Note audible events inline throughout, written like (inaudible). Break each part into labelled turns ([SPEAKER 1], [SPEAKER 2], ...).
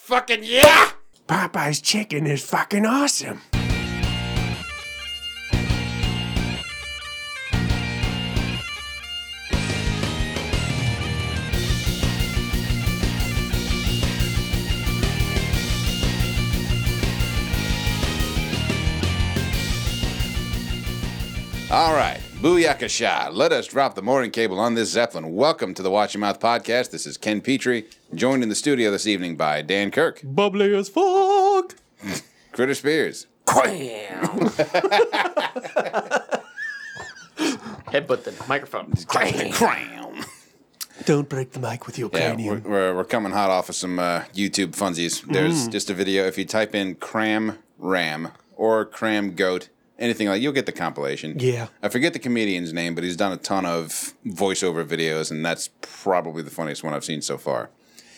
[SPEAKER 1] fucking yeah!
[SPEAKER 2] Popeye's chicken is fucking awesome.
[SPEAKER 1] All right, booyakasha. Let us drop the mooring cable on this Zeppelin. Welcome to the Watch Your Mouth podcast. This is Ken Petrie, joined in the studio this evening by Dan Kirk,
[SPEAKER 3] Bubbly as fuck.
[SPEAKER 1] Critter Spears,
[SPEAKER 4] Headbutt the microphone.
[SPEAKER 1] Crown.
[SPEAKER 3] Don't break the mic with your
[SPEAKER 1] Yeah, we're,
[SPEAKER 3] cranium.
[SPEAKER 1] we're, we're coming hot off of some uh, YouTube funsies. There's just a video. If you type in cram ram or cram goat, anything like you'll get the compilation.
[SPEAKER 3] Yeah.
[SPEAKER 1] I forget the comedian's name, but he's done a ton of voiceover videos, and that's probably the funniest one I've seen so far.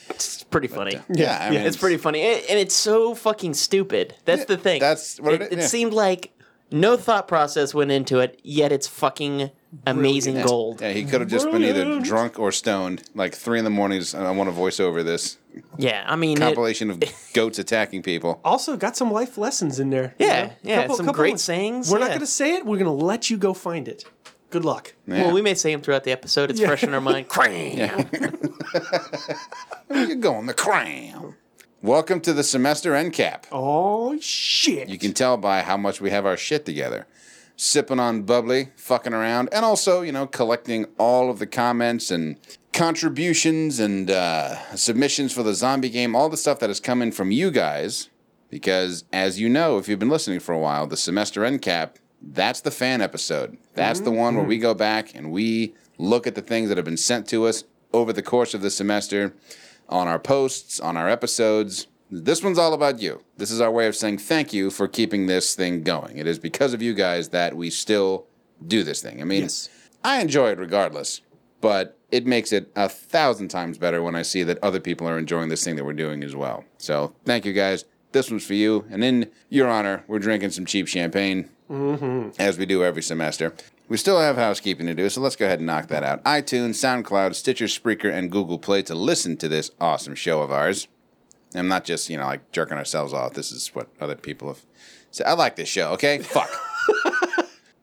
[SPEAKER 4] It's pretty funny.
[SPEAKER 1] Yeah, I mean,
[SPEAKER 4] It's pretty funny, and, and it's so fucking stupid. That's the thing.
[SPEAKER 1] that's what it is,
[SPEAKER 4] It
[SPEAKER 1] yeah.
[SPEAKER 4] seemed like no thought process went into it, yet it's fucking amazing gold.
[SPEAKER 1] Yeah, he could have just been either drunk or stoned. Like three in the mornings, and I want to voice over this
[SPEAKER 4] Yeah, I mean, it,
[SPEAKER 1] compilation of goats attacking people.
[SPEAKER 3] Also, got some life lessons in there. you
[SPEAKER 4] Yeah, yeah, some great sayings,
[SPEAKER 3] We're not
[SPEAKER 4] yeah.
[SPEAKER 3] going to say it. We're going to let you go find it. Good luck.
[SPEAKER 1] Yeah.
[SPEAKER 4] (laughs) well, we may say them throughout the episode. It's fresh in our
[SPEAKER 1] (laughs)
[SPEAKER 4] mind.
[SPEAKER 1] You're going the cram. Welcome to the semester end cap.
[SPEAKER 3] Oh, shit.
[SPEAKER 1] You can tell by how much we have our shit together. Sipping on bubbly, fucking around, and also, you know, collecting all of the comments and contributions and uh, submissions for the zombie game, all the stuff that has come in from you guys. Because, as you know, if you've been listening for a while, the semester end cap, that's the fan episode. That's the one where we go back and we look at the things that have been sent to us over the course of the semester on our posts, on our episodes. This one's all about you. This is our way of saying thank you for keeping this thing going. It is because of you guys that we still do this thing. I mean,
[SPEAKER 3] Yes.
[SPEAKER 1] I enjoy it regardless, but it makes it a thousand times better when I see that other people are enjoying this thing that we're doing as well. So thank you guys. This one's for you. And in your honor, we're drinking some cheap champagne as we do every semester. We still have housekeeping to do, so let's go ahead and knock that out. iTunes, SoundCloud, Stitcher, Spreaker, and Google Play to listen to this awesome show of ours. I'm not just, you know, like jerking ourselves off. This is what other people have said. I like this show, okay? Fuck.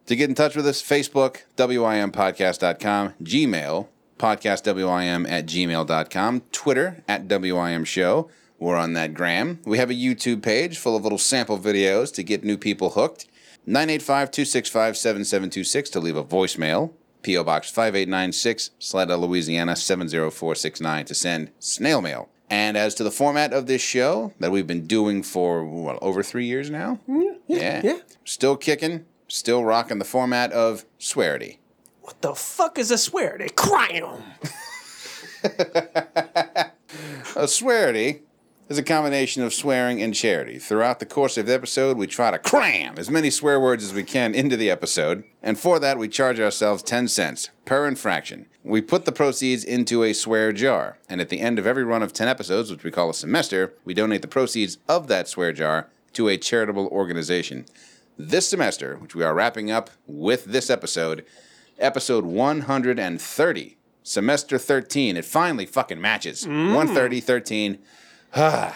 [SPEAKER 1] to get in touch with us, Facebook, WIMPodcast.com, Gmail, podcastwim at gmail.com, Twitter, at WIM Show. We're on that gram. We have a YouTube page full of little sample videos to get new people hooked. 985 265 7726 to leave a voicemail. P.O. Box 5896, Slida, Louisiana 70469 to send snail mail. And as to the format of this show that we've been doing for what, over three years now? Yeah.
[SPEAKER 3] yeah.
[SPEAKER 1] Still kicking, still rocking the format of swearity.
[SPEAKER 3] What the fuck is a swear? They cry
[SPEAKER 1] A swearity is a combination of swearing and charity. Throughout the course of the episode, we try to cram as many swear words as we can into the episode, and for that, we charge ourselves 10 cents per infraction. We put the proceeds into a swear jar, and at the end of every run of 10 episodes, which we call a semester, we donate the proceeds of that swear jar to a charitable organization. This semester, which we are wrapping up with this episode, episode 130, semester 13, it finally fucking matches. 130, 13.
[SPEAKER 3] Only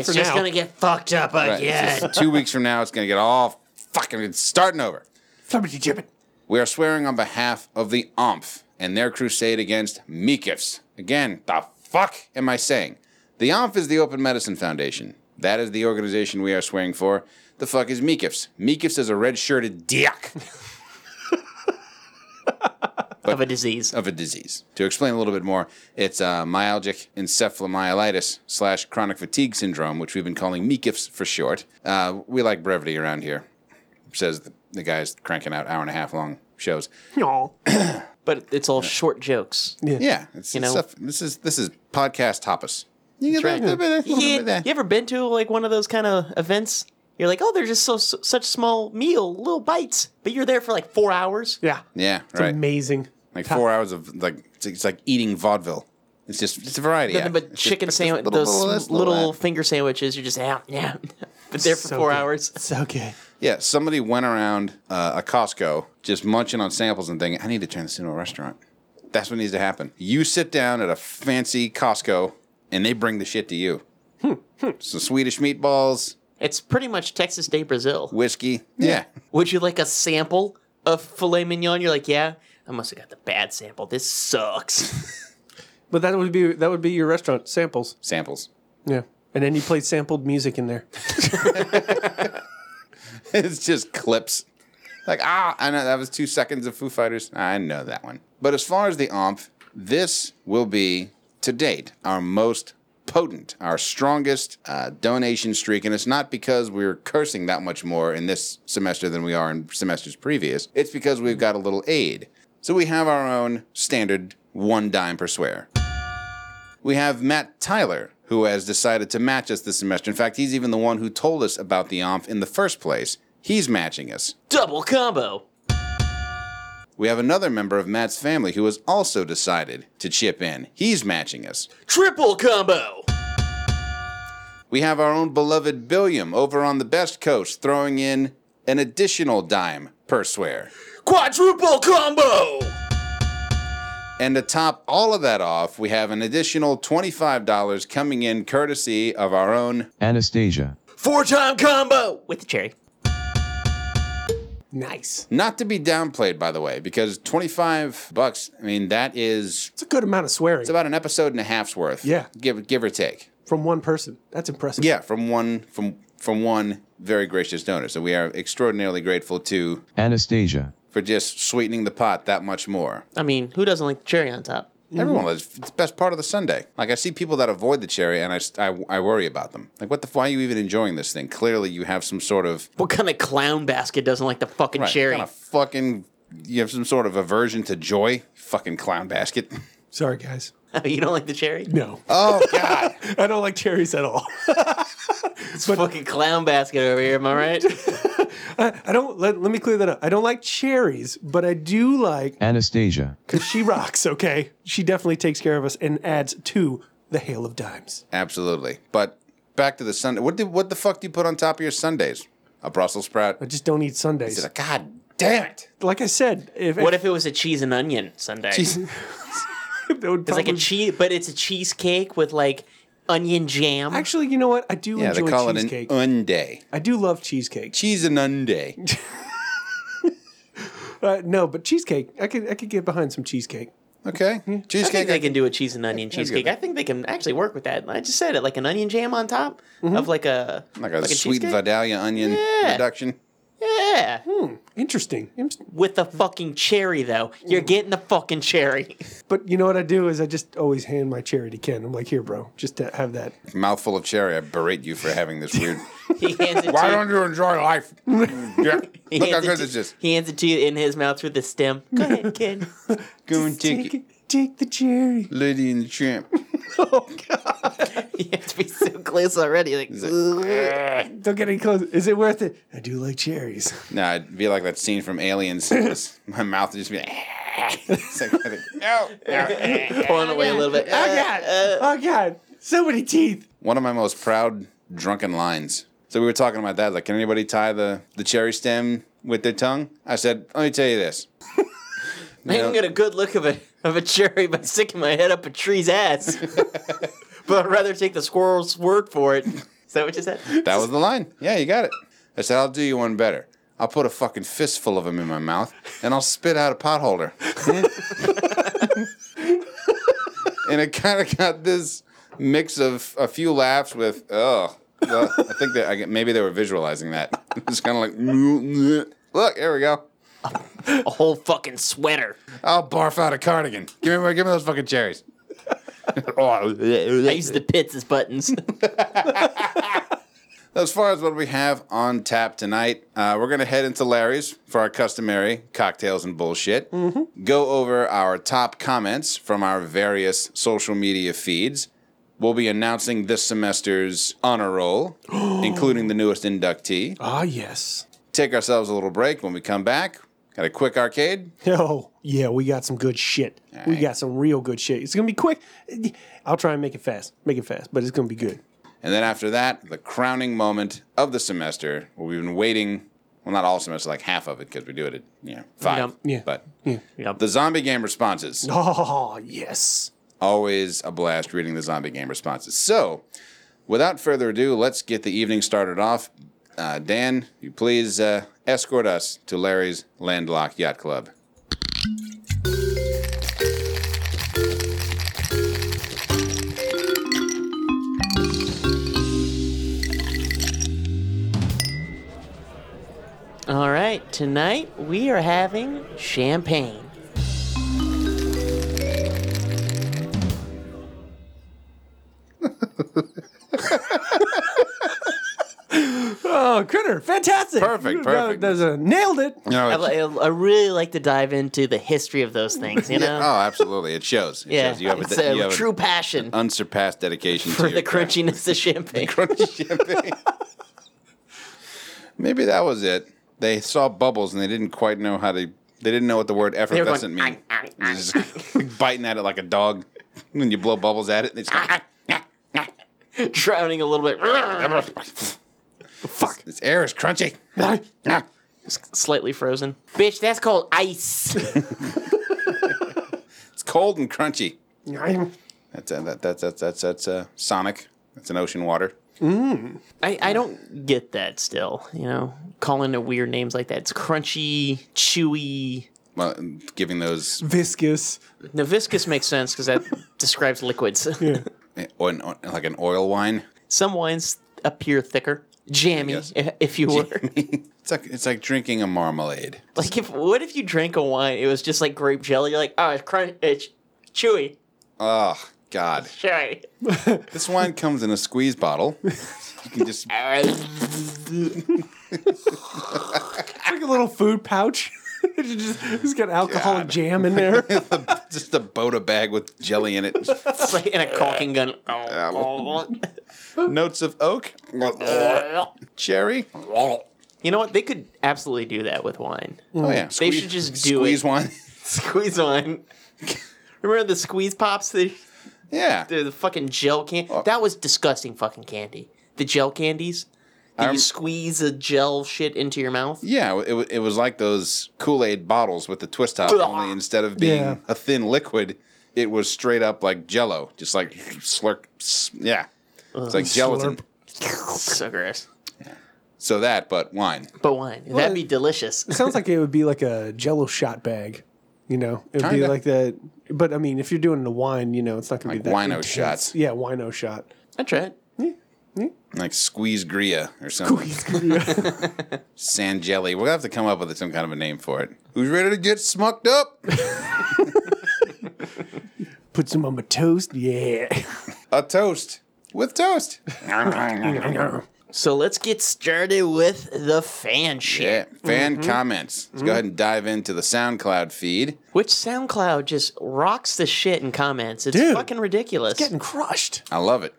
[SPEAKER 4] it's
[SPEAKER 3] for
[SPEAKER 4] just
[SPEAKER 3] now.
[SPEAKER 4] gonna get fucked up
[SPEAKER 1] Right, it's
[SPEAKER 4] again.
[SPEAKER 1] just two weeks from now, it's going to get all fucking it's starting over.
[SPEAKER 3] Flubberty gibbet.
[SPEAKER 1] We are swearing on behalf of the OMF and their crusade against Mekifs. Again, the fuck am I saying? The OMF is the Open Medicine Foundation. That is the organization we are swearing for. The fuck is Mekifs? Mekifs is a red shirted dick.
[SPEAKER 4] of a disease.
[SPEAKER 1] of a disease. To explain a little bit more, it's uh, myalgic encephalomyelitis slash chronic fatigue syndrome, which we've been calling MECIFs for short. Uh, we like brevity around here, says the, the guy's cranking out hour and a half long shows.
[SPEAKER 3] Aw.
[SPEAKER 4] But it's all short jokes.
[SPEAKER 1] Yeah, it's,
[SPEAKER 4] You
[SPEAKER 1] it's
[SPEAKER 4] know-
[SPEAKER 1] stuff, this is this is podcast tapas. You get
[SPEAKER 4] That's
[SPEAKER 1] a little bit of-
[SPEAKER 4] You,
[SPEAKER 1] little bit of-
[SPEAKER 4] you ever been to like one of those kind of events? You're like, oh, they're just so, so such small meal, little bites, but you're there for like four hours.
[SPEAKER 3] Yeah.
[SPEAKER 1] Yeah,
[SPEAKER 3] It's
[SPEAKER 1] right.
[SPEAKER 3] amazing.
[SPEAKER 1] Like four hours of like it's, it's like eating vaudeville. It's just it's a variety.
[SPEAKER 4] Nothing
[SPEAKER 1] act.
[SPEAKER 4] but
[SPEAKER 1] It's just-
[SPEAKER 4] chicken
[SPEAKER 1] it's just
[SPEAKER 4] sandwich,
[SPEAKER 1] little-
[SPEAKER 4] those
[SPEAKER 1] this,
[SPEAKER 4] little,
[SPEAKER 1] that.
[SPEAKER 4] finger sandwiches. You're just out, yeah, but there for
[SPEAKER 3] So
[SPEAKER 4] four
[SPEAKER 3] good.
[SPEAKER 4] hours.
[SPEAKER 3] So good.
[SPEAKER 1] Yeah, somebody went around uh, a Costco just munching on samples and thinking, I need to turn this into a restaurant. That's what needs to happen. You sit down at a fancy Costco and they bring the shit to you. Some Swedish meatballs,
[SPEAKER 4] It's pretty much Texas Day Brazil.
[SPEAKER 1] whiskey. Yeah.
[SPEAKER 4] Would you like a sample of filet mignon? You're like, yeah, I must have got the bad sample. This sucks. (laughs)
[SPEAKER 3] But that would be that would be your restaurant samples.
[SPEAKER 1] Samples.
[SPEAKER 3] Yeah. And then you played sampled music in there.
[SPEAKER 1] (laughs) it's just clips. Like, ah, I know that was two seconds of Foo Fighters. I know that one. But as far as the OMP, this will be, to date, our most potent, our strongest uh, donation streak. And it's not because we're cursing that much more in this semester than we are in semesters previous, it's because we've got a little aid. So we have our own standard one dime per swear we have Matt Tyler, who has decided to match us this semester. In fact, he's even the one who told us about the OMF in the first place. He's matching us.
[SPEAKER 4] Double combo.
[SPEAKER 1] We have another member of Matt's family who has also decided to chip in. He's matching us.
[SPEAKER 4] Triple combo.
[SPEAKER 1] We have our own beloved Billiam over on the best coast throwing in an additional dime per swear.
[SPEAKER 4] Quadruple combo.
[SPEAKER 1] And to top all of that off, we have an additional $25 coming in courtesy of our own
[SPEAKER 5] Anastasia.
[SPEAKER 4] Four time combo. With the cherry.
[SPEAKER 3] Nice.
[SPEAKER 1] Not to be downplayed, by the way, because 25 bucks, I mean, that is
[SPEAKER 3] It's a good amount of swearing
[SPEAKER 1] it's about an episode and a half's worth.
[SPEAKER 3] Yeah.
[SPEAKER 1] Give give or take.
[SPEAKER 3] from one person. That's impressive.
[SPEAKER 1] Yeah, from one from from one very gracious donor. So we are extraordinarily grateful to
[SPEAKER 5] Anastasia.
[SPEAKER 1] for just sweetening the pot that much more.
[SPEAKER 4] I mean, who doesn't like the cherry on top?
[SPEAKER 1] Everyone loves it's the best part of the Sunday. Like I see people that avoid the cherry and I, s- I, I worry about them. Like what the f- why are you even enjoying this thing? Clearly you have some sort of
[SPEAKER 4] What kind of clown basket doesn't like the fucking
[SPEAKER 1] right,
[SPEAKER 4] cherry?
[SPEAKER 1] kind of fucking you have some sort of aversion to joy, fucking clown basket. (laughs)
[SPEAKER 3] Sorry, guys.
[SPEAKER 4] (laughs) you don't like the cherry?
[SPEAKER 3] No.
[SPEAKER 1] Oh god.
[SPEAKER 3] I don't like cherries at all. (laughs)
[SPEAKER 4] It's fucking clown basket over here, am I right?
[SPEAKER 3] I don't let, let me clear that up. I don't like cherries, but I do like
[SPEAKER 5] Anastasia.
[SPEAKER 3] cuz she rocks, okay? She definitely takes care of us and adds to the hail of dimes.
[SPEAKER 1] Absolutely. But back to the Sunday. What did what the fuck do you put on top of your Sundays? A Brussels sprout.
[SPEAKER 3] I just don't eat Sundays.
[SPEAKER 1] God damn it!
[SPEAKER 3] Like I said, if
[SPEAKER 4] what if it was a cheese and onion Sunday?
[SPEAKER 1] (laughs)
[SPEAKER 3] (laughs) that would
[SPEAKER 4] It's like
[SPEAKER 3] probably-
[SPEAKER 4] a cheese, but it's a cheesecake with like onion jam.
[SPEAKER 3] Actually, you know what? I do
[SPEAKER 1] Yeah, they
[SPEAKER 3] enjoy
[SPEAKER 1] call
[SPEAKER 3] cheesecake.
[SPEAKER 1] it an uh. unday.
[SPEAKER 3] I do love cheesecake.
[SPEAKER 1] Cheese and (laughs) unday.
[SPEAKER 3] Uh, no, but cheesecake, I could I could get behind some cheesecake.
[SPEAKER 1] Okay,
[SPEAKER 4] I think
[SPEAKER 1] cheesecake.
[SPEAKER 4] they can do a cheese and onion cheesecake.
[SPEAKER 1] good.
[SPEAKER 4] I think they can actually work with that. I just said it, like an onion jam on top of like a
[SPEAKER 1] Mm-hmm. like a sweet
[SPEAKER 4] cheesecake?
[SPEAKER 1] Vidalia onion
[SPEAKER 4] Yeah.
[SPEAKER 1] reduction.
[SPEAKER 4] Yeah,
[SPEAKER 3] Interesting. Inter-
[SPEAKER 4] with the fucking cherry though. You're
[SPEAKER 1] Mm-hmm.
[SPEAKER 4] getting the fucking cherry. (laughs)
[SPEAKER 3] But you know what I do is I just always hand my cherry to Ken. I'm like, here, bro, just to have that.
[SPEAKER 1] Mouthful of cherry. I berate you for having this (laughs) weird.
[SPEAKER 4] He hands it
[SPEAKER 1] Why
[SPEAKER 4] to
[SPEAKER 1] don't you enjoy life? (laughs) Yeah.
[SPEAKER 4] he
[SPEAKER 1] Look how
[SPEAKER 4] hands it to-
[SPEAKER 1] good this is.
[SPEAKER 4] He hands it to you in his mouth through the
[SPEAKER 1] (laughs)
[SPEAKER 4] stem. Go ahead, kid. (laughs)
[SPEAKER 1] Go and
[SPEAKER 3] Take
[SPEAKER 1] take it,
[SPEAKER 3] it, take the cherry.
[SPEAKER 1] lady and the tramp.
[SPEAKER 4] you have to be so close already. Like,
[SPEAKER 3] Don't get any close. Is it worth it? I do like
[SPEAKER 1] (laughs)
[SPEAKER 3] cherries.
[SPEAKER 1] Nah, it'd be like that scene from Aliens. Just- My mouth would just be like. (laughs) it's like, I think, (laughs) no, no.
[SPEAKER 4] pulling away a little
[SPEAKER 1] (laughs)
[SPEAKER 4] bit.
[SPEAKER 3] oh god!
[SPEAKER 1] uh,
[SPEAKER 3] oh god! So many teeth.
[SPEAKER 1] one of my most proud drunken lines. So we were talking about that. Like, can anybody tie the, the cherry stem with their tongue? I said, let me tell you this.
[SPEAKER 4] I didn't get a good look of a of a cherry by sticking my head up a tree's (laughs) ass. but I'd rather take the squirrel's word for it. Is that what you (laughs) said?
[SPEAKER 1] That was the line. Yeah, you got it. I said, I'll do you one better. I'll put a fucking fistful of them in my mouth and I'll spit out a potholder. (laughs) and it kind of got this mix of a few laughs with, oh, well, I think that I get, maybe they were visualizing that. (laughs) It's kind of like, (laughs) look, there we go.
[SPEAKER 4] A whole fucking sweater.
[SPEAKER 1] I'll barf out a cardigan. Give me, give me those fucking cherries.
[SPEAKER 4] I used the pits as (laughs) buttons.
[SPEAKER 1] As far as what we have on tap tonight, uh, we're going to head into Larry's for our customary cocktails and bullshit. Go over our top comments from our various social media feeds. We'll be announcing this semester's honor (gasps) roll, including the newest inductee.
[SPEAKER 3] Ah yes.
[SPEAKER 1] Take ourselves a little break when we come back. Got a quick arcade.
[SPEAKER 3] Oh yeah, we got some good shit. We got some real good shit. It's gonna be quick. I'll try and make it fast. Make it fast, but it's gonna be good.
[SPEAKER 1] And then after that, the crowning moment of the semester where we've been waiting. Well, not all semester, like half of it, because we do it at you know, five.
[SPEAKER 4] Yum.
[SPEAKER 3] Yeah.
[SPEAKER 1] But
[SPEAKER 4] Yum.
[SPEAKER 1] the zombie game responses.
[SPEAKER 3] Oh yes.
[SPEAKER 1] Always a blast reading the zombie game responses. So without further ado, let's get the evening started off. Uh, Dan, you please uh, escort us to Larry's Landlocked Yacht Club.
[SPEAKER 4] All right, tonight we are having champagne.
[SPEAKER 3] Oh, critter, fantastic!
[SPEAKER 1] Perfect,
[SPEAKER 3] You-
[SPEAKER 1] perfect.
[SPEAKER 3] There's a nailed it. (laughs)
[SPEAKER 1] No,
[SPEAKER 4] I,
[SPEAKER 1] it's-
[SPEAKER 4] li- I really like to dive into the history of those things, you know?
[SPEAKER 1] oh, absolutely. It shows. It
[SPEAKER 4] yeah,
[SPEAKER 1] shows you have a,
[SPEAKER 4] it's
[SPEAKER 1] de-
[SPEAKER 4] a
[SPEAKER 1] you have a
[SPEAKER 4] true passion Uh,
[SPEAKER 1] unsurpassed dedication
[SPEAKER 4] for
[SPEAKER 1] to your
[SPEAKER 4] the crunchiness of champagne.
[SPEAKER 1] crunchy champagne. Maybe that was it. They saw bubbles and they didn't quite know how to. They didn't know what the word
[SPEAKER 4] were going,
[SPEAKER 1] effervescent means. Just (laughs) biting at it like a dog when you blow bubbles at it. They just go,
[SPEAKER 4] (laughs) Drowning a little bit, (laughs)
[SPEAKER 1] fuck. This air is crunchy.
[SPEAKER 4] slightly frozen. Bitch, that's called (laughs) ice.
[SPEAKER 1] It's cold and crunchy.
[SPEAKER 3] I'm-
[SPEAKER 1] That's uh, that, that's that's that's that's uh, Sonic. That's an ocean water.
[SPEAKER 4] I, I don't get that still, you know? Calling it weird names like that. It's crunchy, chewy.
[SPEAKER 1] Well, and giving those
[SPEAKER 3] viscous.
[SPEAKER 4] Now, viscous makes sense because that describes liquids.
[SPEAKER 1] uh, on- on- like an oil wine.
[SPEAKER 4] Some wines appear thicker, jammy,
[SPEAKER 1] Yes.
[SPEAKER 4] i- if you were.
[SPEAKER 1] It's like it's like drinking a marmalade.
[SPEAKER 4] (laughs) Like, if what if you drank a wine? It was just like grape jelly. You're like, oh, it's crunch, it's chewy,
[SPEAKER 1] Oh God.
[SPEAKER 4] chewy.
[SPEAKER 1] This wine comes in a squeeze bottle. You can just
[SPEAKER 3] It's like a little food pouch. (laughs) It's just, it's got alcoholic jam in there.
[SPEAKER 1] just a Boda bag with jelly in it.
[SPEAKER 4] It's like in a caulking gun. (laughs)
[SPEAKER 1] Notes of oak, cherry. Oh
[SPEAKER 4] You know what? They could absolutely do that with wine.
[SPEAKER 1] yeah,
[SPEAKER 4] They should just do
[SPEAKER 1] squeeze
[SPEAKER 4] it.
[SPEAKER 1] one.
[SPEAKER 4] Squeeze wine. (laughs) Remember the squeeze pops? The,
[SPEAKER 1] (laughs) Yeah,
[SPEAKER 4] the, the fucking gel can. That was disgusting fucking candy. The gel candies. That
[SPEAKER 1] I'm-
[SPEAKER 4] you squeeze the gel shit into your mouth.
[SPEAKER 1] yeah. It, wa- it was like those Kool Aid bottles with the twist top. Only instead of being
[SPEAKER 3] Yeah.
[SPEAKER 1] a thin liquid, it was straight up like Jello, just like slurp. s- Yeah, it's like gelatin.
[SPEAKER 4] so gross.
[SPEAKER 1] So that, but wine.
[SPEAKER 4] But wine. That'd be delicious.
[SPEAKER 3] Sounds like it would be like a Jello shot bag. You know, it would
[SPEAKER 1] Kinda.
[SPEAKER 3] be like that. But I mean, if you're doing the wine, you know, it's not going to
[SPEAKER 1] Like
[SPEAKER 3] be that.
[SPEAKER 1] wino
[SPEAKER 3] intense.
[SPEAKER 1] shots.
[SPEAKER 3] Yeah, wino shot.
[SPEAKER 4] I try it.
[SPEAKER 1] like squeeze gria or something. Sand jelly. We'll have to come up with some kind of a name for it. Who's ready to get smucked up?
[SPEAKER 3] Put some on my toast. Yeah. (laughs)
[SPEAKER 1] a toast with toast.
[SPEAKER 4] So let's get started with the fan shit.
[SPEAKER 1] yeah, fan comments. Let's go ahead and dive into the SoundCloud feed.
[SPEAKER 4] Which SoundCloud just rocks the shit in comments. It's
[SPEAKER 3] Dude.
[SPEAKER 4] fucking ridiculous.
[SPEAKER 3] Getting crushed.
[SPEAKER 1] I love it.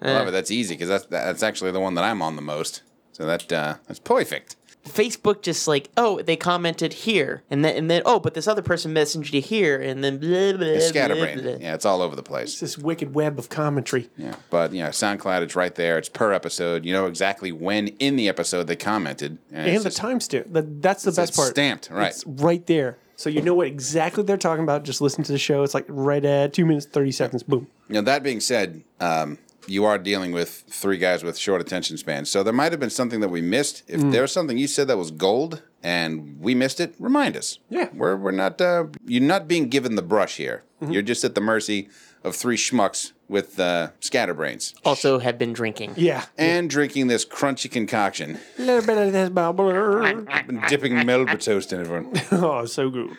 [SPEAKER 1] I love it. That's easy because that's that's actually the one that I'm on the most. So that uh, that's perfect.
[SPEAKER 4] Facebook just like, oh, they commented here, and then and then oh, but this other person messaged you here, and then blah blah.
[SPEAKER 1] It's
[SPEAKER 4] blah, blah.
[SPEAKER 1] scatterbrained. Yeah, it's all over the place.
[SPEAKER 3] It's this wicked web of commentary.
[SPEAKER 1] Yeah, but you know, SoundCloud it's right there. It's per episode. You know exactly when in the episode they commented,
[SPEAKER 3] and
[SPEAKER 1] it's
[SPEAKER 3] the
[SPEAKER 1] just-
[SPEAKER 3] timestamp. That- That's the best
[SPEAKER 1] it's
[SPEAKER 3] part.
[SPEAKER 1] stamped right.
[SPEAKER 3] It's right there. So you know what exactly they're talking about. Just listen to the show. It's like right at two minutes, 30 seconds. Boom.
[SPEAKER 1] Now, that being said, um, you are dealing with three guys with short attention spans. So there might have been something that we missed. If
[SPEAKER 3] Mm.
[SPEAKER 1] there was something you said that was gold and we missed it, remind us.
[SPEAKER 3] Yeah.
[SPEAKER 1] We're, we're not, uh, you're not being given the brush here.
[SPEAKER 3] Mm-hmm.
[SPEAKER 1] You're just at the mercy of three schmucks with uh, scatterbrains
[SPEAKER 4] Also, have been drinking.
[SPEAKER 3] Yeah.
[SPEAKER 1] and drinking this crunchy concoction,
[SPEAKER 3] A little bit of this bubble.
[SPEAKER 1] and dipping Melba toast in it.
[SPEAKER 3] (laughs)
[SPEAKER 1] for-
[SPEAKER 3] Oh, so good.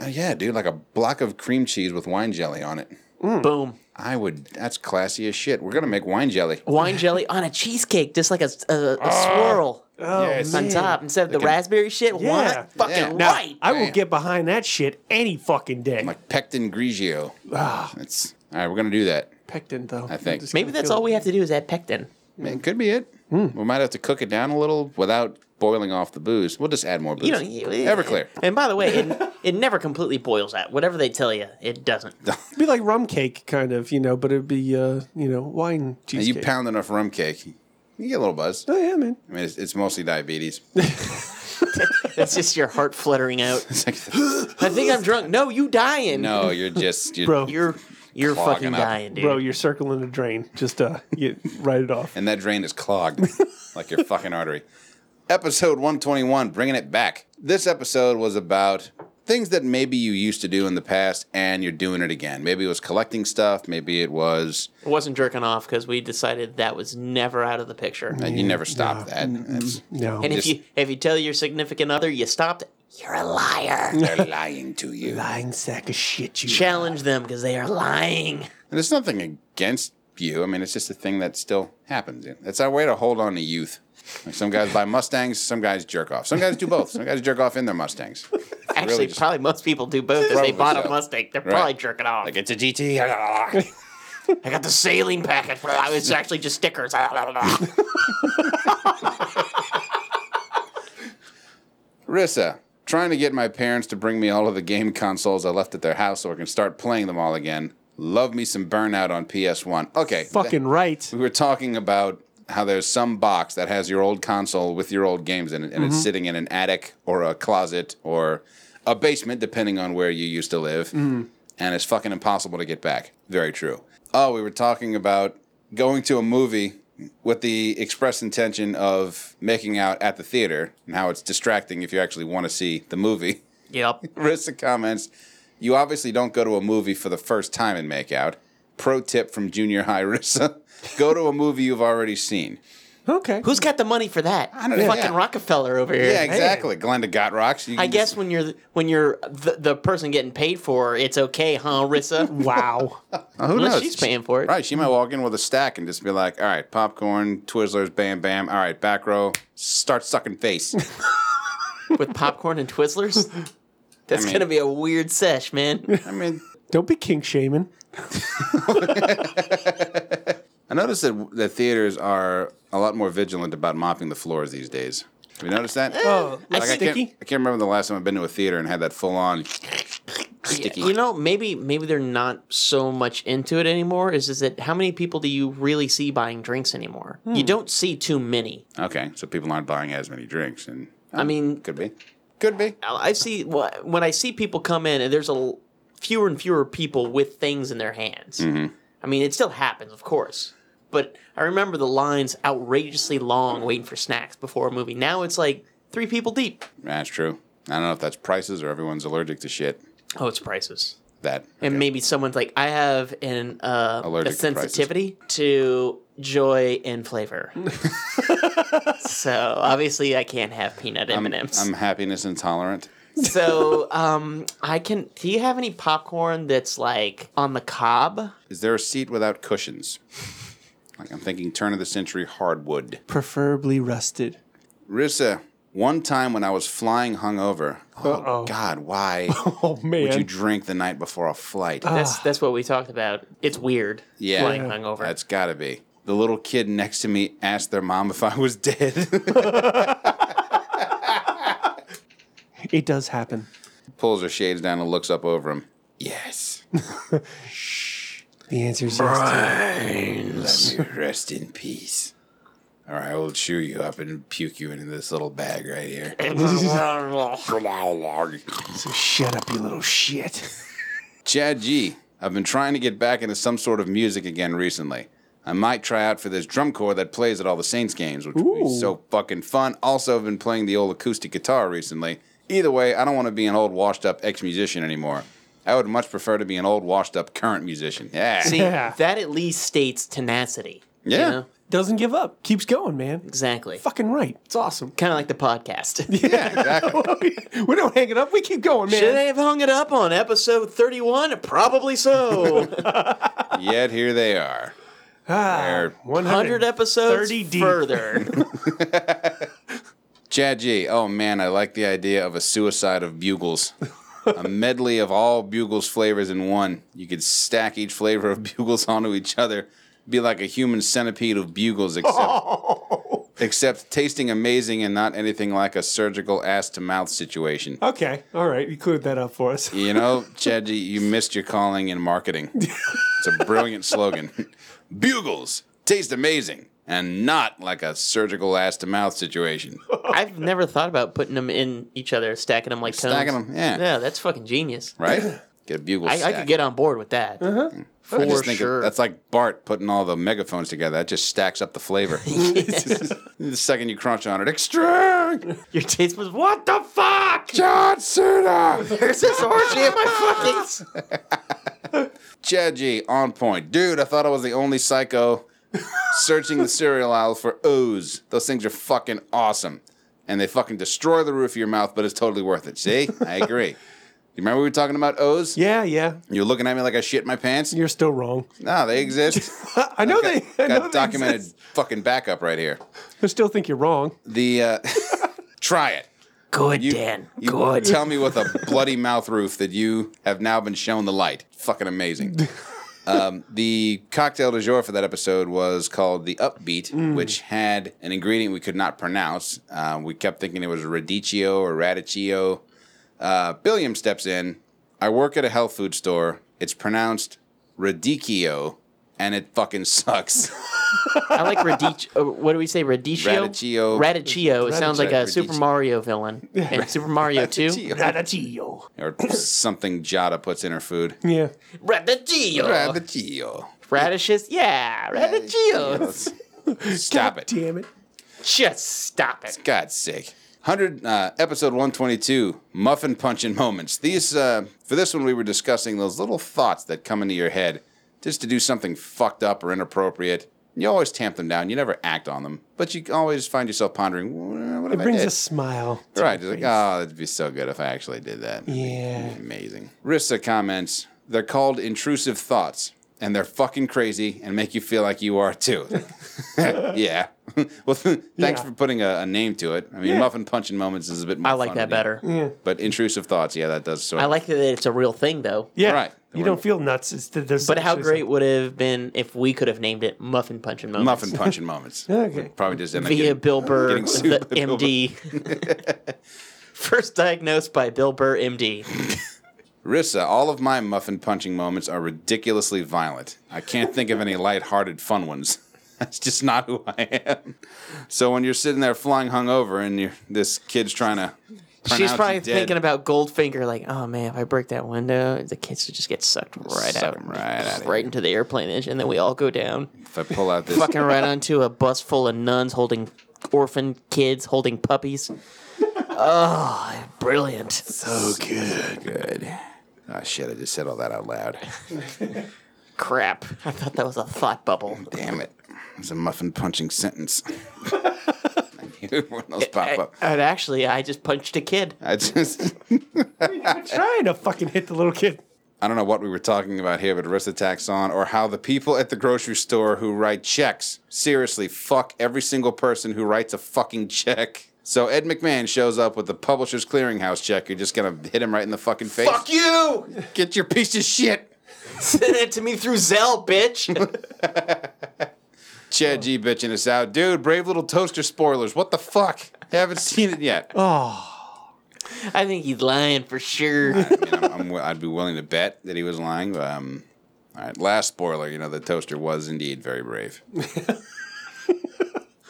[SPEAKER 1] Oh, yeah, dude, like a block of cream cheese with wine jelly on it.
[SPEAKER 4] Boom,
[SPEAKER 1] I would, that's classy as shit. We're going to make wine jelly.
[SPEAKER 4] wine jelly on a cheesecake, just like a a, a swirl
[SPEAKER 3] Oh,
[SPEAKER 1] Yes.
[SPEAKER 4] on
[SPEAKER 3] man.
[SPEAKER 4] top instead of the raspberry shit.
[SPEAKER 3] Yeah.
[SPEAKER 4] Wine, fucking
[SPEAKER 1] Yeah.
[SPEAKER 3] Now,
[SPEAKER 4] right.
[SPEAKER 3] I will
[SPEAKER 1] Damn.
[SPEAKER 3] get behind that shit any fucking day.
[SPEAKER 1] Ah, like pectin grigio. That's all right. We're gonna do that.
[SPEAKER 3] Pectin, though. I
[SPEAKER 1] think.
[SPEAKER 4] Maybe that's all we have to do is add pectin.
[SPEAKER 1] Man, could be it. We might have to cook it down a little without boiling off the booze. We'll just add more booze.
[SPEAKER 4] You know, you-
[SPEAKER 1] Everclear.
[SPEAKER 4] And by the way, it, it never completely boils out. Whatever they tell you, it
[SPEAKER 1] (laughs)
[SPEAKER 4] doesn't.
[SPEAKER 3] It'd be like rum cake, kind of, you know, but it'd be, uh, you know, wine
[SPEAKER 1] And you
[SPEAKER 3] cheesecake.
[SPEAKER 1] pound enough rum cake, you get a little buzz. I
[SPEAKER 3] oh, yeah, man.
[SPEAKER 1] mean, it's, it's mostly diabetes.
[SPEAKER 4] It's just your heart fluttering out.
[SPEAKER 1] (laughs) It's like,
[SPEAKER 4] I think I'm drunk. No, you dying.
[SPEAKER 1] no, you're just you're,
[SPEAKER 3] Bro.
[SPEAKER 4] You're You're
[SPEAKER 1] Clogging
[SPEAKER 4] fucking
[SPEAKER 1] up.
[SPEAKER 4] dying, dude.
[SPEAKER 3] Bro, you're circling the drain. Just uh, get, (laughs) write it off.
[SPEAKER 1] and that drain is clogged like your fucking artery. Episode 121, bringing it back. This episode was about things that maybe you used to do in the past and you're doing it again. Maybe it was collecting stuff, maybe it was
[SPEAKER 4] It wasn't jerking off because we decided that was never out of the picture.
[SPEAKER 1] that you never stopped that. That's,
[SPEAKER 3] No.
[SPEAKER 4] And if
[SPEAKER 1] Just-
[SPEAKER 4] you if you tell your significant other you stopped, you're a liar.
[SPEAKER 1] they're lying to you.
[SPEAKER 3] Lying sack of shit, you.
[SPEAKER 4] Challenge them because they are lying.
[SPEAKER 1] And it's nothing against you. I mean, it's just a thing that still happens. That's our way to hold on to youth. Like some guys buy Mustangs, some guys jerk off. Some guys do both. Some guys jerk off in their Mustangs.
[SPEAKER 4] Actually,
[SPEAKER 1] just-
[SPEAKER 4] probably most people do both because
[SPEAKER 1] Probably
[SPEAKER 4] they bought
[SPEAKER 1] so.
[SPEAKER 4] a Mustang. They're
[SPEAKER 1] Right.
[SPEAKER 4] probably jerking off.
[SPEAKER 1] Like it's a (laughs) GT.
[SPEAKER 4] I got the saline packet. I was actually just stickers.
[SPEAKER 1] (laughs)
[SPEAKER 4] I
[SPEAKER 1] Rissa, trying to get my parents to bring me all of the game consoles I left at their house so I can start playing them all again. Love me some Burnout on PS1. Okay.
[SPEAKER 3] Fucking right.
[SPEAKER 1] We were talking about how there's some box that has your old console with your old games in it, and it's sitting in an attic or a closet or a basement, depending on where you used to live. And it's fucking impossible to get back. Very true. Oh, we were talking about going to a movie with the express intention of making out at the theater and how it's distracting if you actually want to see the movie. (laughs)
[SPEAKER 4] yep.
[SPEAKER 1] Rissa comments, you obviously don't go to a movie for the first time and make out. Pro tip from junior high (laughs) Rissa. Go to a movie you've already seen.
[SPEAKER 3] Okay.
[SPEAKER 4] Who's got the money for that? I
[SPEAKER 1] don't know.
[SPEAKER 4] Fucking
[SPEAKER 1] Yeah.
[SPEAKER 4] Rockefeller over here.
[SPEAKER 1] Yeah, exactly. Glenda got rocks. You
[SPEAKER 4] I
[SPEAKER 1] can
[SPEAKER 4] guess when you're when you're the, the person getting paid for, it's okay, huh,
[SPEAKER 1] (laughs)
[SPEAKER 4] Rissa?
[SPEAKER 3] Wow.
[SPEAKER 1] just- who
[SPEAKER 4] Unless she's paying for it.
[SPEAKER 1] Right. She might walk in with a stack and just be like, all right, popcorn, Twizzlers, bam, bam. All right, back row, start sucking face.
[SPEAKER 4] With popcorn and Twizzlers.
[SPEAKER 1] (laughs)
[SPEAKER 4] That's
[SPEAKER 1] mean-
[SPEAKER 4] gonna be a weird sesh, man.
[SPEAKER 1] (laughs) I mean,
[SPEAKER 3] Don't be kink shaming.
[SPEAKER 1] I noticed that the theaters are a lot more vigilant about mopping the floors these days. Have you noticed
[SPEAKER 4] Eh,
[SPEAKER 1] that?
[SPEAKER 3] Oh,
[SPEAKER 1] Like, I, can't,
[SPEAKER 3] sticky.
[SPEAKER 1] I can't remember the last time I've been to a theater and had that full on sticky.
[SPEAKER 4] You know, maybe maybe they're not so much into it anymore. Is is that how many people do you really see buying drinks anymore? You don't see too many.
[SPEAKER 1] Okay, so people aren't buying as many drinks, and
[SPEAKER 4] I mean,
[SPEAKER 1] could be, could be.
[SPEAKER 4] I I see wh- when I see people come in, and there's a l- fewer and fewer people with things in their hands. I mean, it still happens, of course, but I remember the lines outrageously long waiting for snacks before a movie. Now it's like three people deep.
[SPEAKER 1] That's true. I don't know if that's prices or everyone's allergic to shit.
[SPEAKER 4] Oh, it's prices.
[SPEAKER 1] That
[SPEAKER 4] And maybe someone's like, I have an uh, a
[SPEAKER 1] Allergic to prices.
[SPEAKER 4] sensitivity to joy and
[SPEAKER 1] (laughs)
[SPEAKER 4] flavor, so obviously I can't have peanut M and M's.
[SPEAKER 1] I'm happiness intolerant.
[SPEAKER 4] So, um, I can. Do you have any popcorn that's like on the cob?
[SPEAKER 1] Is there a seat without cushions? Like I'm thinking turn of the century hardwood.
[SPEAKER 3] Preferably rusted.
[SPEAKER 1] Rissa, one time when I was flying hungover. Oh
[SPEAKER 3] Uh-oh.
[SPEAKER 1] God, why
[SPEAKER 3] (laughs) Oh, man. Uh,
[SPEAKER 1] would you drink the night before a flight?
[SPEAKER 4] That's that's what we talked about. It's weird.
[SPEAKER 1] Yeah.
[SPEAKER 4] flying
[SPEAKER 1] Yeah.
[SPEAKER 4] hungover.
[SPEAKER 1] That's gotta be. The little kid next to me asked their mom if I was (laughs) dead.
[SPEAKER 3] it does happen.
[SPEAKER 1] Pulls her shades down and looks up over him. Yes.
[SPEAKER 3] The answer is yes. to-
[SPEAKER 1] Let me rest in peace. Or I will chew you up and puke you into this little bag right here.
[SPEAKER 4] (laughs)
[SPEAKER 3] So shut up, you little shit. (laughs)
[SPEAKER 1] Chad G, I've been trying to get back into some sort of music again recently. I might try out for this drum corps that plays at all the Saints games, which would be
[SPEAKER 3] Ooh.
[SPEAKER 1] so fucking fun. Also, I've been playing the old acoustic guitar recently. Either way, I don't want to be an old washed up ex musician anymore. I would much prefer to be an old washed up current musician. Yeah.
[SPEAKER 4] See,
[SPEAKER 3] Yeah.
[SPEAKER 4] that at least states tenacity. you
[SPEAKER 1] Yeah.
[SPEAKER 4] know?
[SPEAKER 3] Doesn't give up. Keeps going, man.
[SPEAKER 4] exactly.
[SPEAKER 3] Fucking right. It's awesome. (laughs)
[SPEAKER 4] Kind of like the podcast.
[SPEAKER 1] yeah, exactly.
[SPEAKER 3] we don't hang it up. We keep going, man.
[SPEAKER 4] Should they have hung it up on episode thirty-one? Probably so.
[SPEAKER 1] Yet here they are.
[SPEAKER 3] Ah,
[SPEAKER 1] They're
[SPEAKER 3] 100
[SPEAKER 4] Hundred episodes
[SPEAKER 3] 30 deep.
[SPEAKER 1] (laughs)
[SPEAKER 4] further.
[SPEAKER 1] Chad G. Oh man, I like the idea of a suicide of bugles. a medley of all bugles flavors in one. You could stack each flavor of bugles (laughs) onto each other. Be like a human centipede of bugles, except except tasting amazing and not anything like a surgical ass to mouth situation.
[SPEAKER 3] Okay. All right. You cleared that up for us.
[SPEAKER 1] You know, Chad G, you missed your calling in marketing. It's a brilliant slogan. (laughs) Bugles taste amazing and not like a surgical ass to mouth situation.
[SPEAKER 4] I've never thought about putting them in each other, stacking them like cones.
[SPEAKER 1] Stacking 'em, yeah.
[SPEAKER 4] yeah, that's fucking genius.
[SPEAKER 1] Right? Get a bugle
[SPEAKER 4] I, I
[SPEAKER 1] stack.
[SPEAKER 4] could get on board with that.
[SPEAKER 1] I
[SPEAKER 4] Uh-huh. For
[SPEAKER 1] just think it-
[SPEAKER 4] sure.
[SPEAKER 1] that's like Bart putting all the megaphones together. That just stacks up
[SPEAKER 3] (laughs)
[SPEAKER 1] the flavor. (laughs) the second you crunch on it, extreme
[SPEAKER 4] Your taste was what the fuck?
[SPEAKER 1] John Cena,
[SPEAKER 4] There's this orgy in
[SPEAKER 1] (laughs)
[SPEAKER 4] my fucking.
[SPEAKER 1] Judgy on point, dude. I thought I was the only psycho searching the cereal aisle for O's. Those things are fucking awesome, and they fucking destroy the roof of your mouth, but it's totally worth it. See, I agree. You remember we were talking about O's?
[SPEAKER 3] Yeah, yeah.
[SPEAKER 1] You're looking at me like I shit my pants.
[SPEAKER 3] You're still wrong. (laughs)
[SPEAKER 1] No, they exist.
[SPEAKER 3] I know they (laughs) I know
[SPEAKER 1] Got
[SPEAKER 3] they
[SPEAKER 1] documented
[SPEAKER 3] exist.
[SPEAKER 1] fucking backup right here.
[SPEAKER 3] I still think you're wrong.
[SPEAKER 1] The uh, (laughs) try it.
[SPEAKER 4] Good,
[SPEAKER 1] You-
[SPEAKER 4] Dan.
[SPEAKER 1] you
[SPEAKER 4] Good.
[SPEAKER 1] (laughs) Tell me with a bloody mouth roof that you have now been shown the light. Fucking amazing. Um, the cocktail du jour for that episode was called the Upbeat, which had an ingredient we could not pronounce. Uh, we kept thinking it was radicchio or radicchio. Uh, Billiam steps in. I work at a health food store. It's pronounced radicchio, and it fucking sucks.
[SPEAKER 4] I like radicchio. uh, What do we say? Radicchio.
[SPEAKER 1] Radicchio.
[SPEAKER 4] Radicchio. It sounds like a
[SPEAKER 1] Radicchio.
[SPEAKER 4] Super Mario villain in Super Mario Two.
[SPEAKER 1] Radicchio. or something Jada puts in her food.
[SPEAKER 3] Yeah.
[SPEAKER 4] Radicchio.
[SPEAKER 1] Radicchio.
[SPEAKER 4] Radishes. Yeah. Radicchio.
[SPEAKER 1] Stop it.
[SPEAKER 3] Damn it.
[SPEAKER 4] Just stop it.
[SPEAKER 1] God's sake. 100 uh, episode 122 muffin punching moments. These uh, for this one we were discussing those little thoughts that come into your head just to do something fucked up or inappropriate. You always tamp them down. You never act on them, but you always find yourself pondering, "Well, "What
[SPEAKER 3] It
[SPEAKER 1] if
[SPEAKER 3] brings
[SPEAKER 1] I
[SPEAKER 3] a
[SPEAKER 1] did?"
[SPEAKER 3] smile.
[SPEAKER 1] Right? It's like, "Oh, it'd be so good if I actually did that."
[SPEAKER 3] Yeah.
[SPEAKER 1] Amazing. Rissa comments, they're called intrusive thoughts, and they're fucking crazy and make you feel like you are
[SPEAKER 3] (laughs)
[SPEAKER 1] too. yeah. (laughs) well, thanks
[SPEAKER 3] Yeah.
[SPEAKER 1] for putting a, a name to it. I mean, muffin punching moments is a bit more
[SPEAKER 4] I like
[SPEAKER 1] fun
[SPEAKER 4] that
[SPEAKER 1] to do.
[SPEAKER 4] better.
[SPEAKER 1] But intrusive thoughts, yeah, that does sort
[SPEAKER 4] I
[SPEAKER 1] of.
[SPEAKER 4] like that it's a real thing though.
[SPEAKER 3] Yeah.
[SPEAKER 1] Right.
[SPEAKER 3] You don't feel nuts. It's that there's
[SPEAKER 4] But how great would it have been if we could have named it Muffin Punch and Moments?
[SPEAKER 1] Muffin punching moments.
[SPEAKER 3] Okay.
[SPEAKER 1] Probably just end up
[SPEAKER 4] via
[SPEAKER 1] getting-
[SPEAKER 4] Bill Burr,
[SPEAKER 1] getting sued
[SPEAKER 4] the
[SPEAKER 1] by Bill Burr. (laughs)
[SPEAKER 4] MD. First diagnosed by Bill Burr, MD.
[SPEAKER 1] Rissa, all of my muffin punching moments are ridiculously violent. I can't think of any lighthearted fun ones. (laughs) That's just not who I am. So when you're sitting there flying hungover and you're, this kid's trying to.
[SPEAKER 4] She's
[SPEAKER 1] pronounce
[SPEAKER 4] probably
[SPEAKER 1] you dead,
[SPEAKER 4] thinking about Goldfinger, like, oh man, if I break that window, the kids would just get sucked right
[SPEAKER 1] Suck
[SPEAKER 4] out,
[SPEAKER 1] 'em right outta
[SPEAKER 4] right into the airplane engine, and then we all go down,
[SPEAKER 1] If I pull out this.
[SPEAKER 4] fucking
[SPEAKER 1] (laughs)
[SPEAKER 4] right onto a bus full of nuns holding orphan kids, holding
[SPEAKER 1] (laughs)
[SPEAKER 4] puppies. Oh, brilliant!
[SPEAKER 2] Oh, good.
[SPEAKER 1] Good. Oh, shit, I just said all that out loud.
[SPEAKER 4] Crap, I thought that was a thought bubble.
[SPEAKER 1] Damn it. It's a muffin punching sentence. (laughs) I knew when
[SPEAKER 4] (laughs)
[SPEAKER 1] those pop up.
[SPEAKER 4] And actually, I just punched a kid. (laughs)
[SPEAKER 1] I just.
[SPEAKER 3] Trying to fucking hit the little kid.
[SPEAKER 1] I don't know what we were talking about here, but wrist attacks on, or how the people at the grocery store who write checks seriously fuck every single person who writes a fucking check. So Ed McMahon shows up with the publisher's clearinghouse check. You're just gonna hit him right in the fucking face.
[SPEAKER 4] Fuck you!
[SPEAKER 1] Get your piece of shit.
[SPEAKER 4] Send it to me through Zelle,
[SPEAKER 1] (laughs)
[SPEAKER 4] bitch.
[SPEAKER 1] Chad G bitching us out, dude. Brave little toaster spoilers. What the fuck? Haven't seen it yet.
[SPEAKER 4] Oh. I think he's lying for
[SPEAKER 1] (laughs)
[SPEAKER 4] sure.
[SPEAKER 1] I mean, I'm, I'm, wi- I'd be willing to bet that he was lying. But, um, all right, last spoiler. You know, the toaster was indeed very brave.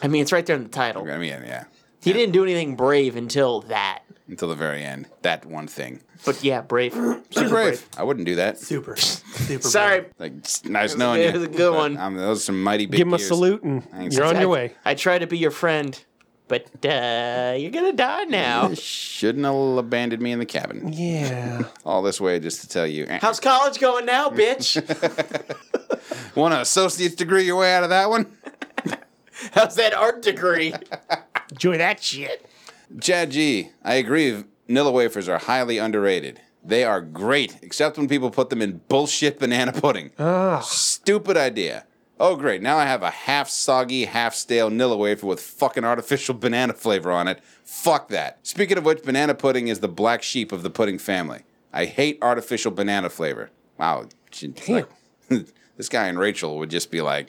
[SPEAKER 4] I mean, it's right there in the title.
[SPEAKER 1] I mean, yeah,
[SPEAKER 4] He didn't do anything brave until that.
[SPEAKER 1] until the very end. That one thing.
[SPEAKER 4] But yeah, brave.
[SPEAKER 1] (clears throat) Super brave. I wouldn't do that.
[SPEAKER 3] Super. Super.
[SPEAKER 4] (laughs) Sorry.
[SPEAKER 1] Like, it's nice knowing
[SPEAKER 4] good- it
[SPEAKER 1] you.
[SPEAKER 4] was a good
[SPEAKER 1] But,
[SPEAKER 4] one.
[SPEAKER 1] Um, those are some mighty big.
[SPEAKER 3] Give him a
[SPEAKER 1] ears.
[SPEAKER 3] salute and
[SPEAKER 1] Thanks.
[SPEAKER 3] you're on
[SPEAKER 4] I,
[SPEAKER 3] your way.
[SPEAKER 4] I try to be your friend, but uh, you're gonna die now.
[SPEAKER 1] (laughs) You Shouldn't have abandoned me in the cabin
[SPEAKER 3] Yeah.
[SPEAKER 1] all this way just to tell you. eh.
[SPEAKER 4] How's college going now,
[SPEAKER 1] (laughs)
[SPEAKER 4] bitch?
[SPEAKER 1] Want an associate's degree your way out of that one?
[SPEAKER 4] How's that art degree?
[SPEAKER 3] Enjoy that shit.
[SPEAKER 1] Chad G, I agree. Vanilla wafers are highly underrated. They are great, except when people put them in bullshit banana (laughs) pudding. Stupid idea. Oh, great. Now I have a half soggy, half stale Nilla wafer with fucking artificial (laughs) banana flavor on it. Fuck that. Speaking of which, banana pudding is the black sheep of the pudding family. I hate artificial banana flavor. Wow. she- it's like- (laughs) this guy and Rachel would just be like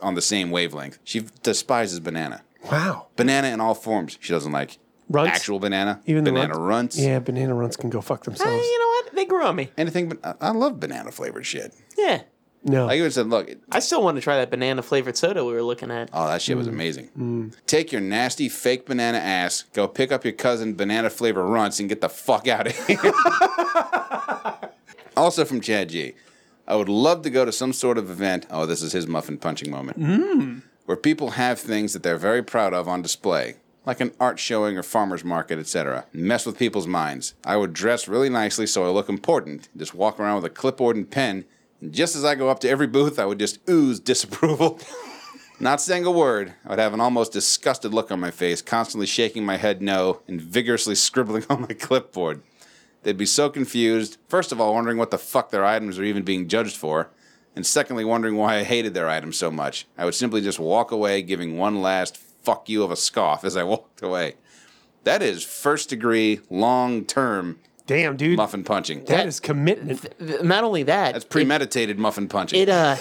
[SPEAKER 1] on the same wavelength. She despises banana.
[SPEAKER 3] (laughs) Wow.
[SPEAKER 1] Banana in all forms. She doesn't like
[SPEAKER 3] Runts?
[SPEAKER 1] actual banana.
[SPEAKER 3] Even the
[SPEAKER 1] banana runts.
[SPEAKER 3] Yeah, banana runs can go fuck
[SPEAKER 4] Eh,
[SPEAKER 3] themselves.
[SPEAKER 4] you know what? They grew on me.
[SPEAKER 1] Anything but I- I love banana flavored shit.
[SPEAKER 4] Yeah.
[SPEAKER 3] No.
[SPEAKER 1] I even said, look, it-
[SPEAKER 4] I still want to try that banana flavored soda we were looking at.
[SPEAKER 1] oh that shit was amazing. Take your nasty fake banana ass, go pick up your cousin banana flavor runts and get the fuck out of here. also from Chad G. I would love to go to some sort of event. Oh, this is his muffin punching moment. Mm. Where people have things that they're very proud of on display, like an art showing or farmer's market, etc. Mess with people's minds. I would dress really nicely so I look important. Just walk around with a clipboard and pen. And just as I go up to every booth, I would just ooze disapproval. (laughs) Not saying a word, I would have an almost disgusted look on my face, constantly shaking my head no and vigorously (laughs) scribbling on my clipboard. They'd be so confused, first of all, wondering what the fuck their items are even being judged for, and secondly, wondering why I hated their items so much. I would simply just walk away, giving one last fuck you of a scoff as I walked away. That is first degree, long term
[SPEAKER 3] Damn, dude.
[SPEAKER 1] muffin punching.
[SPEAKER 3] that is commitment.
[SPEAKER 4] Th- Not only that,
[SPEAKER 1] That's premeditated muffin punching.
[SPEAKER 4] it uh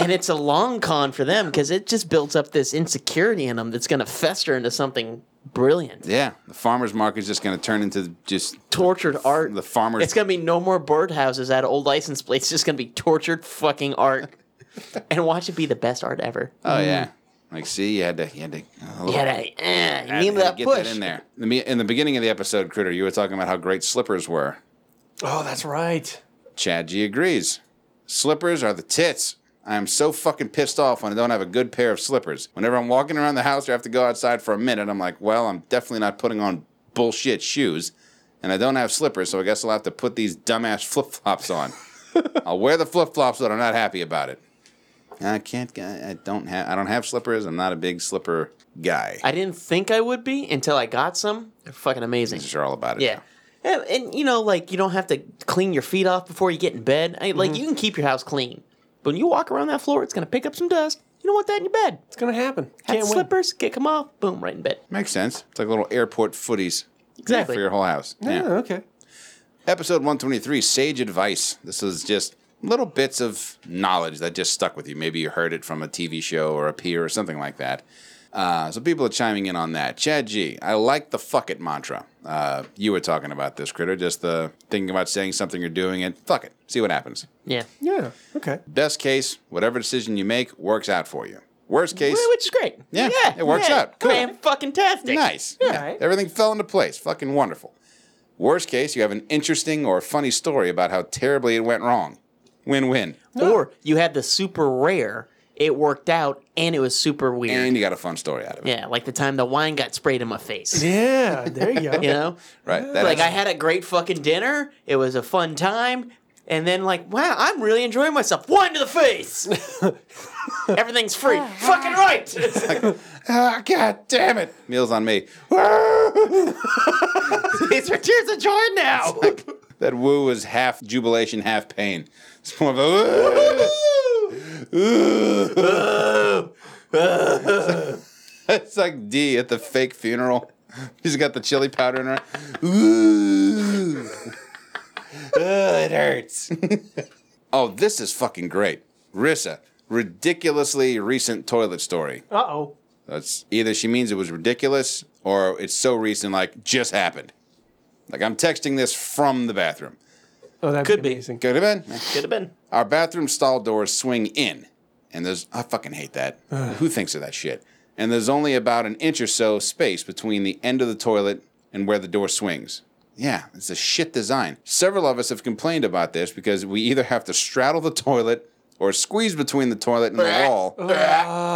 [SPEAKER 4] and it's a long con for them because it just builds up this insecurity in them that's going to fester into something brilliant
[SPEAKER 1] yeah, the farmer's market's just going to turn into just
[SPEAKER 4] tortured art
[SPEAKER 1] the farmer's
[SPEAKER 4] it's going to be no more birdhouses at old license plates it's just going to be tortured fucking art and watch it be the best art ever
[SPEAKER 1] Oh yeah. Like, see, you had to, you had to, uh, a little-
[SPEAKER 4] yeah that, eh, you
[SPEAKER 1] had-
[SPEAKER 4] need
[SPEAKER 1] had to
[SPEAKER 4] that
[SPEAKER 1] get
[SPEAKER 4] push
[SPEAKER 1] that in there. In the, me- in the beginning of the episode, Critter, you were talking about how great slippers were.
[SPEAKER 3] Oh, that's right.
[SPEAKER 1] Chad G agrees. Slippers are the tits. I am so fucking pissed off when I don't have a good pair of slippers. Whenever I'm walking around the house or have to go outside for a minute, I'm like, well, I'm definitely not putting on bullshit shoes, and I don't have slippers, so I guess I'll have to put these dumbass flip
[SPEAKER 4] (laughs)
[SPEAKER 1] flops on. I'll wear the flip flops, but I'm not happy about it. I can't. I I don't have. I don't have slippers. I'm not a big slipper guy.
[SPEAKER 4] i didn't think i would be until i got some they're fucking amazing
[SPEAKER 1] These are all about it.
[SPEAKER 4] yeah and, and you know like you don't have to clean your feet off before you get in bed I, like you can keep your house clean but when you walk around that floor it's going to pick up some dust you don't want that in your bed
[SPEAKER 3] It's gonna happen.
[SPEAKER 4] Had
[SPEAKER 3] Can't win.
[SPEAKER 4] slippers, kick them off, boom, right in bed.
[SPEAKER 1] Makes sense. It's like little airport footies.
[SPEAKER 4] Exactly.
[SPEAKER 1] For your whole house. Yeah.
[SPEAKER 3] Oh, okay.
[SPEAKER 1] Episode 123 Sage Advice. This is just little bits of knowledge that just stuck with you. Maybe you heard it from a TV show or a peer or something like that. Uh, so people are chiming in on that. Chad G, I like the fuck it mantra. Uh, you were talking about this, Critter. Just the thinking about saying something or doing it. Fuck it. See what happens.
[SPEAKER 4] Yeah.
[SPEAKER 3] Yeah. Okay.
[SPEAKER 1] Best case, whatever decision you make works out for you. Worst case,
[SPEAKER 4] Which is great.
[SPEAKER 1] Yeah, it works out. Cool.
[SPEAKER 4] Man, fucking tastic.
[SPEAKER 1] Nice.
[SPEAKER 4] All
[SPEAKER 1] Yeah.
[SPEAKER 4] right.
[SPEAKER 1] Everything fell into place. Fucking wonderful. Worst case, you have an interesting or funny story about how terribly it went wrong. Win win.
[SPEAKER 4] Or you had the super rare, it worked out, and it was super weird.
[SPEAKER 1] And you got a fun story out of it.
[SPEAKER 4] yeah, like the time the wine got sprayed in my
[SPEAKER 1] (laughs)
[SPEAKER 4] face.
[SPEAKER 3] Yeah. (laughs) There you go.
[SPEAKER 4] You know?
[SPEAKER 1] Right? That
[SPEAKER 4] Like
[SPEAKER 1] is-
[SPEAKER 4] I had a great fucking dinner. It was a fun time. And then like, wow, I'm really enjoying myself. Wine to the face. Everything's free. fucking right. (laughs)
[SPEAKER 1] Ah, God damn it. Meals on me.
[SPEAKER 4] Ah!
[SPEAKER 1] Woo!
[SPEAKER 4] These are tears of joy now.
[SPEAKER 1] that woo was half jubilation, half pain. It's more of a woo! Ooh. It's like D at the fake funeral. She's got the chili powder in her. Ooh. Oh, it hurts. (laughs) oh, this is fucking great. Rissa, ridiculously recent toilet story.
[SPEAKER 3] Uh oh.
[SPEAKER 1] That's either she means it was ridiculous or it's so recent, like just happened. Like I'm texting this from the bathroom.
[SPEAKER 3] Oh, that
[SPEAKER 4] Could
[SPEAKER 3] could be
[SPEAKER 4] be.
[SPEAKER 3] amazing.
[SPEAKER 1] Could have been.
[SPEAKER 4] Could have been.
[SPEAKER 1] Our bathroom stall doors swing in, and there's I fucking hate that. Who thinks of that shit? And there's only about an inch or so space between the end of the toilet and where the door swings. Yeah, it's a shit design. Several of us have complained about this because we either have to straddle the toilet or squeeze between the toilet and the wall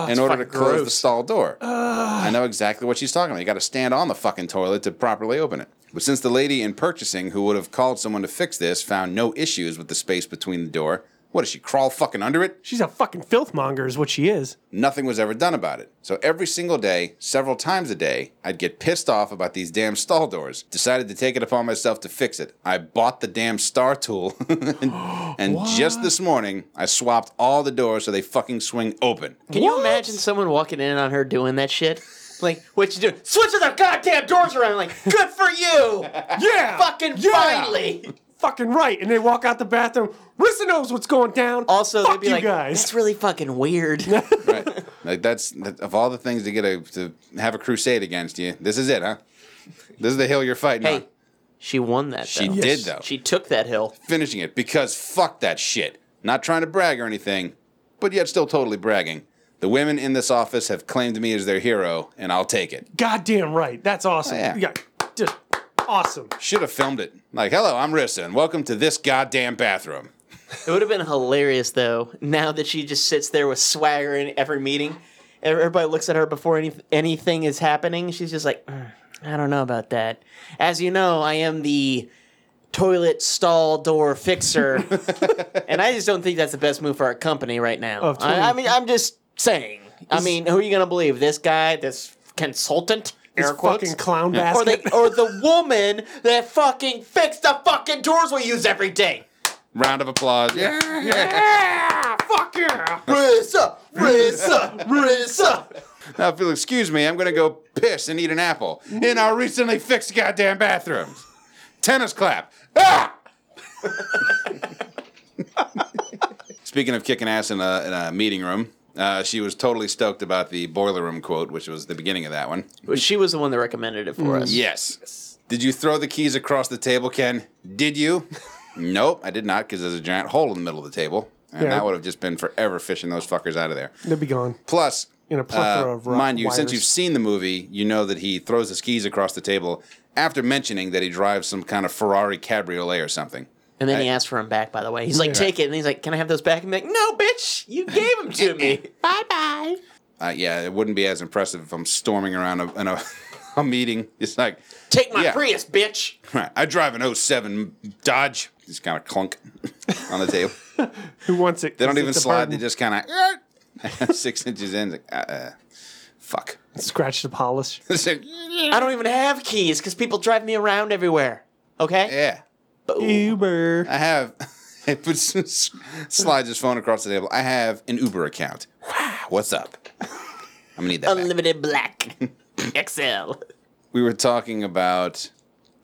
[SPEAKER 1] in order to close the stall door. I know exactly what she's talking about. You got to stand on the fucking toilet to properly open it. But since the lady in purchasing who would have called someone to fix this found no issues with the space between the door, what does she crawl fucking under it?
[SPEAKER 3] She's a fucking filth monger, is what she is.
[SPEAKER 1] Nothing was ever done about it. So every single day, several times a day, I'd get pissed off about these damn stall doors. Decided to take it upon myself to fix it. I bought the damn star tool. (laughs) and and just this morning, I swapped all the doors so they fucking swing open.
[SPEAKER 4] Can you imagine someone walking in on her doing that shit? Like, what you doing? Switching the goddamn doors around. Like, good for you.
[SPEAKER 3] Yeah.
[SPEAKER 4] Fucking
[SPEAKER 3] Yeah.
[SPEAKER 4] finally.
[SPEAKER 3] Fucking right. And they walk out the bathroom. Rissa knows what's going down.
[SPEAKER 4] Also,
[SPEAKER 3] fuck
[SPEAKER 4] they'd be
[SPEAKER 3] you
[SPEAKER 4] like,
[SPEAKER 3] guys.
[SPEAKER 4] that's really fucking weird.
[SPEAKER 1] Right. like that's that, of all the things to get a, to have a crusade against you. This is it, huh? This is the hill you're fighting on.
[SPEAKER 4] hey, she won that.
[SPEAKER 1] She
[SPEAKER 4] though.
[SPEAKER 1] did though.
[SPEAKER 4] She took that hill.
[SPEAKER 1] Finishing it because fuck that shit. Not trying to brag or anything, but yet still totally bragging. The women in this office have claimed me as their hero, and I'll take it.
[SPEAKER 3] Goddamn right. That's awesome.
[SPEAKER 1] Oh, yeah.
[SPEAKER 3] yeah. Just awesome.
[SPEAKER 1] Should have filmed it. Like, hello, I'm Rissa, and welcome to this goddamn bathroom.
[SPEAKER 4] It would have been hilarious though. Now that she just sits there with swagger in every meeting, everybody looks at her before any, anything is happening. She's just like, "Mm, I don't know about that. As you know, I am the toilet stall
[SPEAKER 3] (laughs)
[SPEAKER 4] door fixer, and I just don't think that's the best move for our company right now.
[SPEAKER 3] Of
[SPEAKER 4] I, I
[SPEAKER 3] 20.
[SPEAKER 4] mean, I'm just saying. I mean, who are you gonna believe? This guy, this consultant, air
[SPEAKER 3] This
[SPEAKER 4] quotes,
[SPEAKER 3] fucking clown
[SPEAKER 4] or
[SPEAKER 3] basket. (laughs)
[SPEAKER 4] the or the woman that fucking fixed the fucking doors we use every day.
[SPEAKER 1] Round of applause. Yeah.
[SPEAKER 4] Rissa,
[SPEAKER 1] (laughs)
[SPEAKER 4] Rissa, Rissa.
[SPEAKER 1] Now, if you'll excuse me, I'm going to go piss and eat an apple in our recently fixed goddamn bathrooms. Tennis clap. Ah! (laughs) Speaking of kicking ass in a, in a meeting room, uh, she was totally stoked about the boiler room quote, which was the beginning of that one.
[SPEAKER 4] She was the one that recommended it
[SPEAKER 1] Mm.
[SPEAKER 4] for us.
[SPEAKER 1] Yes. Did you throw the keys across the table, Ken? Did you? nope, I did not, because there's a giant hole in the middle of the table. And
[SPEAKER 3] Yeah.
[SPEAKER 1] that would have just been forever fishing those fuckers out of there.
[SPEAKER 3] They'd be gone.
[SPEAKER 1] Plus, uh,
[SPEAKER 3] In a plethora of ro-
[SPEAKER 1] mind you, since
[SPEAKER 3] wires.
[SPEAKER 1] you've seen the movie, you know that he throws his keys across the table after mentioning that he drives some kind of Ferrari cabriolet or something.
[SPEAKER 4] And then he asked for him back, by the way. He's like, take it. And he's like, can I have those back? And I'm like, no, bitch, you gave them to
[SPEAKER 1] (laughs)
[SPEAKER 4] me. bye bye.
[SPEAKER 1] Uh, yeah, it wouldn't be as impressive if I'm storming around a, in a, (laughs) a meeting. It's like,
[SPEAKER 4] Take my
[SPEAKER 1] Yeah.
[SPEAKER 4] Prius, bitch.
[SPEAKER 1] right, I drive an 07 Dodge. Just kind of clunk (laughs) on the table.
[SPEAKER 3] Who wants it?
[SPEAKER 1] They don't even slide. They just kind of (laughs) six inches in. Like, uh, uh, fuck. (laughs)
[SPEAKER 3] just scratch the polish.
[SPEAKER 1] It's like,
[SPEAKER 4] I don't even have keys because people drive me around everywhere. Okay?
[SPEAKER 1] yeah, eh,
[SPEAKER 3] Uber.
[SPEAKER 1] I have. (laughs) It puts, slides his phone across the table. I have an Uber account. Wow, what's up? I'm gonna need that. back.
[SPEAKER 4] Unlimited
[SPEAKER 1] (laughs)
[SPEAKER 4] black. XL.
[SPEAKER 1] We were talking about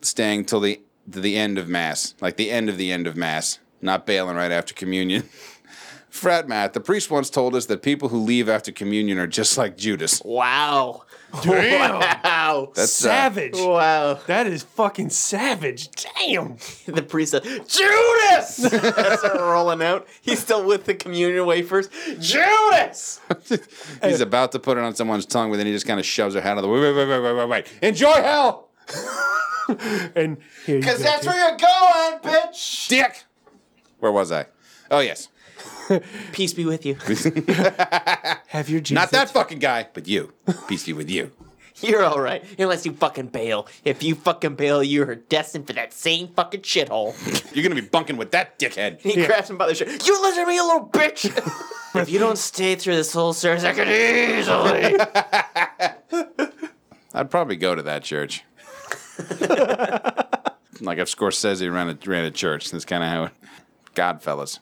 [SPEAKER 1] staying till the to the end of mass, like the end of the end of mass, not bailing right after communion. (laughs) Frat Matt, the priest once told us that people who leave after communion are just like Judas.
[SPEAKER 4] Wow.
[SPEAKER 3] Damn.
[SPEAKER 4] Wow.
[SPEAKER 1] That's uh,
[SPEAKER 3] savage.
[SPEAKER 4] (laughs) wow.
[SPEAKER 3] That is fucking savage. Damn.
[SPEAKER 4] The priest said,
[SPEAKER 1] (laughs)
[SPEAKER 4] Judas! As they're rolling out, he's still with the communion wafers. Judas!
[SPEAKER 1] He's about to put it on someone's tongue, but then he just kind of shoves her head out of the way. Wait, wait, wait, wait, wait, wait.
[SPEAKER 3] (laughs)
[SPEAKER 1] Enjoy hell!
[SPEAKER 3] And here you go.
[SPEAKER 1] Because that's where you're going, bitch! Dick! Where was I? Oh, yes.
[SPEAKER 4] Peace be with you.
[SPEAKER 3] Have your Jesus.
[SPEAKER 1] Not that fucking guy, but you. Peace be with you.
[SPEAKER 4] You're all right, unless you fucking bail. If you fucking bail, you are destined for that same fucking shithole.
[SPEAKER 1] You're going to be bunking with that dickhead.
[SPEAKER 4] He grabs him by the shirt. You listen to me, you little bitch! if you don't stay through this whole service, I could easily.
[SPEAKER 1] I'd probably go to that church. like if Scorsese ran a, ran a church, that's kind of how it. Godfellas.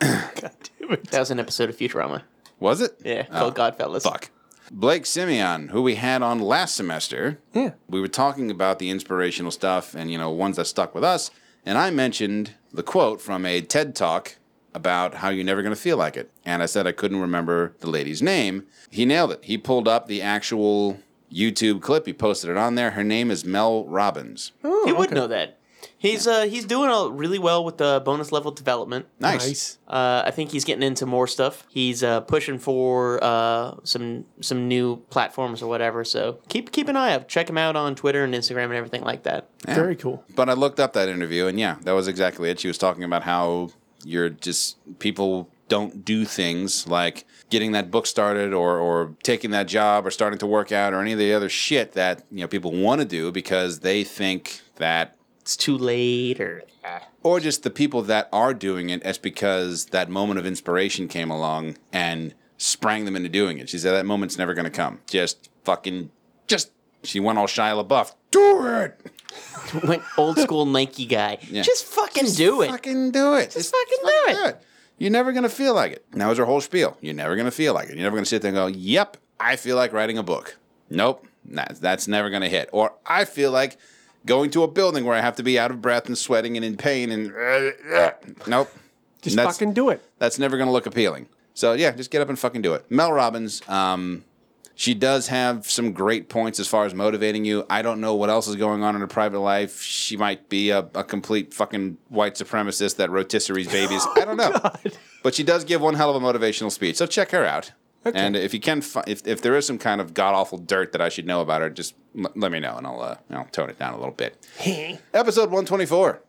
[SPEAKER 4] that was an episode of Futurama. Oh,
[SPEAKER 1] Was it? Uh,
[SPEAKER 4] Yeah, called Godfellas.
[SPEAKER 1] Fuck. Blake Simeon, who we had on last semester,
[SPEAKER 3] Yeah.
[SPEAKER 1] we were talking about the inspirational stuff and you know ones that stuck with us, and I mentioned the quote from a TED talk about how you're never going to feel like it, and I said I couldn't remember the lady's name. He nailed it. He pulled up the actual YouTube clip. He posted it on there. Her name is Mel Robbins.
[SPEAKER 4] he would know that. He's uh he's doing all really well with the bonus level development.
[SPEAKER 1] Nice.
[SPEAKER 3] Nice.
[SPEAKER 4] Uh, I think he's getting into more stuff. He's uh, pushing for uh, some some new platforms or whatever. So keep keep an eye out. Check him out on Twitter and Instagram and everything like that.
[SPEAKER 3] Very cool.
[SPEAKER 1] But I looked up that interview, and yeah, that was exactly it. She was talking about how you're just people don't do things like getting that book started or or taking that job or starting to work out or any of the other shit that you know people want to do because they think that
[SPEAKER 4] It's too late or (laughs) ah.
[SPEAKER 1] or just the people that are doing it it's because that moment of inspiration came along and sprang them into doing it. She said that moment's never going to come. Just fucking just she went all Shia LaBeouf. Do it.
[SPEAKER 4] went old school Nike guy. Just fucking do it.
[SPEAKER 1] Fucking do it. Just
[SPEAKER 4] fucking do it.
[SPEAKER 1] You're never gonna feel like it. And that was her whole spiel. You're never gonna feel like it. You're never gonna sit there and go, "Yep, I feel like writing a book." Nope, that's that's never gonna hit. Or I feel like going to a building where I have to be out of breath and sweating and in pain and (laughs) nope.
[SPEAKER 3] Just
[SPEAKER 1] That's-
[SPEAKER 3] fucking do (laughs) it.
[SPEAKER 1] That's never gonna look appealing. So yeah, just get up and fucking do it. Mel Robbins, um, she does have some great points as far as motivating you. I don't know what else is going on in her private life. She might be a, a complete fucking white supremacist that rotisseries babies. I don't know. But she does give one hell of a motivational speech. So check her out. And if you can, fi- if, if there is some kind of god awful dirt that I should know about her, just l- let me know and I'll uh, I'll tone it down a little bit. Episode 124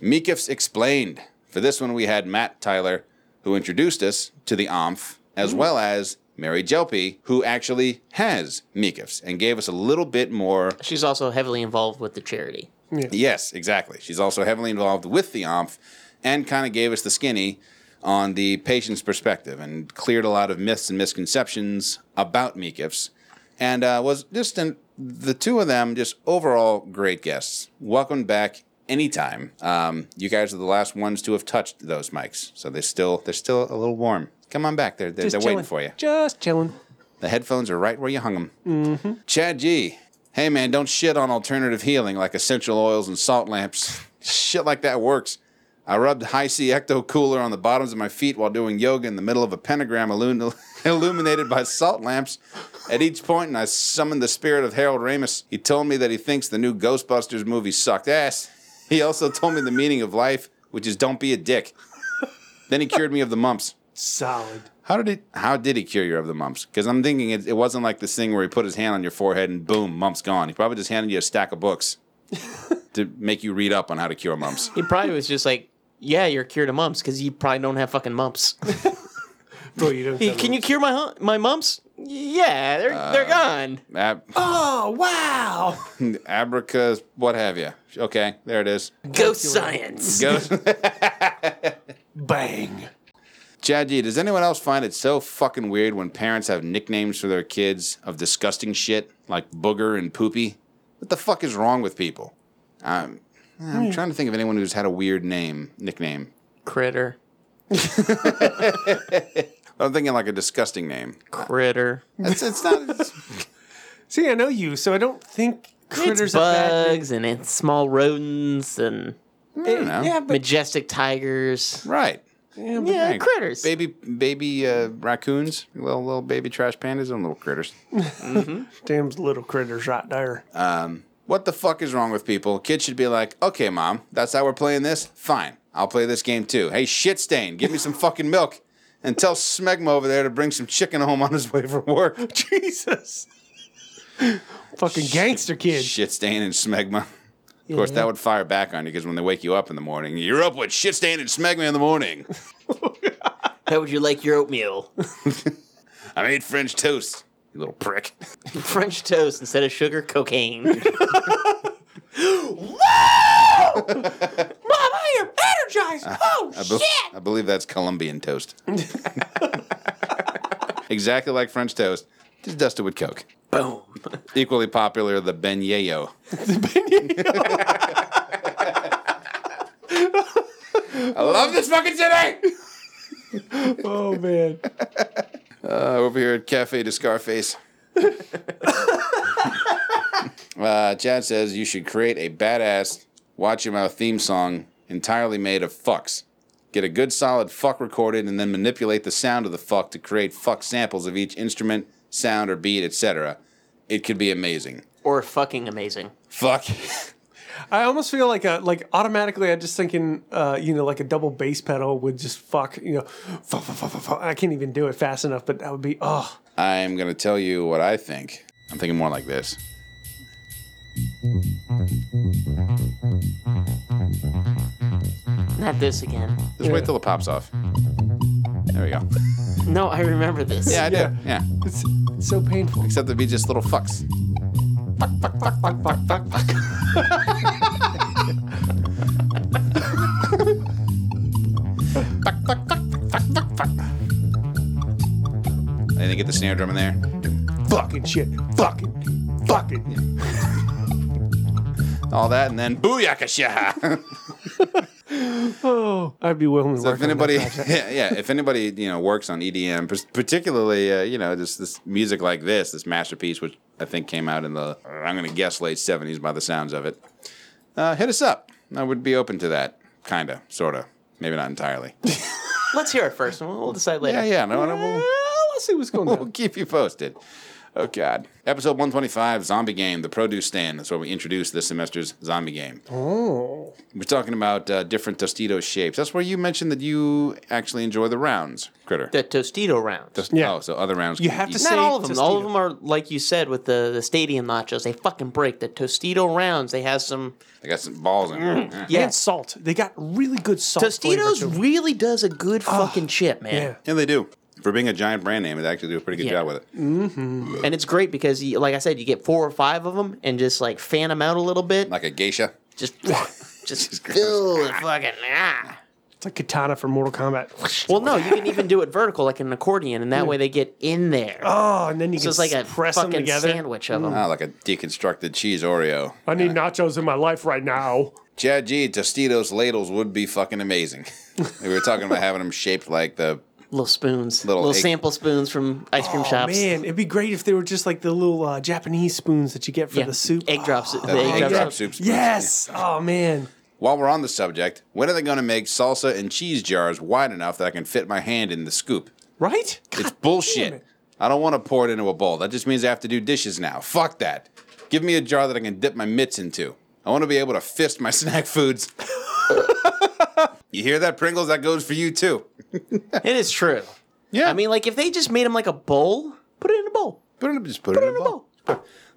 [SPEAKER 1] Meekif's Explained For this one, we had Matt Tyler, who introduced us to the OMF, as well as Mary Jelpe, who actually has MICFs and gave us a little bit more.
[SPEAKER 4] She's also heavily involved with the charity.
[SPEAKER 1] Yes, exactly. She's also heavily involved with the OMF and kind of gave us the skinny on the patient's perspective and cleared a lot of myths and misconceptions about MICFs. And uh, was just an, the two of them just overall great guests. Welcome back anytime. Um, you guys are the last ones to have touched those mics, so they're still they're still a little warm. Come on back, they're they're, they're waiting
[SPEAKER 3] chilling.
[SPEAKER 1] for you.
[SPEAKER 3] Just chilling.
[SPEAKER 1] The headphones are right where you hung them. Mm-hmm. Chad G. Hey, man, don't shit on alternative healing like essential oils and salt lamps. (laughs) shit like that works. I rubbed high C ecto cooler on the bottoms of my feet while doing yoga in the middle of a pentagram illu- (laughs) illuminated by salt lamps. At each point, and I summoned the spirit of Harold Ramis. He told me that he thinks the new Ghostbusters movie sucked ass. He also told me the meaning of life, which is don't be a dick. then he cured me of the mumps.
[SPEAKER 3] Solid.
[SPEAKER 1] How did it? How did he cure you of the mumps? Because I'm thinking it, it wasn't like this thing where he put his hand on your forehead and boom, mumps gone. He probably just handed you a stack of (laughs) books to make you read up on how to cure mumps. (laughs)
[SPEAKER 4] He probably was just like, "Yeah, you're cured of mumps because you probably don't have fucking (laughs) mumps.
[SPEAKER 3] Bro, you don't.
[SPEAKER 4] Hey, Can you cure my hu- my mumps? Yeah, they're they're gone.
[SPEAKER 1] Ab-
[SPEAKER 3] Oh wow!
[SPEAKER 1] abraca, what have you? Okay, there it is.
[SPEAKER 4] Ghost science.
[SPEAKER 1] (laughs) Go.
[SPEAKER 3] Bang.
[SPEAKER 1] Chad G, does anyone else find it so fucking weird when parents have nicknames for their kids of disgusting shit like booger and poopy? What the fuck is wrong with people? I'm, I'm trying to think of anyone who's had a weird name, nickname.
[SPEAKER 4] Critter,
[SPEAKER 1] I'm thinking like a disgusting name.
[SPEAKER 4] critter,
[SPEAKER 1] It's, it's not. It's,
[SPEAKER 3] See, I know you, so I don't think critters
[SPEAKER 4] it's
[SPEAKER 3] are bad names.
[SPEAKER 4] bugs and it's small rodents and
[SPEAKER 1] I don't know.
[SPEAKER 3] Yeah, but
[SPEAKER 4] majestic tigers.
[SPEAKER 1] Right.
[SPEAKER 4] Yeah,
[SPEAKER 1] Hey,
[SPEAKER 4] critters.
[SPEAKER 1] Baby, baby uh, raccoons, little little baby trash pandas, and little critters.
[SPEAKER 3] damn little critters right there.
[SPEAKER 1] Um, What the fuck is wrong with people? Kids should be like, okay, mom, that's how we're playing this. Fine, I'll play this game too. Hey, shit stain, give me some fucking milk, and tell Smegma over there to bring some chicken home on his (laughs) way from work.
[SPEAKER 3] (laughs) Jesus. (laughs) Fucking gangster kid.
[SPEAKER 1] shit stain and Smegma. Of course, that would fire back on you because when they wake you up in the morning, you're up with shit stain and Smegma in the morning.
[SPEAKER 4] How would you like your oatmeal?
[SPEAKER 1] I made French toast, you little prick.
[SPEAKER 4] (laughs) French toast instead of sugar, cocaine. (laughs) Whoa! Mom,
[SPEAKER 3] (laughs)
[SPEAKER 4] I am energized.
[SPEAKER 3] Uh-huh.
[SPEAKER 4] Oh
[SPEAKER 1] I, bel- I believe that's
[SPEAKER 4] (laughs)
[SPEAKER 1] Colombian toast. exactly like French toast, just dusted with Coke.
[SPEAKER 4] boom!
[SPEAKER 1] Equally popular, the
[SPEAKER 4] (laughs)
[SPEAKER 1] beignet. (laughs) I love this fucking city!
[SPEAKER 3] Oh man.
[SPEAKER 1] Uh, over here at Cafe de Scarface. uh, Chad says you should create a badass Watch Your Mouth theme song entirely made of fucks. Get a good solid fuck recorded and then manipulate the sound of the fuck to create fuck samples of each instrument, sound, or beat, etc. It could be amazing.
[SPEAKER 4] Or fucking amazing.
[SPEAKER 1] Fuck.
[SPEAKER 3] I almost feel like a like automatically. I just thinking, uh, you know, like a double bass pedal would just fuck. You know, fuck, fuck, fuck, fuck, fuck. I can't even do it fast enough. But that would be oh.
[SPEAKER 1] I'm going to tell you what I think. I'm thinking more like this.
[SPEAKER 4] Not this again.
[SPEAKER 1] Just wait till it pops off. There we go.
[SPEAKER 4] No, I remember this.
[SPEAKER 1] Yeah, I do.
[SPEAKER 3] Yeah.
[SPEAKER 1] Yeah.
[SPEAKER 3] It's, it's so painful.
[SPEAKER 1] Except it'd be just little fucks. And then get the snare drum in there.
[SPEAKER 3] Fucking shit. Fucking. Fucking.
[SPEAKER 1] All that, and then booyakasha. (laughs)
[SPEAKER 3] Oh, I'd be willing to
[SPEAKER 1] So
[SPEAKER 3] work.
[SPEAKER 1] if
[SPEAKER 3] on
[SPEAKER 1] anybody,
[SPEAKER 3] that project.
[SPEAKER 1] yeah, (laughs) yeah, if anybody, you know, works on EDM, pers- particularly, uh, you know, just this music like this, this masterpiece, which I think came out in the, I'm going to guess late 70s by the sounds of it, uh, hit us up. I would be open to that, kind of, sort of, maybe
[SPEAKER 3] (laughs)
[SPEAKER 1] not entirely.
[SPEAKER 4] Let's hear it first, and we'll decide later.
[SPEAKER 1] Yeah, yeah, no, no,
[SPEAKER 3] Well,
[SPEAKER 1] we'll,
[SPEAKER 4] (laughs)
[SPEAKER 3] let's see what's going
[SPEAKER 1] we'll
[SPEAKER 3] on.
[SPEAKER 1] keep you posted. Oh, God. Episode 125 Zombie Game, The Produce Stand. That's where we introduce this semester's zombie game. Oh. We're talking about uh, different Tostitos shapes. That's where you mentioned that you actually enjoy the rounds, Critter.
[SPEAKER 4] The Tostito rounds.
[SPEAKER 3] Yeah.
[SPEAKER 1] Oh, so other rounds.
[SPEAKER 3] You
[SPEAKER 1] can
[SPEAKER 3] have
[SPEAKER 1] be
[SPEAKER 3] to
[SPEAKER 1] eaten.
[SPEAKER 4] Not
[SPEAKER 3] say
[SPEAKER 4] all of them. All of
[SPEAKER 3] Tostito.
[SPEAKER 4] them are like you said with the the stadium nachos. They fucking break the Tostito rounds. They have some.
[SPEAKER 1] They got some balls in it. Yeah.
[SPEAKER 4] Yeah,
[SPEAKER 3] and salt. They got really good salt. flavor to
[SPEAKER 4] Tostitos
[SPEAKER 3] 'em.
[SPEAKER 4] really does a good fucking chip, man.
[SPEAKER 3] Yeah.
[SPEAKER 1] Yeah, they do. For being a giant brand name, they actually do a pretty good
[SPEAKER 4] Yeah.
[SPEAKER 1] job with it.
[SPEAKER 4] And it's great because, you, like I said, you get four or five of them and just like fan them out a little bit.
[SPEAKER 1] Like a geisha.
[SPEAKER 3] (laughs)
[SPEAKER 4] just, (laughs) just fill the fucking. Ah.
[SPEAKER 3] It's like katana for Mortal Kombat.
[SPEAKER 4] Well, no, you can even do it vertical like an accordion, and that way they get in there.
[SPEAKER 3] Oh, and then you
[SPEAKER 4] so
[SPEAKER 3] can
[SPEAKER 4] it's like a
[SPEAKER 3] press them
[SPEAKER 4] fucking
[SPEAKER 3] together.
[SPEAKER 4] sandwich of them.
[SPEAKER 1] Ah, like a deconstructed cheese Oreo.
[SPEAKER 3] I need nachos in my life right now.
[SPEAKER 1] Chad G, Tostitos ladles would be fucking amazing. (laughs) we were talking about having them shaped like the.
[SPEAKER 4] Little spoons,
[SPEAKER 1] Little
[SPEAKER 4] little,
[SPEAKER 1] egg-
[SPEAKER 4] sample spoons from ice cream shops.
[SPEAKER 3] Oh, Man, it'd be great if they were just like the little uh, Japanese spoons that you get for
[SPEAKER 4] Yeah,
[SPEAKER 3] the soup.
[SPEAKER 4] egg drops. the
[SPEAKER 1] the
[SPEAKER 4] egg
[SPEAKER 1] Oh, egg
[SPEAKER 4] drops.
[SPEAKER 1] drop soup spoons.
[SPEAKER 3] Yes. Oh man.
[SPEAKER 1] While we're on the subject, when are they going to make salsa and cheese jars wide enough that I can fit my hand in the scoop?
[SPEAKER 3] Right?
[SPEAKER 1] It's bullshit. I don't want to pour it into a bowl. That just means I have to do dishes now. Fuck that. Give me a jar that I can dip my mitts into. I want to be able to fist my (laughs) snack foods. you hear that, Pringles? That goes for you too.
[SPEAKER 4] It is true.
[SPEAKER 1] Yeah.
[SPEAKER 4] I mean, like if they just made them like a bowl, put it in a bowl.
[SPEAKER 1] put it, in- just put, it in a bowl.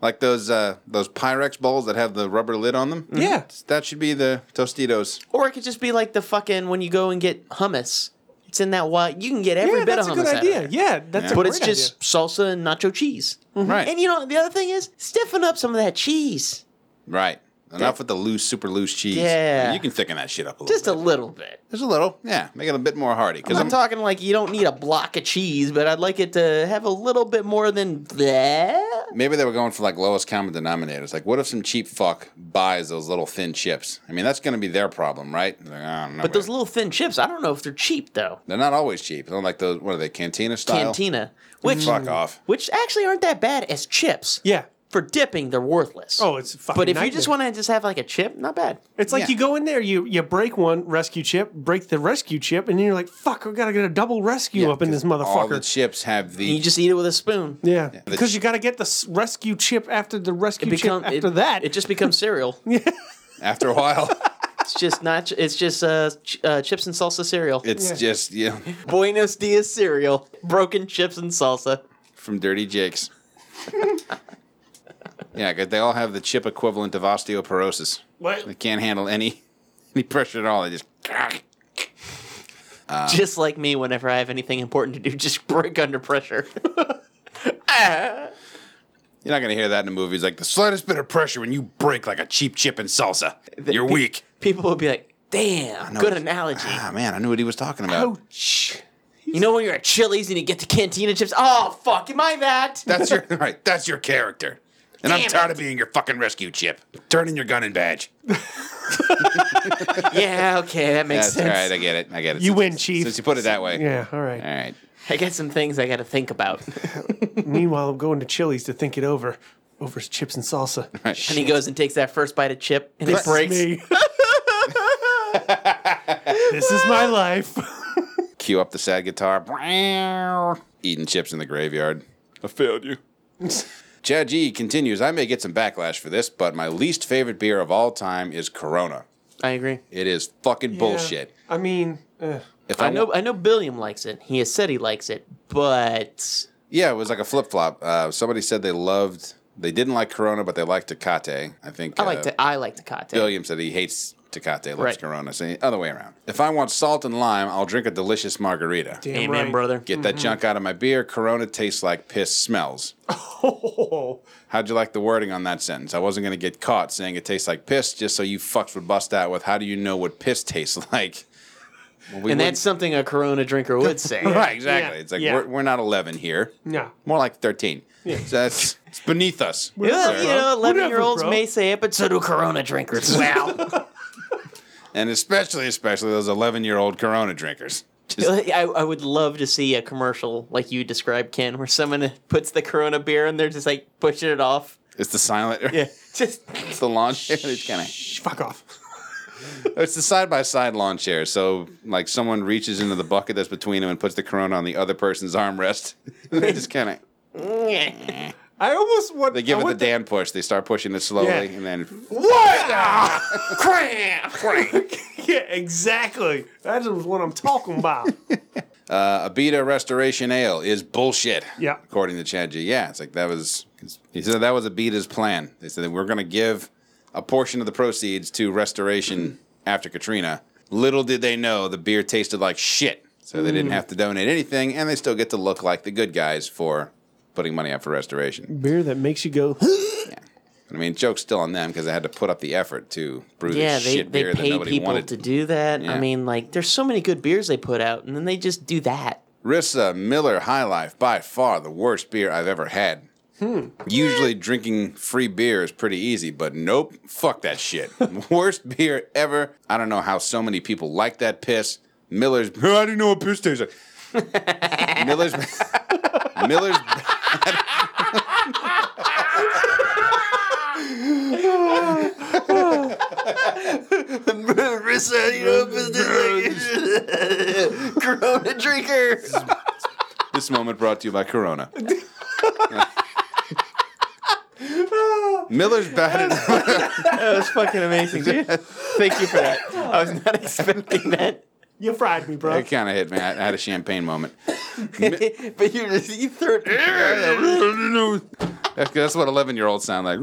[SPEAKER 1] Like those uh, those Pyrex bowls that have the rubber lid on them.
[SPEAKER 3] Yeah.
[SPEAKER 1] That should be the Tostitos.
[SPEAKER 4] Or it could just be like the fucking when you go and get hummus. It's in that wide. You can get every
[SPEAKER 3] Yeah,
[SPEAKER 4] bit
[SPEAKER 3] that's
[SPEAKER 4] of
[SPEAKER 3] a
[SPEAKER 4] hummus.
[SPEAKER 3] good
[SPEAKER 4] out of
[SPEAKER 3] idea.
[SPEAKER 4] it.
[SPEAKER 3] Yeah, that's a
[SPEAKER 4] But
[SPEAKER 3] great
[SPEAKER 4] it's just salsa and nacho cheese.
[SPEAKER 1] Mm-hmm. Right.
[SPEAKER 4] And you know the other thing is stiffen up some of that cheese
[SPEAKER 1] right. Enough with the loose, super loose cheese.
[SPEAKER 4] Yeah.
[SPEAKER 1] You can thicken that shit up a little.
[SPEAKER 4] just a little bit.
[SPEAKER 1] Just a little. Yeah. Make it a bit more hearty. Because
[SPEAKER 4] I'm talking like you don't need a block of cheese, but I'd like it to have a little bit more than that.
[SPEAKER 1] Maybe they were going for like lowest common denominators. Like, what if some cheap fuck buys those little thin chips? I mean, that's going to be their problem, right? Like, I don't know,
[SPEAKER 4] But those
[SPEAKER 1] man.
[SPEAKER 4] little thin chips, I don't know if they're cheap though.
[SPEAKER 1] they're not always cheap. They're like those. What are they? Cantina style.
[SPEAKER 4] Cantina, which
[SPEAKER 1] Fuck off.
[SPEAKER 4] which actually aren't that bad as chips.
[SPEAKER 3] Yeah.
[SPEAKER 4] For dipping, they're worthless.
[SPEAKER 3] Oh, it's a fucking
[SPEAKER 4] But if you just
[SPEAKER 3] nightmare.
[SPEAKER 4] want to just have like a chip, not bad.
[SPEAKER 3] It's like
[SPEAKER 1] Yeah.
[SPEAKER 3] you go in there, you you break one rescue chip, break the rescue chip, and then you're like, "Fuck, I gotta get a double rescue up in this
[SPEAKER 1] All the
[SPEAKER 3] motherfucker."
[SPEAKER 1] chips have the.
[SPEAKER 4] You just eat it with a spoon.
[SPEAKER 3] yeah, because you gotta get the s- rescue chip after the rescue
[SPEAKER 4] Become
[SPEAKER 3] chip after
[SPEAKER 4] it,
[SPEAKER 3] that.
[SPEAKER 4] it just
[SPEAKER 3] (laughs)
[SPEAKER 4] becomes cereal.
[SPEAKER 1] after a while,
[SPEAKER 4] it's just not. It's just uh, ch- uh, chips and salsa cereal.
[SPEAKER 1] it's just you know,
[SPEAKER 4] Buenos Dias cereal, broken chips and salsa.
[SPEAKER 1] from Dirty Jakes. yeah, 'cause they all have the chip equivalent of osteoporosis.
[SPEAKER 3] What?
[SPEAKER 1] They can't handle any any pressure at all. They just.
[SPEAKER 3] Ah.
[SPEAKER 4] just like me, whenever I have anything important to do, (laughs) just break under pressure. (laughs)
[SPEAKER 1] You're not going to hear that in the movies. Like the slightest bit of pressure when you break like a cheap chip and salsa, you're weak.
[SPEAKER 4] People will be like, "Damn,
[SPEAKER 1] know
[SPEAKER 4] good
[SPEAKER 1] it's-
[SPEAKER 3] (sighs)
[SPEAKER 4] analogy."
[SPEAKER 1] Ah, man, I knew what he was talking about.
[SPEAKER 3] Oh, uh,
[SPEAKER 4] Oh,
[SPEAKER 3] Ouch.
[SPEAKER 4] You know when you're at Chili's and you get the cantina chips? Oh fuck, am I
[SPEAKER 3] (laughs)
[SPEAKER 4] that?
[SPEAKER 1] That's your (laughs) right. That's your character. And I'm
[SPEAKER 4] Damn
[SPEAKER 1] tired of being your fucking rescue chip. Turn in your gun and badge.
[SPEAKER 4] yeah, okay, that makes
[SPEAKER 1] That's all
[SPEAKER 4] sense.
[SPEAKER 1] right. I get it. I get it.
[SPEAKER 3] You
[SPEAKER 1] Since-
[SPEAKER 3] win, chief.
[SPEAKER 1] Since you put it that way.
[SPEAKER 3] Yeah, all right.
[SPEAKER 1] All right.
[SPEAKER 4] I got some things I got to think about. (laughs)
[SPEAKER 3] Meanwhile, I'm going to Chili's to think it over. Over his chips and salsa.
[SPEAKER 4] And he goes and takes that first bite of chip and it
[SPEAKER 3] (laughs)
[SPEAKER 4] breaks.
[SPEAKER 3] Me. this is my life.
[SPEAKER 1] Cue up the sad guitar. Eating chips in the graveyard. I failed (laughs) you. Chad G continues. I may get some backlash for this, but my least favorite beer of all time is Corona.
[SPEAKER 4] I agree.
[SPEAKER 1] It is fucking bullshit.
[SPEAKER 3] I mean, uh,
[SPEAKER 1] If
[SPEAKER 4] I know. I know. Billiam likes it. He has said he likes it, but
[SPEAKER 1] Yeah, it was like a flip flop. Uh, somebody said they loved. They didn't like Corona, but they liked Tecate. I think.
[SPEAKER 4] I like
[SPEAKER 1] uh,
[SPEAKER 4] to. I like Tecate.
[SPEAKER 1] William said he hates Tecate, loves
[SPEAKER 4] Right.
[SPEAKER 1] Corona. So other way around. If I want salt and lime, I'll drink a delicious margarita.
[SPEAKER 3] damn
[SPEAKER 4] Amen,
[SPEAKER 3] right.
[SPEAKER 4] brother.
[SPEAKER 1] Get that junk out of my beer. Corona tastes like piss smells.
[SPEAKER 3] (laughs) Oh,
[SPEAKER 1] How'd you like the wording on that sentence? I wasn't going to get caught saying it tastes like piss just so you fucks would bust out with how do you know what piss tastes (laughs) like? Well, we
[SPEAKER 4] and
[SPEAKER 1] wouldn't-
[SPEAKER 4] that's something a Corona drinker
[SPEAKER 3] (laughs)
[SPEAKER 4] would say.
[SPEAKER 1] (laughs) right, exactly.
[SPEAKER 3] Yeah,
[SPEAKER 1] It's like
[SPEAKER 3] yeah.
[SPEAKER 1] we're, we're not 11 here.
[SPEAKER 3] no.
[SPEAKER 1] More like 13. So that's it's beneath us.
[SPEAKER 4] Yeah,
[SPEAKER 3] Whatever,
[SPEAKER 4] you
[SPEAKER 3] bro.
[SPEAKER 4] know, eleven year olds
[SPEAKER 3] Whatever, bro.
[SPEAKER 4] may say it, but so do Corona
[SPEAKER 3] (laughs)
[SPEAKER 4] drinkers. Wow.
[SPEAKER 1] And especially, especially those 11 year old Corona drinkers.
[SPEAKER 4] (laughs) I, I would love to see a commercial like you described, Ken, where someone (laughs) puts the Corona beer and they're just like pushing it off. (laughs)
[SPEAKER 1] It's the silent,
[SPEAKER 4] Yeah, just
[SPEAKER 1] (laughs) it's the lawn chair. and It's kind of
[SPEAKER 3] Shh, fuck off.
[SPEAKER 1] It's the side by side lawn chair. So, like, someone reaches into the bucket (laughs) that's between them and puts the corona on the other person's armrest. they just kind of.
[SPEAKER 3] I almost want.
[SPEAKER 1] They give
[SPEAKER 3] I
[SPEAKER 1] it the
[SPEAKER 3] want
[SPEAKER 1] Dan push. They start pushing it slowly,
[SPEAKER 3] Yeah.
[SPEAKER 1] and then
[SPEAKER 3] What? (laughs) Cramp! (laughs) yeah, exactly. That is what I'm talking about.
[SPEAKER 1] uh, Abita Restoration Ale is bullshit.
[SPEAKER 3] Yeah.
[SPEAKER 1] according to Chad G. Yeah, it's like that was. He said that was Abita's plan. They said that we're going to give a portion of the proceeds to restoration after Katrina. Little did they know the beer tasted like shit, so they
[SPEAKER 3] Mm.
[SPEAKER 1] didn't have to donate anything, and they still get to look like the good guys for putting money out for restoration.
[SPEAKER 3] (laughs) Beer that makes you go.
[SPEAKER 1] I mean, joke's still on them because they had to put up the effort to brew
[SPEAKER 4] Yeah,
[SPEAKER 1] this
[SPEAKER 4] they,
[SPEAKER 1] shit
[SPEAKER 4] they
[SPEAKER 1] beer that
[SPEAKER 4] pay
[SPEAKER 1] nobody
[SPEAKER 4] people
[SPEAKER 1] wanted.
[SPEAKER 4] to do that.
[SPEAKER 1] Yeah.
[SPEAKER 4] I mean, like, there's so many good beers they put out, and then they just do
[SPEAKER 1] (laughs)
[SPEAKER 4] that.
[SPEAKER 1] Rissa Miller High Life, by far the worst beer I've ever had. Usually drinking free beer is pretty easy, but nope, fuck that shit. worst beer ever. I don't know how so many people like that piss. Miller's, (laughs) I didn't know what piss tastes like. Miller's, (laughs)
[SPEAKER 4] (laughs)
[SPEAKER 1] Miller's,
[SPEAKER 4] Marissa, you know,
[SPEAKER 1] (laughs)
[SPEAKER 4] business- Corona drinker.
[SPEAKER 1] this moment brought to you by Corona. Miller's bad.
[SPEAKER 4] That was fucking amazing, dude. Thank you for that. I was not expecting that.
[SPEAKER 3] You fried me, bro.
[SPEAKER 1] It kind of hit me. I I had a champagne moment.
[SPEAKER 4] but you just you threw it.
[SPEAKER 1] That's, that's what 11 year olds sound like.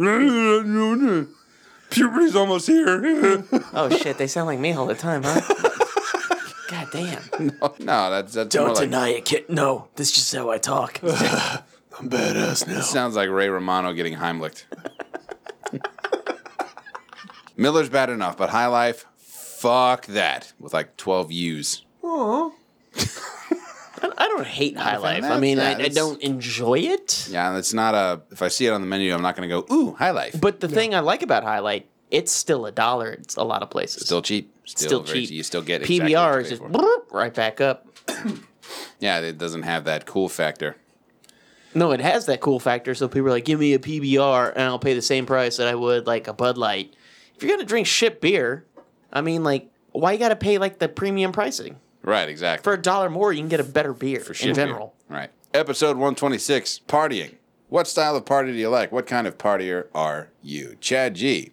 [SPEAKER 1] Puberty's almost here. (laughs)
[SPEAKER 4] Oh shit, they sound like me all the time, huh? God damn.
[SPEAKER 1] no, that's, that's more like,
[SPEAKER 4] it, kid. No, this is just how (laughs) I talk.
[SPEAKER 2] I'm badass now.
[SPEAKER 1] sounds like Ray Romano getting Heimlicked. Miller's bad enough, but High Life, fuck that. With like 12 U's.
[SPEAKER 4] I don't hate High Life. I
[SPEAKER 1] that's-
[SPEAKER 4] mean,
[SPEAKER 1] yeah,
[SPEAKER 4] I, I
[SPEAKER 1] that's-
[SPEAKER 4] don't enjoy it.
[SPEAKER 1] Yeah, and it's not a, if I see it on the menu, I'm not going to go, ooh, High Life.
[SPEAKER 4] But the thing I like about High Life, it's still a dollar. It's a lot of places.
[SPEAKER 1] still cheap. Still,
[SPEAKER 4] Still
[SPEAKER 1] very
[SPEAKER 4] cheap.
[SPEAKER 1] You still get exactly what
[SPEAKER 4] PBR
[SPEAKER 1] you
[SPEAKER 4] is
[SPEAKER 1] pay
[SPEAKER 4] just
[SPEAKER 1] for.
[SPEAKER 4] bloop, right back up.
[SPEAKER 1] Yeah, it doesn't have that cool factor.
[SPEAKER 4] No, it has that cool factor. So people are like, give me a PBR and I'll pay the same price that I would like a Bud Light. If you're going to drink shit beer, I mean, like, why you got to pay like the premium pricing?
[SPEAKER 1] Right, exactly.
[SPEAKER 4] For a dollar more, you can get a better beer in
[SPEAKER 1] shit beer.
[SPEAKER 4] general.
[SPEAKER 1] Right. Episode 126 Partying. What style of party do you like? What kind of partier are you? Chad G.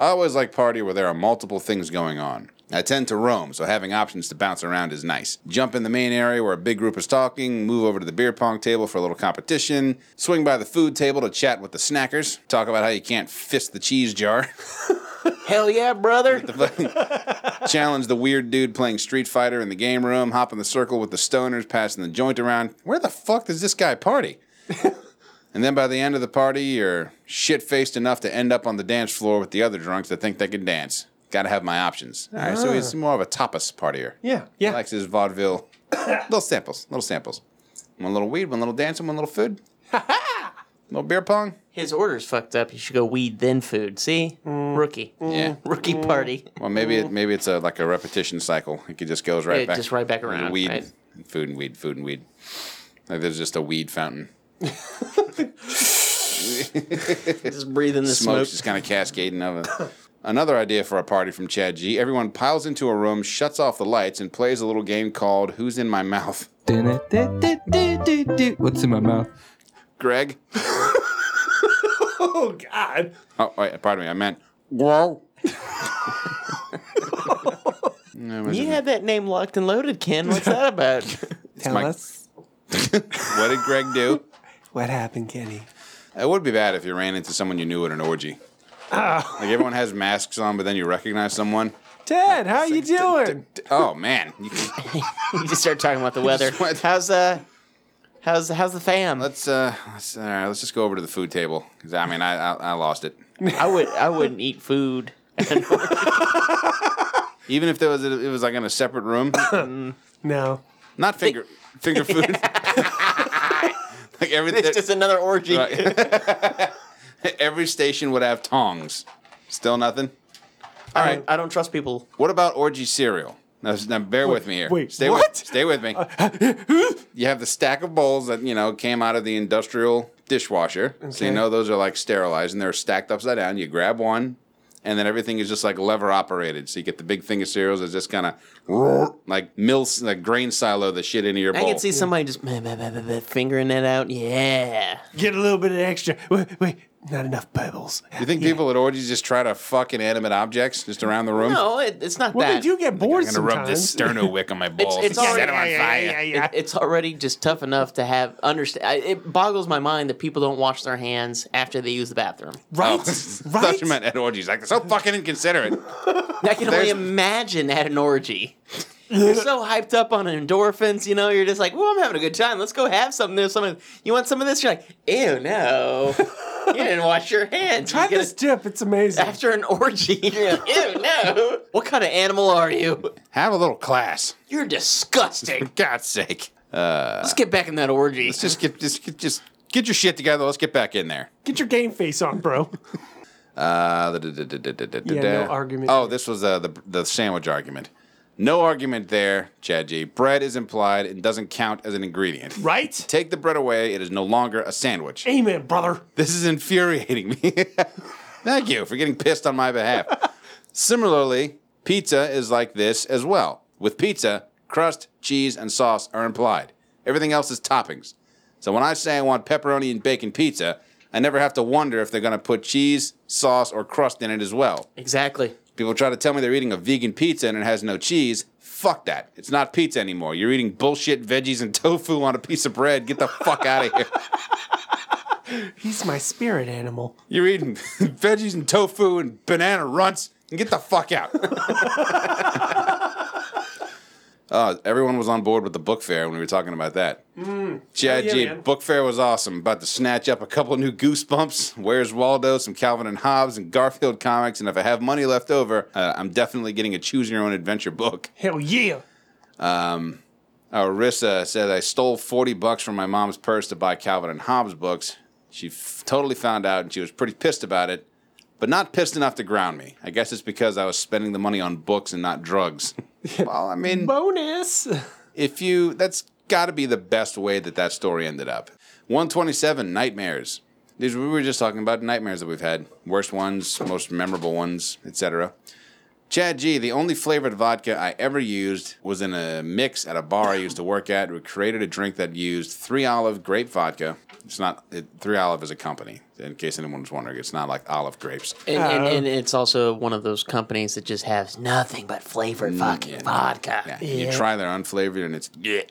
[SPEAKER 1] I always like party where there are multiple things going on. I tend to roam, so having options to bounce around is nice. Jump in the main area where a big group is talking, move over to the beer pong table for a little competition, swing by the food table to chat with the snackers, talk about how you can't fist the cheese jar. (laughs)
[SPEAKER 4] Hell yeah, brother.
[SPEAKER 1] challenge the weird dude playing Street Fighter in the game room, hop in the circle with the stoners, passing the joint around. Where the fuck does this
[SPEAKER 3] (laughs)
[SPEAKER 1] guy party? and then by the end of the party, you're shit faced enough to end up on the dance floor with the other drunks that think they can dance. Gotta have my options. All right, so he's more of a tapas partier.
[SPEAKER 3] Ah. Yeah, yeah.
[SPEAKER 1] He likes
[SPEAKER 3] (coughs)
[SPEAKER 1] his vaudeville little samples, little samples. One little weed, one little dancing, one little food. little beer pong.
[SPEAKER 4] His order's fucked up. You should go weed then food. See? Rookie.
[SPEAKER 1] Yeah.
[SPEAKER 4] Rookie party.
[SPEAKER 1] Well, maybe it, maybe it's a like a repetition cycle. It could just goes right
[SPEAKER 4] Mm. It
[SPEAKER 1] back,
[SPEAKER 4] just right back
[SPEAKER 1] And
[SPEAKER 4] around,
[SPEAKER 1] Weed,
[SPEAKER 4] right?
[SPEAKER 1] and food, and weed, food, and weed. Like there's just a weed fountain.
[SPEAKER 4] (laughs) Just breathing the smoke.
[SPEAKER 1] Smoke's just kind of cascading of it. Another idea for a party from Chad G. Everyone piles into a room, shuts off the lights, and plays a little game called "Who's in My Mouth." (laughs)
[SPEAKER 6] What's in my mouth?
[SPEAKER 1] Greg.
[SPEAKER 3] Oh God.
[SPEAKER 1] Oh, wait, pardon me. I meant whoa.
[SPEAKER 4] You had that name locked and loaded, Ken. What's that about?
[SPEAKER 3] Tell
[SPEAKER 1] my-
[SPEAKER 3] us
[SPEAKER 1] What did Greg do?
[SPEAKER 3] what happened, Kenny.
[SPEAKER 1] It would be bad if you ran into someone you knew at an orgy. Like everyone has masks on, but then you recognize someone.
[SPEAKER 3] Ted, how you doing?
[SPEAKER 1] Oh man, you
[SPEAKER 4] you just start talking about the weather.
[SPEAKER 1] went-
[SPEAKER 4] How's uh how's how's the fam?
[SPEAKER 1] Let's uh, let's, all right, let's just go over to the food table 'Cause, I mean I, I I lost it.
[SPEAKER 4] I would I wouldn't eat food.
[SPEAKER 1] Even if there was a, it was like in a separate room, (coughs)
[SPEAKER 3] No.
[SPEAKER 1] not finger finger food. (laughs) like everything,
[SPEAKER 4] It's just another orgy.
[SPEAKER 1] (laughs) every station would have tongs. Still nothing.
[SPEAKER 4] I don't, I don't trust people.
[SPEAKER 1] What about orgy cereal? Now, s- now bear with me here.
[SPEAKER 3] wait,
[SPEAKER 1] stay
[SPEAKER 3] what? Uh,
[SPEAKER 1] With, stay
[SPEAKER 3] (laughs)
[SPEAKER 1] with me. you have the stack of bowls that you know came out of the industrial dishwasher, so
[SPEAKER 3] Okay.
[SPEAKER 1] you know those are like sterilized and they're stacked upside down. You grab one, and then everything is just like lever operated. So you get the big thing of cereals that's just kind of like mill, like grain silo the shit into your
[SPEAKER 4] I
[SPEAKER 1] bowl.
[SPEAKER 4] can see somebody just meh, meh, meh, meh, meh, fingering it out. Yeah.
[SPEAKER 3] Get a little bit of extra. Wait, wait not enough pebbles.
[SPEAKER 1] you think people at orgies just try to fuck inanimate objects just around the room?
[SPEAKER 4] No, it, it's not
[SPEAKER 3] Well,
[SPEAKER 4] that.
[SPEAKER 3] they do get bored
[SPEAKER 1] I'm gonna rub this
[SPEAKER 3] sometimes.
[SPEAKER 1] sterno wick on my balls
[SPEAKER 4] it's
[SPEAKER 1] and
[SPEAKER 4] already-
[SPEAKER 1] set 'em on fire.
[SPEAKER 4] It, it's already just tough enough to have understand. I, it boggles my mind that people don't wash their hands after they use the bathroom.
[SPEAKER 1] oh, (laughs)
[SPEAKER 3] Right?
[SPEAKER 1] I thought
[SPEAKER 3] right?
[SPEAKER 1] you meant at orgies. Like so fucking inconsiderate.
[SPEAKER 4] I can only
[SPEAKER 1] There's-
[SPEAKER 4] imagine at an orgy. You're so hyped up on endorphins, you know. You're just like, "Well, I'm having a good time. Let's go have some." There's some. of- You want some of this? You're like, "Ew, no." you didn't wash your hands.
[SPEAKER 3] Try
[SPEAKER 4] You get
[SPEAKER 3] this
[SPEAKER 4] a-
[SPEAKER 3] dip. It's amazing.
[SPEAKER 4] after an orgy. (laughs) You're like, "Ew, no." What kind of animal are you?
[SPEAKER 1] Have a little class.
[SPEAKER 4] You're
[SPEAKER 1] (laughs)
[SPEAKER 4] disgusting.
[SPEAKER 1] God's sake.
[SPEAKER 4] Let's get back in that orgy.
[SPEAKER 1] Let's just get just get, just get your shit together. Let's get back in there.
[SPEAKER 3] (laughs) Get your game face on, bro.
[SPEAKER 1] Uh, da- da- da- da- da- da- da-
[SPEAKER 3] Yeah,
[SPEAKER 1] da.
[SPEAKER 3] no argument.
[SPEAKER 1] Oh, this was uh, the the sandwich argument. No argument there, Chad G. Bread is implied and doesn't count as an ingredient.
[SPEAKER 3] (laughs) Right?
[SPEAKER 1] Take the bread away; it is no longer a sandwich.
[SPEAKER 3] Amen, brother.
[SPEAKER 1] This is infuriating me. (laughs) Thank you for getting pissed on my behalf. Similarly, pizza is like this as well. With pizza, crust, cheese, and sauce are implied. Everything else is toppings. So when I say I want pepperoni and bacon pizza, I never have to wonder if they're going to put cheese, sauce, or crust in it as well.
[SPEAKER 4] Exactly.
[SPEAKER 1] People try to tell me they're eating a vegan pizza and it has no cheese. Fuck that. It's not pizza anymore. You're eating bullshit veggies and (laughs) tofu on a piece of bread. Get the fuck out of here.
[SPEAKER 3] He's my spirit animal.
[SPEAKER 1] You're eating (laughs) veggies and tofu and banana runts and get the fuck out. (laughs) uh, everyone was on board with the book fair when we were talking about that. Chad
[SPEAKER 3] Oh, yeah,
[SPEAKER 1] G,
[SPEAKER 3] man.
[SPEAKER 1] book fair was awesome. About to snatch up a couple new Goosebumps, Where's Waldo, some Calvin and Hobbes, and Garfield comics. And if I have money left over, uh, I'm definitely getting a choose your own adventure book.
[SPEAKER 3] Hell yeah.
[SPEAKER 1] Uh, Rissa said I stole 40 bucks from my mom's purse to buy Calvin and Hobbes books. She f- totally found out and she was pretty pissed about it, but not pissed enough to ground me. I guess it's because I was spending the money on books and not drugs. (laughs) well, I mean,
[SPEAKER 3] Bonus.
[SPEAKER 1] if you, that's got to be the best way that that story ended up. 127 Nightmares. These, we were just talking about nightmares that we've had, worst ones, most memorable ones, etc. Chad G, the only flavored vodka I ever used was in a mix at a bar I used to work at. We created a drink that used Three Olive grape vodka. It's not it, Three Olive is a company. In case anyone was wondering, it's not like olive grapes.
[SPEAKER 4] And, and,
[SPEAKER 1] Uh,
[SPEAKER 4] and it's also one of those companies that just has nothing but flavored fucking vodka.
[SPEAKER 1] Mm, Yeah, and You try their unflavored, and it's yeah.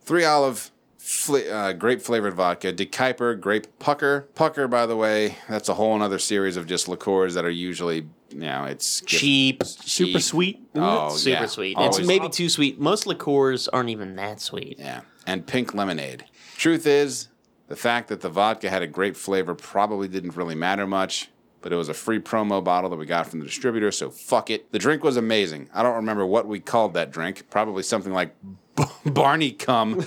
[SPEAKER 1] Three olive fla- uh, grape flavored vodka, De Kuyper grape pucker. Pucker, by the way, that's a whole another series of just liqueurs that are usually you know it's
[SPEAKER 4] Cheap,
[SPEAKER 3] Super sweet. isn't it?
[SPEAKER 1] Oh,
[SPEAKER 4] super
[SPEAKER 1] yeah.
[SPEAKER 4] sweet.
[SPEAKER 1] Always-
[SPEAKER 4] It's maybe too sweet. Most liqueurs aren't even that sweet.
[SPEAKER 1] Yeah, and pink lemonade. Truth is, the fact that the vodka had a grape flavor probably didn't really matter much, but it was a free promo bottle that we got from the distributor, so fuck it. The drink was amazing. I don't remember what we called that drink. Probably something like (laughs) B- Barney Cum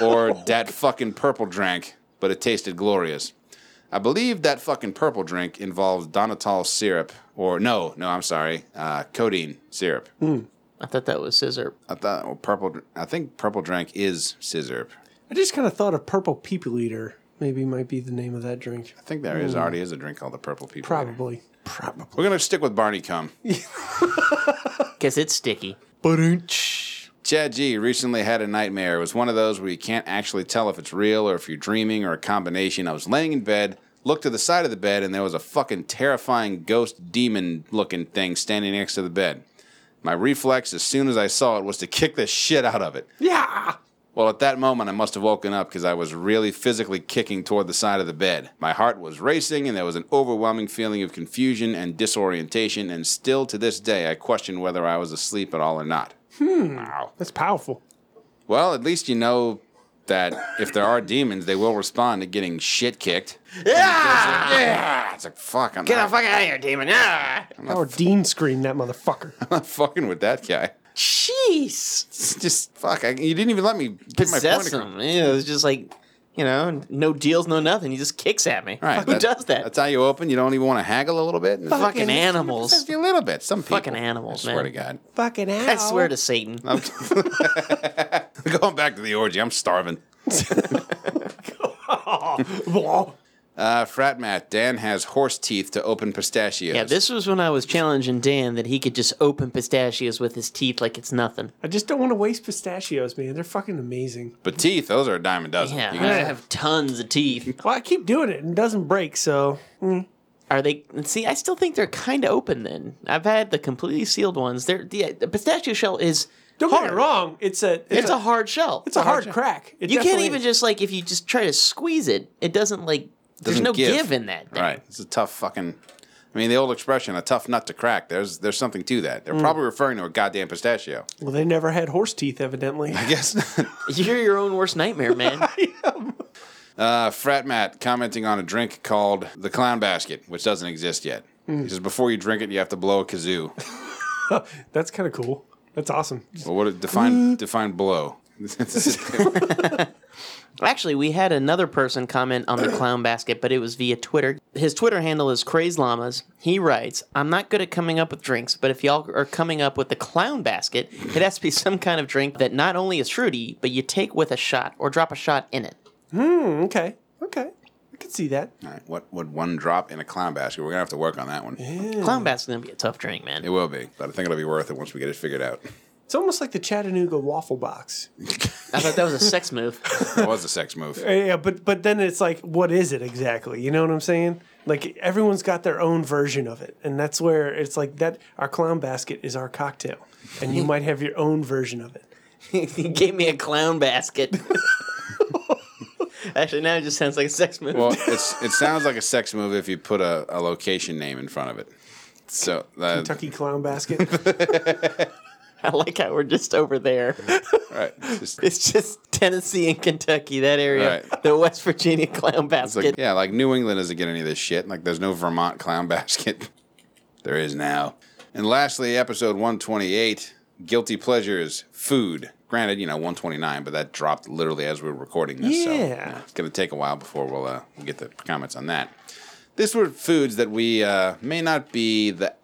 [SPEAKER 1] or that fucking purple drink, but it tasted glorious. I believe that fucking purple drink involves Donatal syrup, or no, no, I'm sorry, uh, codeine syrup.
[SPEAKER 4] I thought that was scissor.
[SPEAKER 1] I thought well, purple. dr- I think purple drink is scissor.
[SPEAKER 3] I just kind of thought of Purple People Eater maybe might be the name of that drink.
[SPEAKER 1] I think there is already is a drink called the Purple People. Eater.
[SPEAKER 3] Probably. Probably.
[SPEAKER 1] We're gonna stick with Barney Cum.
[SPEAKER 4] Because it's sticky.
[SPEAKER 1] Chad G recently had a nightmare. It was one of those where you can't actually tell if it's real or if you're dreaming or a combination. I was laying in bed, looked to the side of the bed, and there was a fucking terrifying ghost demon looking thing standing next to the bed. My reflex, as soon as I saw it, was to kick the shit out of it.
[SPEAKER 3] Yeah.
[SPEAKER 1] Well, at that moment, I must have woken up because I was really physically kicking toward the side of the bed. My heart was racing, and there was an overwhelming feeling of confusion and disorientation, and still to this day, I question whether I was asleep at all or not.
[SPEAKER 3] That's powerful.
[SPEAKER 1] Well, at least you know that if there are demons, they will respond to getting shit kicked.
[SPEAKER 4] Yeah!
[SPEAKER 1] Yeah! It's like, fuck, I'm
[SPEAKER 4] Ah! Get the
[SPEAKER 1] not
[SPEAKER 4] fuck out of here, demon. Ah!
[SPEAKER 3] Our Dean screamed that motherfucker.
[SPEAKER 1] (laughs) fucking with that guy.
[SPEAKER 4] Jeez.
[SPEAKER 1] It's just, fuck, I, you didn't even let me get my point
[SPEAKER 4] Possess
[SPEAKER 1] across.
[SPEAKER 4] him. Yeah, it was just like, you know, no deals, no nothing. He just kicks at me.
[SPEAKER 1] All right,
[SPEAKER 4] Who does that?
[SPEAKER 1] That's how you open. You don't even want to haggle a little bit.
[SPEAKER 4] Fucking animals. (laughs)
[SPEAKER 1] Just a little bit. Some people.
[SPEAKER 4] Fucking animals,
[SPEAKER 1] I swear
[SPEAKER 4] man.
[SPEAKER 1] to God.
[SPEAKER 3] (laughs) Fucking hell.
[SPEAKER 4] I swear to Satan.
[SPEAKER 1] (laughs) Going back to the orgy, I'm starving. Uh, frat Matt, Dan has horse teeth to open pistachios.
[SPEAKER 4] Yeah, this was when I was challenging Dan that he could just open pistachios with his teeth like it's nothing.
[SPEAKER 3] (laughs) I just don't want to waste pistachios, man. They're fucking amazing.
[SPEAKER 1] But teeth, those are a dime a dozen.
[SPEAKER 4] Yeah,
[SPEAKER 1] You
[SPEAKER 4] I
[SPEAKER 1] can-
[SPEAKER 4] have tons of teeth.
[SPEAKER 3] Well, I keep doing it and it doesn't break, so
[SPEAKER 4] Are they? See, I still think they're kind of open. Then I've had the completely sealed ones. They're the, the pistachio shell is
[SPEAKER 3] don't
[SPEAKER 4] hard.
[SPEAKER 3] get me wrong. It's a it's,
[SPEAKER 4] It's
[SPEAKER 3] a,
[SPEAKER 4] a hard shell.
[SPEAKER 3] it's a hard crack. It
[SPEAKER 4] You can't
[SPEAKER 3] definitely
[SPEAKER 4] even
[SPEAKER 3] is.
[SPEAKER 4] just like if you just try to squeeze it, it doesn't like. there's
[SPEAKER 1] Doesn't
[SPEAKER 4] no
[SPEAKER 1] give.
[SPEAKER 4] give. in that thing.
[SPEAKER 1] Right. It's a tough fucking. I mean, the old expression, a tough nut to crack. There's there's something to that.
[SPEAKER 4] Mm.
[SPEAKER 1] They're probably referring to a goddamn pistachio.
[SPEAKER 3] Well, they never had horse teeth, (laughs) evidently.
[SPEAKER 1] I guess. not.
[SPEAKER 4] You're your own worst nightmare, man.
[SPEAKER 1] (laughs) uh, Frat Matt commenting on a drink called the Clown Basket, which doesn't exist yet. He says, before you drink it, you have to blow a kazoo.
[SPEAKER 3] (laughs) That's kind of cool. That's awesome.
[SPEAKER 1] well, what define define blow? (laughs)
[SPEAKER 4] Actually, we had another person comment on the clown basket, but it was via Twitter. His Twitter handle is Crazed Llamas. He writes, I'm not good at coming up with drinks, but if y'all are coming up with the clown basket, it has to be (laughs) some kind of drink that not only is fruity, but you take with a shot or drop a shot in it.
[SPEAKER 3] Okay. Okay. I could see that.
[SPEAKER 1] All right, what would one drop in a clown basket? We're gonna have to work on that one.
[SPEAKER 4] Clown basket's gonna be a tough drink,
[SPEAKER 1] It
[SPEAKER 4] man.
[SPEAKER 1] will be, but I think it'll be worth it once we get it figured (laughs) out.
[SPEAKER 3] It's almost like the Chattanooga waffle box.
[SPEAKER 4] I thought that was a sex move. (laughs)
[SPEAKER 1] That was a sex move.
[SPEAKER 3] Yeah, but but then it's like, what is it exactly? You know what I'm saying? Like everyone's got their own version of it, and that's where it's like that. Our clown basket is our cocktail, and you might have your own version of it.
[SPEAKER 4] he gave me a clown basket. (laughs) Actually, now it just sounds like a sex move.
[SPEAKER 1] Well, it's it sounds like a sex move if you put a, a location name in front of it. So uh,
[SPEAKER 3] Kentucky clown basket.
[SPEAKER 4] (laughs) I like how we're just over there.
[SPEAKER 1] all right, it's just-
[SPEAKER 4] It's just Tennessee and Kentucky, that area.
[SPEAKER 1] Right.
[SPEAKER 4] The West Virginia clown
[SPEAKER 1] it's like,
[SPEAKER 4] basket.
[SPEAKER 1] yeah, like New England doesn't get any of this shit. Like there's no Vermont clown (laughs) basket. There is now. And lastly, episode 128, guilty pleasures, food. Granted, you know 129, but that dropped literally as we were recording this. So,
[SPEAKER 3] Yeah.
[SPEAKER 1] it's gonna take a while before we'll uh, we'll get the comments on that. These were foods that we uh, may not be the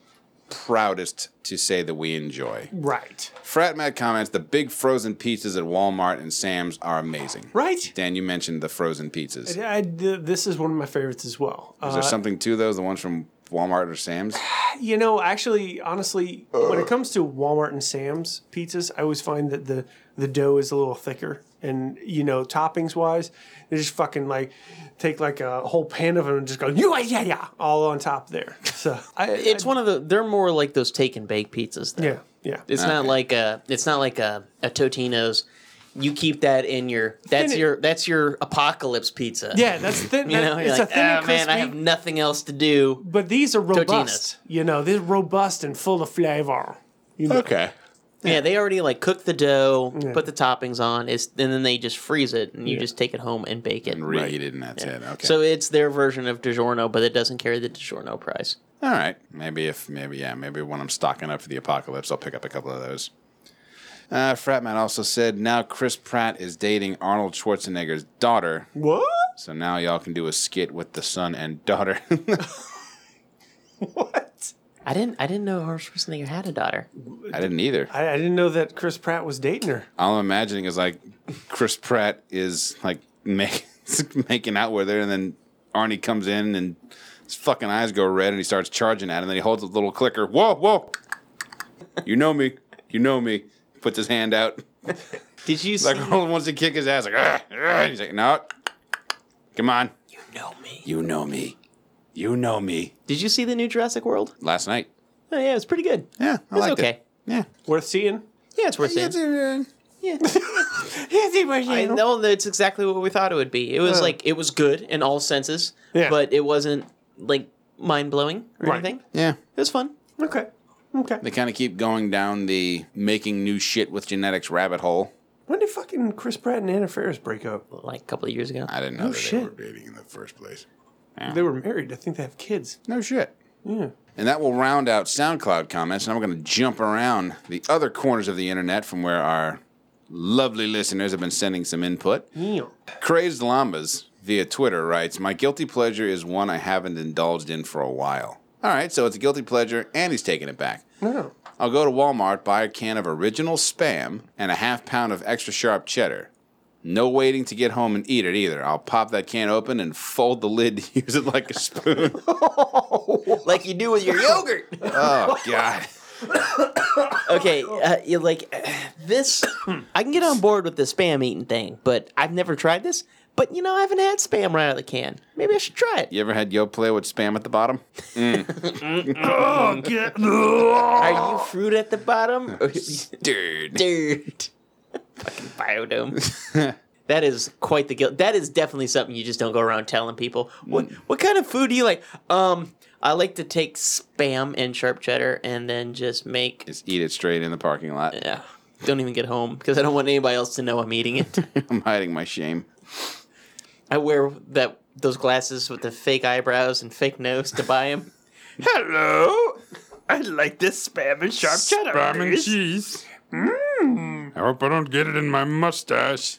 [SPEAKER 1] proudest to say that we enjoy.
[SPEAKER 3] (laughs) right.
[SPEAKER 1] Frat Matt comments the big frozen pizzas at Walmart and Sam's are amazing.
[SPEAKER 3] Right.
[SPEAKER 1] Dan, you mentioned the frozen pizzas.
[SPEAKER 3] I, th- this is one of my favorites as well.
[SPEAKER 1] Is
[SPEAKER 3] Uh,
[SPEAKER 1] there something to those, the ones from Walmart or Sam's?
[SPEAKER 3] you know, actually, honestly, when it comes to Walmart and Sam's pizzas, I always find that the the dough is a little thicker, and you know, toppings wise, they just fucking like take like a whole pan of them and just go yeah yeah yeah all on top there. So I,
[SPEAKER 4] It's one of the. They're more like those take and bake pizzas. Though.
[SPEAKER 3] yeah yeah.
[SPEAKER 4] It's not like a. It's not like a, a Totino's. You keep that in your. That's
[SPEAKER 3] Thin-
[SPEAKER 4] your. That's your apocalypse pizza.
[SPEAKER 3] yeah, that's thin.
[SPEAKER 4] You
[SPEAKER 3] that-
[SPEAKER 4] know, you're
[SPEAKER 3] it's
[SPEAKER 4] like,
[SPEAKER 3] a thin and
[SPEAKER 4] oh man, I
[SPEAKER 3] crispy-
[SPEAKER 4] have nothing else to do.
[SPEAKER 3] But these are robust.
[SPEAKER 4] Totinas.
[SPEAKER 3] You know, these are robust and full of flavor. You know,
[SPEAKER 1] Okay.
[SPEAKER 4] Yeah, they already like cook the dough, put the toppings on, it's, and then they just freeze it, and you just take it home and bake it.
[SPEAKER 1] Reheat it and that's it. Okay.
[SPEAKER 4] So it's their version of DiGiorno, but it doesn't carry the DiGiorno price.
[SPEAKER 1] All right. Maybe if, maybe, yeah, maybe when I'm stocking up for the apocalypse, I'll pick up a couple of those. Uh, Frat Matt also said now Chris Pratt is dating Arnold Schwarzenegger's daughter.
[SPEAKER 3] what?
[SPEAKER 1] So now y'all can do a skit with the son and daughter.
[SPEAKER 3] (laughs)
[SPEAKER 1] (laughs)
[SPEAKER 3] What?
[SPEAKER 4] I didn't. I didn't know Arnold Schwarzenegger had a daughter.
[SPEAKER 1] I didn't either.
[SPEAKER 3] I, I didn't know that Chris Pratt was dating her.
[SPEAKER 1] all I'm imagining is like Chris Pratt is like make, (laughs) making out with her, and then Arnie comes in and his fucking eyes go red, and he starts charging at him. And then he holds a little clicker. Whoa, whoa! You know me. You know me. Puts his hand out.
[SPEAKER 4] Did you
[SPEAKER 1] Like (laughs)
[SPEAKER 4] see?
[SPEAKER 1] Arnold wants to kick his ass. Like "Argh, argh." he's like, no. Come on.
[SPEAKER 4] You know me.
[SPEAKER 1] You know me. You know me.
[SPEAKER 4] Did you see the new Jurassic World?
[SPEAKER 1] Last night.
[SPEAKER 4] Oh yeah, it's pretty good.
[SPEAKER 1] Yeah, I
[SPEAKER 4] It's
[SPEAKER 1] liked
[SPEAKER 4] okay.
[SPEAKER 1] it. Yeah. uh,
[SPEAKER 3] Worth seeing.
[SPEAKER 4] Yeah, it's worth it. Yeah. I know that's exactly what we thought it would be. It was
[SPEAKER 3] Yeah.
[SPEAKER 4] like it was good in all senses,
[SPEAKER 3] Yeah.
[SPEAKER 4] but it wasn't like mind blowing or
[SPEAKER 3] Right.
[SPEAKER 4] anything.
[SPEAKER 1] Yeah.
[SPEAKER 4] It was fun.
[SPEAKER 3] Okay. Okay.
[SPEAKER 1] They kind of keep going down the making new shit with genetics rabbit hole.
[SPEAKER 3] When did fucking Chris Pratt and Anna Faris break up?
[SPEAKER 4] Like a couple of years ago.
[SPEAKER 1] I didn't know that
[SPEAKER 3] shit.
[SPEAKER 1] they were dating in the first place.
[SPEAKER 3] They were married. I think they have kids.
[SPEAKER 1] No shit. And that will round out SoundCloud comments. And I'm going to jump around the other corners of the internet from where our lovely listeners have been sending some input.
[SPEAKER 3] Yeah.
[SPEAKER 1] Crazed Llamas via Twitter writes My guilty pleasure is one I haven't indulged in for a while. All right, so it's a guilty pleasure, and he's taking it back.
[SPEAKER 3] No.
[SPEAKER 1] I'll go to Walmart, buy a can of original spam and a half pound of extra sharp cheddar. No waiting to get home and eat it either. I'll pop that can open and fold the lid to (laughs) use it like a spoon.
[SPEAKER 2] (laughs)
[SPEAKER 4] like you do with your yogurt.
[SPEAKER 1] oh, (laughs) God.
[SPEAKER 4] (laughs) okay, uh, you like (coughs) this. I can get on board with the spam eating thing, but I've never tried this. But you know, I haven't had spam right out of the can. Maybe I should try it.
[SPEAKER 1] You ever had Yo Play with spam at
[SPEAKER 2] (laughs)
[SPEAKER 1] the bottom?
[SPEAKER 4] Are you fruit at the (laughs) bottom? Or-
[SPEAKER 1] Dude.
[SPEAKER 4] Dirt. Fucking biodome. (laughs) that is quite the guilt. That is definitely something you just don't go around telling people. What what kind of food do you like? Um, I like to take spam and sharp cheddar and then just make.
[SPEAKER 1] Just eat it straight in the parking lot.
[SPEAKER 4] Yeah, don't even get home because I don't want anybody else to know I'm eating it.
[SPEAKER 1] I'm hiding my shame.
[SPEAKER 4] I wear that those glasses with the fake eyebrows and fake nose to buy them.
[SPEAKER 6] Hello. I like this spam and sharp cheddar. please.
[SPEAKER 2] cheese. Mmm. I hope I don't get it in my mustache.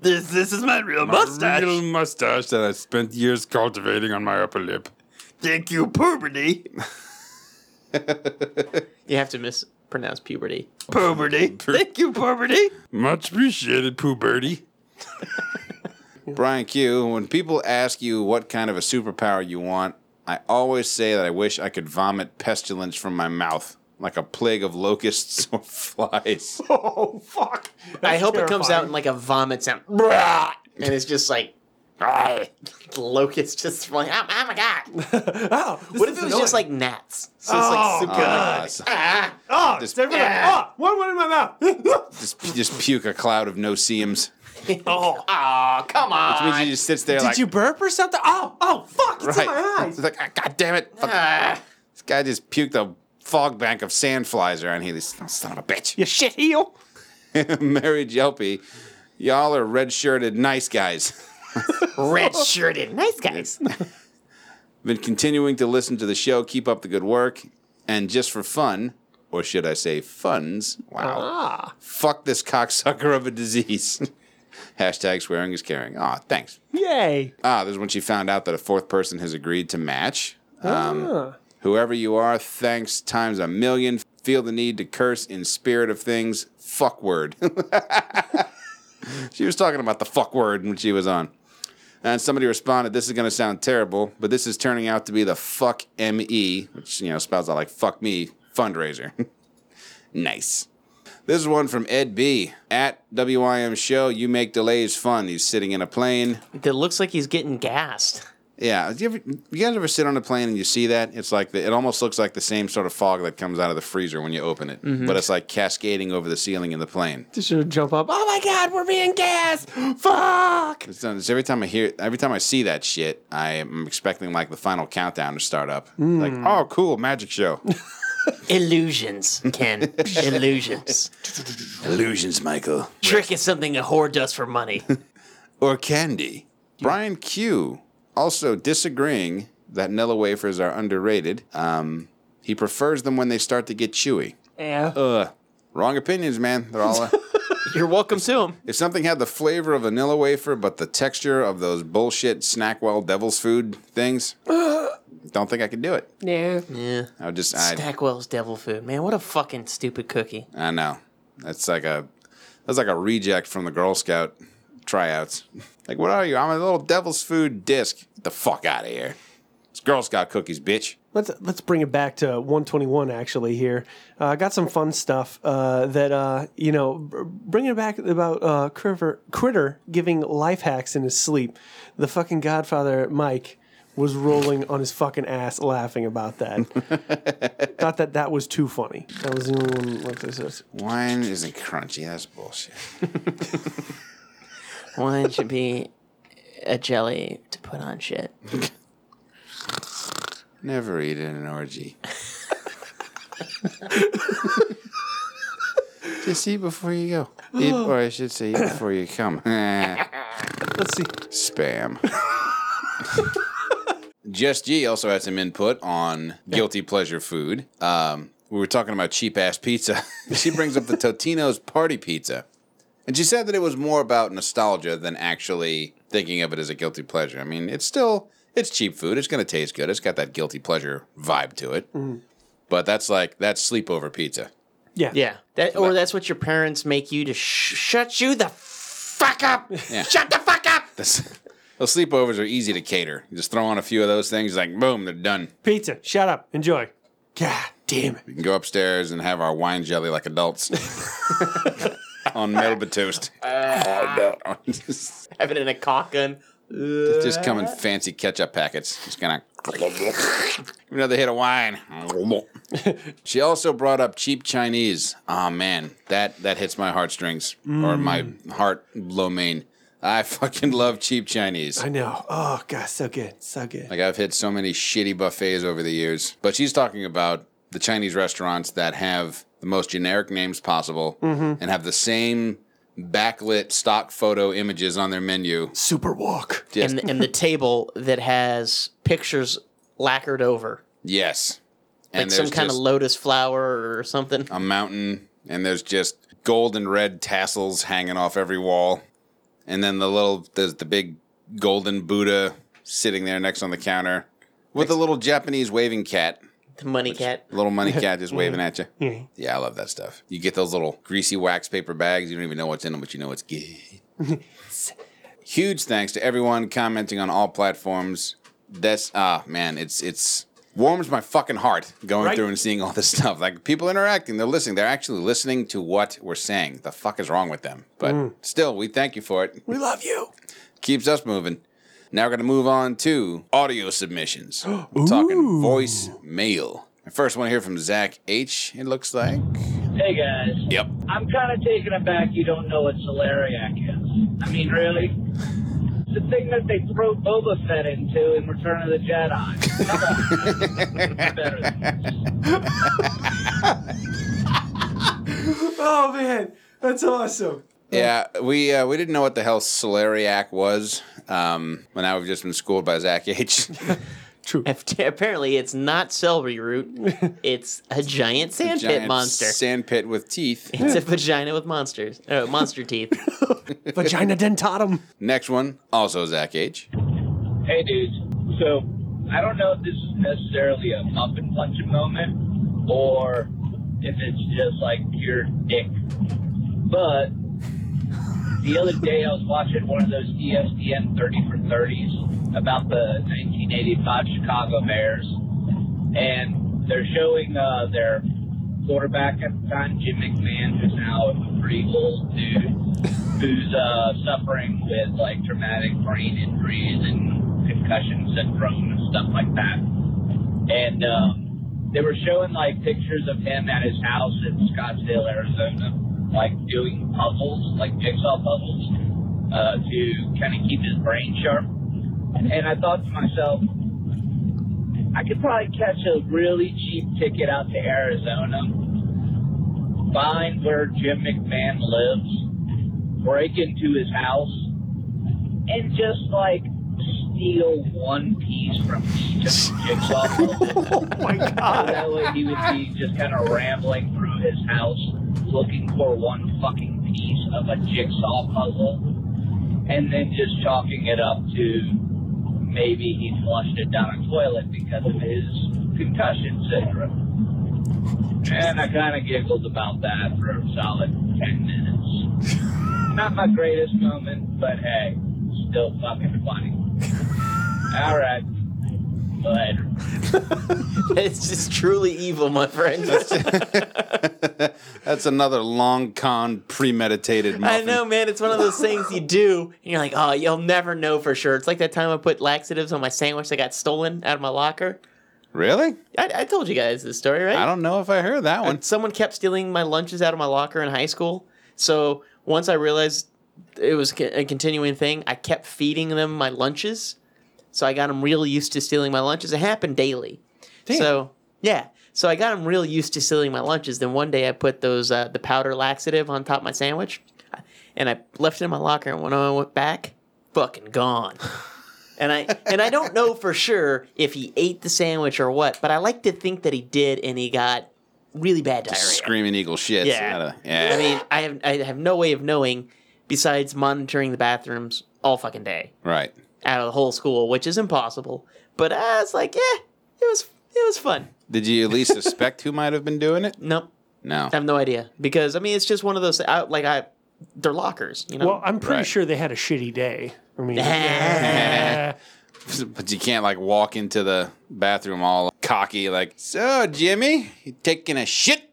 [SPEAKER 6] This this is my real mustache.
[SPEAKER 2] Real (laughs) mustache that I spent years cultivating on my upper lip.
[SPEAKER 6] Thank you, puberty.
[SPEAKER 4] You have to mispronounce puberty.
[SPEAKER 6] Puberty. Thank you, puberty.
[SPEAKER 2] Much appreciated, Pooh Birdie.
[SPEAKER 1] (laughs) Brian Q, when people ask you what kind of a superpower you want, I always say that I wish I could vomit pestilence from my mouth, like a plague of locusts or (laughs) flies.
[SPEAKER 3] (laughs) Oh fuck!
[SPEAKER 4] I
[SPEAKER 3] That's
[SPEAKER 4] hope it comes
[SPEAKER 3] terrifying.
[SPEAKER 4] out in like a vomit sound, (laughs) Brrrah! and it's just like locust just flying. Oh, oh my god!
[SPEAKER 3] Oh,
[SPEAKER 4] What if it was just like gnats? So it's
[SPEAKER 3] Oh,
[SPEAKER 4] like super.
[SPEAKER 1] Ah, so-
[SPEAKER 4] Ah.
[SPEAKER 3] oh,
[SPEAKER 1] just-
[SPEAKER 3] just, everybody,
[SPEAKER 4] Yeah.
[SPEAKER 3] oh, one went in my mouth. (laughs)
[SPEAKER 1] just, just puke a cloud of no seams.
[SPEAKER 4] Oh. (laughs) Aw, come on!
[SPEAKER 1] Means he just sits there
[SPEAKER 3] Did
[SPEAKER 1] like,
[SPEAKER 3] you burp or something? Oh, oh, fuck! (laughs) It's in my
[SPEAKER 1] (laughs) right? It's
[SPEAKER 3] eyes.
[SPEAKER 1] like, "Ah, God damn it! Fuck,
[SPEAKER 4] Ah.
[SPEAKER 1] This guy just puked a fog bank of sand flies around here. This son of a bitch. (laughs)
[SPEAKER 3] You shit heel.
[SPEAKER 1] Mary Jelpy, y'all are red-shirted nice guys.
[SPEAKER 4] (laughs)
[SPEAKER 1] (laughs)
[SPEAKER 4] Red shirted, nice (laughs) guys.
[SPEAKER 1] Been continuing to listen to the show. Keep up the good work. And just for fun, or should I say funds? Wow. Fuck this cocksucker of a disease. (laughs) Hashtag swearing is caring. Aw, thanks.
[SPEAKER 3] Yay!
[SPEAKER 1] Ah, this is when she found out that a fourth person has agreed to match. Um, Whoever you are, thanks times a million. Feel the need to curse in spirit of things. Fuck word. (laughs) she was talking about the fuck word when she was on. And somebody responded, This is going to sound terrible, but this is turning out to be the fuck ME, which, you know, spells out like fuck me fundraiser. (laughs) nice. This is one from Ed B. At WIM Show, you make delays fun. He's sitting in a plane.
[SPEAKER 4] That looks like he's getting gassed.
[SPEAKER 1] Yeah, do you, ever, you guys ever sit on a plane and you see that? It's like the, it almost looks like the same sort of fog that comes out of the freezer when you open it, but it's like cascading over the ceiling in the plane.
[SPEAKER 3] Just should jump up. Oh my god, we're being gassed. Fuck!
[SPEAKER 1] It's, it's every time I hear, every time I see that shit, I am expecting like the final countdown to start up.
[SPEAKER 3] Hmm.
[SPEAKER 1] Like, oh, cool, magic show.
[SPEAKER 4] Illusions, (laughs) Ken. Illusions.
[SPEAKER 1] Illusions, Michael,
[SPEAKER 4] Trick is something a whore does for money.
[SPEAKER 1] or candy. Brian Q also disagreeing that Nilla wafers are underrated. Um, he prefers them when they start to get chewy.
[SPEAKER 3] Yeah.
[SPEAKER 1] Ugh. Wrong opinions, man.
[SPEAKER 3] (laughs)
[SPEAKER 1] They're all.
[SPEAKER 4] (laughs) You're welcome to him.
[SPEAKER 1] If something had the flavor of vanilla wafer but the texture of those bullshit Snackwell Devil's Food things, don't think I could do it.
[SPEAKER 3] Yeah.
[SPEAKER 4] Yeah.
[SPEAKER 1] I would just,
[SPEAKER 4] (laughs)
[SPEAKER 1] I,
[SPEAKER 4] Stackwell's devil food. Man, what a fucking stupid cookie.
[SPEAKER 1] I know. That's like a, that's like a reject from the Girl Scout tryouts. Like, what are you? I'm a little Devil's Food disc. Get the fuck out of here. It's Girl Scout cookies, bitch.
[SPEAKER 3] Let's let's bring it back to 121 actually here. Uh, I got some fun stuff uh, that uh, you know, br- bringing it back about uh, Critter, Critter giving life hacks in his sleep. The fucking Godfather Mike was rolling on his fucking ass laughing about that. Thought that that was too funny. That was the only one like this. is-
[SPEAKER 1] Wine isn't crunchy. That's bullshit.
[SPEAKER 4] Why should be a jelly to put on shit?
[SPEAKER 1] Never eat in an orgy. Just eat before you go. Eat, or I should say, eat before you come. (laughs)
[SPEAKER 3] Let's see.
[SPEAKER 1] Spam. (laughs) Just G also had some input on guilty pleasure food. Um, we were talking about cheap ass pizza. (laughs) she brings up the Totino's party pizza. And she said that it was more about nostalgia than actually thinking of it as a guilty pleasure. I mean, it's still it's cheap food. It's going to taste good. It's got that guilty pleasure vibe to it. But that's like that's sleepover pizza.
[SPEAKER 3] Yeah.
[SPEAKER 4] Yeah. That or that's what your parents make you to sh- shut you the
[SPEAKER 1] fuck up. (laughs) Shut the fuck up. This, those sleepovers are easy to cater. You just throw on a few of those things, like boom, they're done.
[SPEAKER 3] Pizza. Shut up. Enjoy. God damn it.
[SPEAKER 1] We can go upstairs and have our wine jelly like adults on Melba toast. (laughs) just,
[SPEAKER 4] (laughs) Have it in a cock gun. Ugh.
[SPEAKER 1] just come in fancy ketchup packets. Just gonna (laughs) another hit of wine. (laughs) she also brought up cheap Chinese. Ah man, that that hits my heartstrings or my heart low main. I fucking love cheap Chinese.
[SPEAKER 3] I know. Oh god, so good. So good.
[SPEAKER 1] Like I've hit so many shitty buffets over the years. But she's talking about the Chinese restaurants that have the most generic names possible
[SPEAKER 4] Mm-hmm.
[SPEAKER 1] and have the same backlit stock photo images on their menu.
[SPEAKER 3] Super walk.
[SPEAKER 1] Yes.
[SPEAKER 4] And, and the table that has pictures lacquered over.
[SPEAKER 1] yes.
[SPEAKER 4] Like some
[SPEAKER 1] there's
[SPEAKER 4] kind of
[SPEAKER 1] just Oh,
[SPEAKER 4] lotus flower or something.
[SPEAKER 1] a mountain and there's just gold and red tassels hanging off every wall. And then the little there's the big golden Buddha sitting there next on the counter with a little Japanese waving cat.
[SPEAKER 4] The money cat.
[SPEAKER 1] Little money cat just waving at you. Yeah, I love that stuff. You get those little greasy wax paper bags. You don't even know what's in them, but you know it's good. Huge thanks to everyone commenting on all platforms. That's ah man, it's it's warms my fucking heart going
[SPEAKER 3] Right.
[SPEAKER 1] through and seeing all this stuff. Like people interacting, they're listening, they're actually listening to what we're saying. The fuck is wrong with them? But still, we thank you for it.
[SPEAKER 3] We love you.
[SPEAKER 1] Keeps us moving. Now we're gonna move on to audio submissions. We're talking voice mail. I first want to hear from Zach H. It looks like.
[SPEAKER 7] Hey guys,
[SPEAKER 1] Yep.
[SPEAKER 7] I'm kind of taken aback you don't know what celeriac is. I mean, really? The thing that they throw Boba Fett into in Return of the Jedi. Come on. Better than that.
[SPEAKER 3] Oh man, that's awesome.
[SPEAKER 1] Yeah, we uh, we didn't know what the hell celeriac was. Um, well, now we've just been schooled by Zach H. (laughs)
[SPEAKER 4] Aft- (laughs) Apparently, it's not celery
[SPEAKER 1] (laughs)
[SPEAKER 4] root. It's a giant sand pit
[SPEAKER 1] Giant
[SPEAKER 4] monster.
[SPEAKER 1] Sandpit with teeth.
[SPEAKER 4] It's a vagina with monsters. Oh, monster
[SPEAKER 1] (laughs)
[SPEAKER 4] teeth. (laughs)
[SPEAKER 3] (laughs) Vagina dentatum.
[SPEAKER 1] Next one, also Zach H.
[SPEAKER 7] Hey dudes, so I don't know if this is necessarily a pump and punch moment or if it's just like pure dick. But the other day I was watching one of those E ESPN 30 for 30s about the 1985 Chicago Bears, and they're showing uh, their quarterback at the time, Jim McMahon, who's now a pretty old dude who's uh, suffering with like traumatic brain injuries and concussion syndrome and stuff like that. And um, they were showing like pictures of him at his house in Scottsdale, Arizona, like doing puzzles, like jigsaw puzzles, uh, to kind of keep his brain sharp. And I thought to myself, I could probably catch a really cheap ticket out to Arizona, find where Jim McMahon lives, break into his house and just like steal one piece from each of the
[SPEAKER 3] (laughs)
[SPEAKER 7] jigsaw puzzle.
[SPEAKER 3] Oh my god.
[SPEAKER 7] that way he would be just kind of rambling through his house looking for one fucking piece of a jigsaw puzzle and then just chalking it up to maybe he flushed it down a toilet because of his concussion syndrome. And I kind of giggled about that for a solid 10 minutes. Not my greatest moment, but hey, still fucking
[SPEAKER 8] (laughs)
[SPEAKER 7] funny. All right. Later.
[SPEAKER 4] it's just truly evil, my friend.
[SPEAKER 1] That's another long con, premeditated.
[SPEAKER 4] (laughs) I
[SPEAKER 1] Muffin.
[SPEAKER 4] know, man. It's one of those things you do, and you're like, oh, you'll never know for sure. It's like that time I put laxatives on my sandwich that got stolen out of my locker.
[SPEAKER 1] Really?
[SPEAKER 4] I, I told you guys this story, right?
[SPEAKER 1] I don't know if I heard that one.
[SPEAKER 4] And someone kept stealing my lunches out of my locker in high school. So once I realized it was co- a continuing thing, I kept feeding them my lunches. So I got them real used to stealing my lunches. It happened daily. So yeah, so I got them real used to stealing my lunches. Then one day I put those uh, the powder laxative on top of my sandwich, and I left it in my locker. And when I went back, fucking gone. And I and I don't know for sure if he ate the sandwich or what, but I like to think that he did, and he got really bad diarrhea.
[SPEAKER 1] Screaming eagle shit.
[SPEAKER 4] Yeah.
[SPEAKER 1] yeah.
[SPEAKER 4] I mean, I have I have no way of knowing besides monitoring the bathrooms all fucking day
[SPEAKER 1] right.
[SPEAKER 4] out of the whole school, which is impossible. But I was like, yeah, it was it was fun.
[SPEAKER 1] Did you at least suspect who might have been doing it?
[SPEAKER 4] Nope,
[SPEAKER 1] No.
[SPEAKER 4] I have no idea because I mean, it's just one of those. I, like I their lockers. You know,
[SPEAKER 3] Well, I'm pretty
[SPEAKER 1] Right.
[SPEAKER 3] sure they had a shitty day. I mean,
[SPEAKER 1] But you can't like walk into the bathroom all cocky, like, so Jimmy, you taking a shit?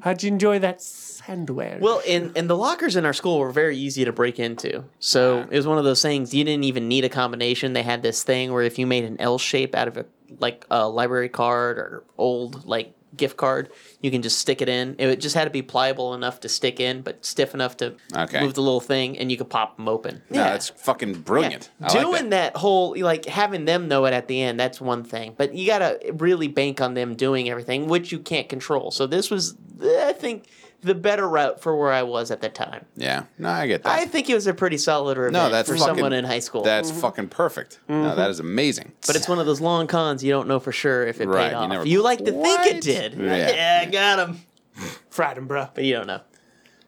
[SPEAKER 3] how'd you enjoy that sandwich?
[SPEAKER 4] (laughs) Well, and, and the lockers in our school were very easy to break into. So it was one of those things you didn't even need a combination. They had this thing where if you made an L shape out of a like a library card or old like gift card, you can just stick it in. It just had to be pliable enough to stick in, but stiff enough to
[SPEAKER 1] Okay.
[SPEAKER 4] move the little thing, and you could pop them open.
[SPEAKER 1] No, that's fucking brilliant. I like
[SPEAKER 4] Doing that. whole like having them know it at the end, that's one thing. But you gotta really bank on them doing everything, which you can't control. So this was eh, I think the better route for where I was at the time.
[SPEAKER 1] Yeah. No, I get that.
[SPEAKER 4] I think it was a pretty solid revenge
[SPEAKER 1] no, that's
[SPEAKER 4] for
[SPEAKER 1] fucking,
[SPEAKER 4] someone in high school.
[SPEAKER 1] That's fucking perfect. No, that is amazing.
[SPEAKER 4] but it's one of those long cons you don't know for sure if it
[SPEAKER 1] Right,
[SPEAKER 4] paid
[SPEAKER 1] you
[SPEAKER 4] off. You,
[SPEAKER 1] never
[SPEAKER 4] like to think
[SPEAKER 1] quite-
[SPEAKER 4] it did.
[SPEAKER 1] Yeah.
[SPEAKER 4] Yeah, I got him.
[SPEAKER 3] fried 'em, bruh.
[SPEAKER 4] But you don't know.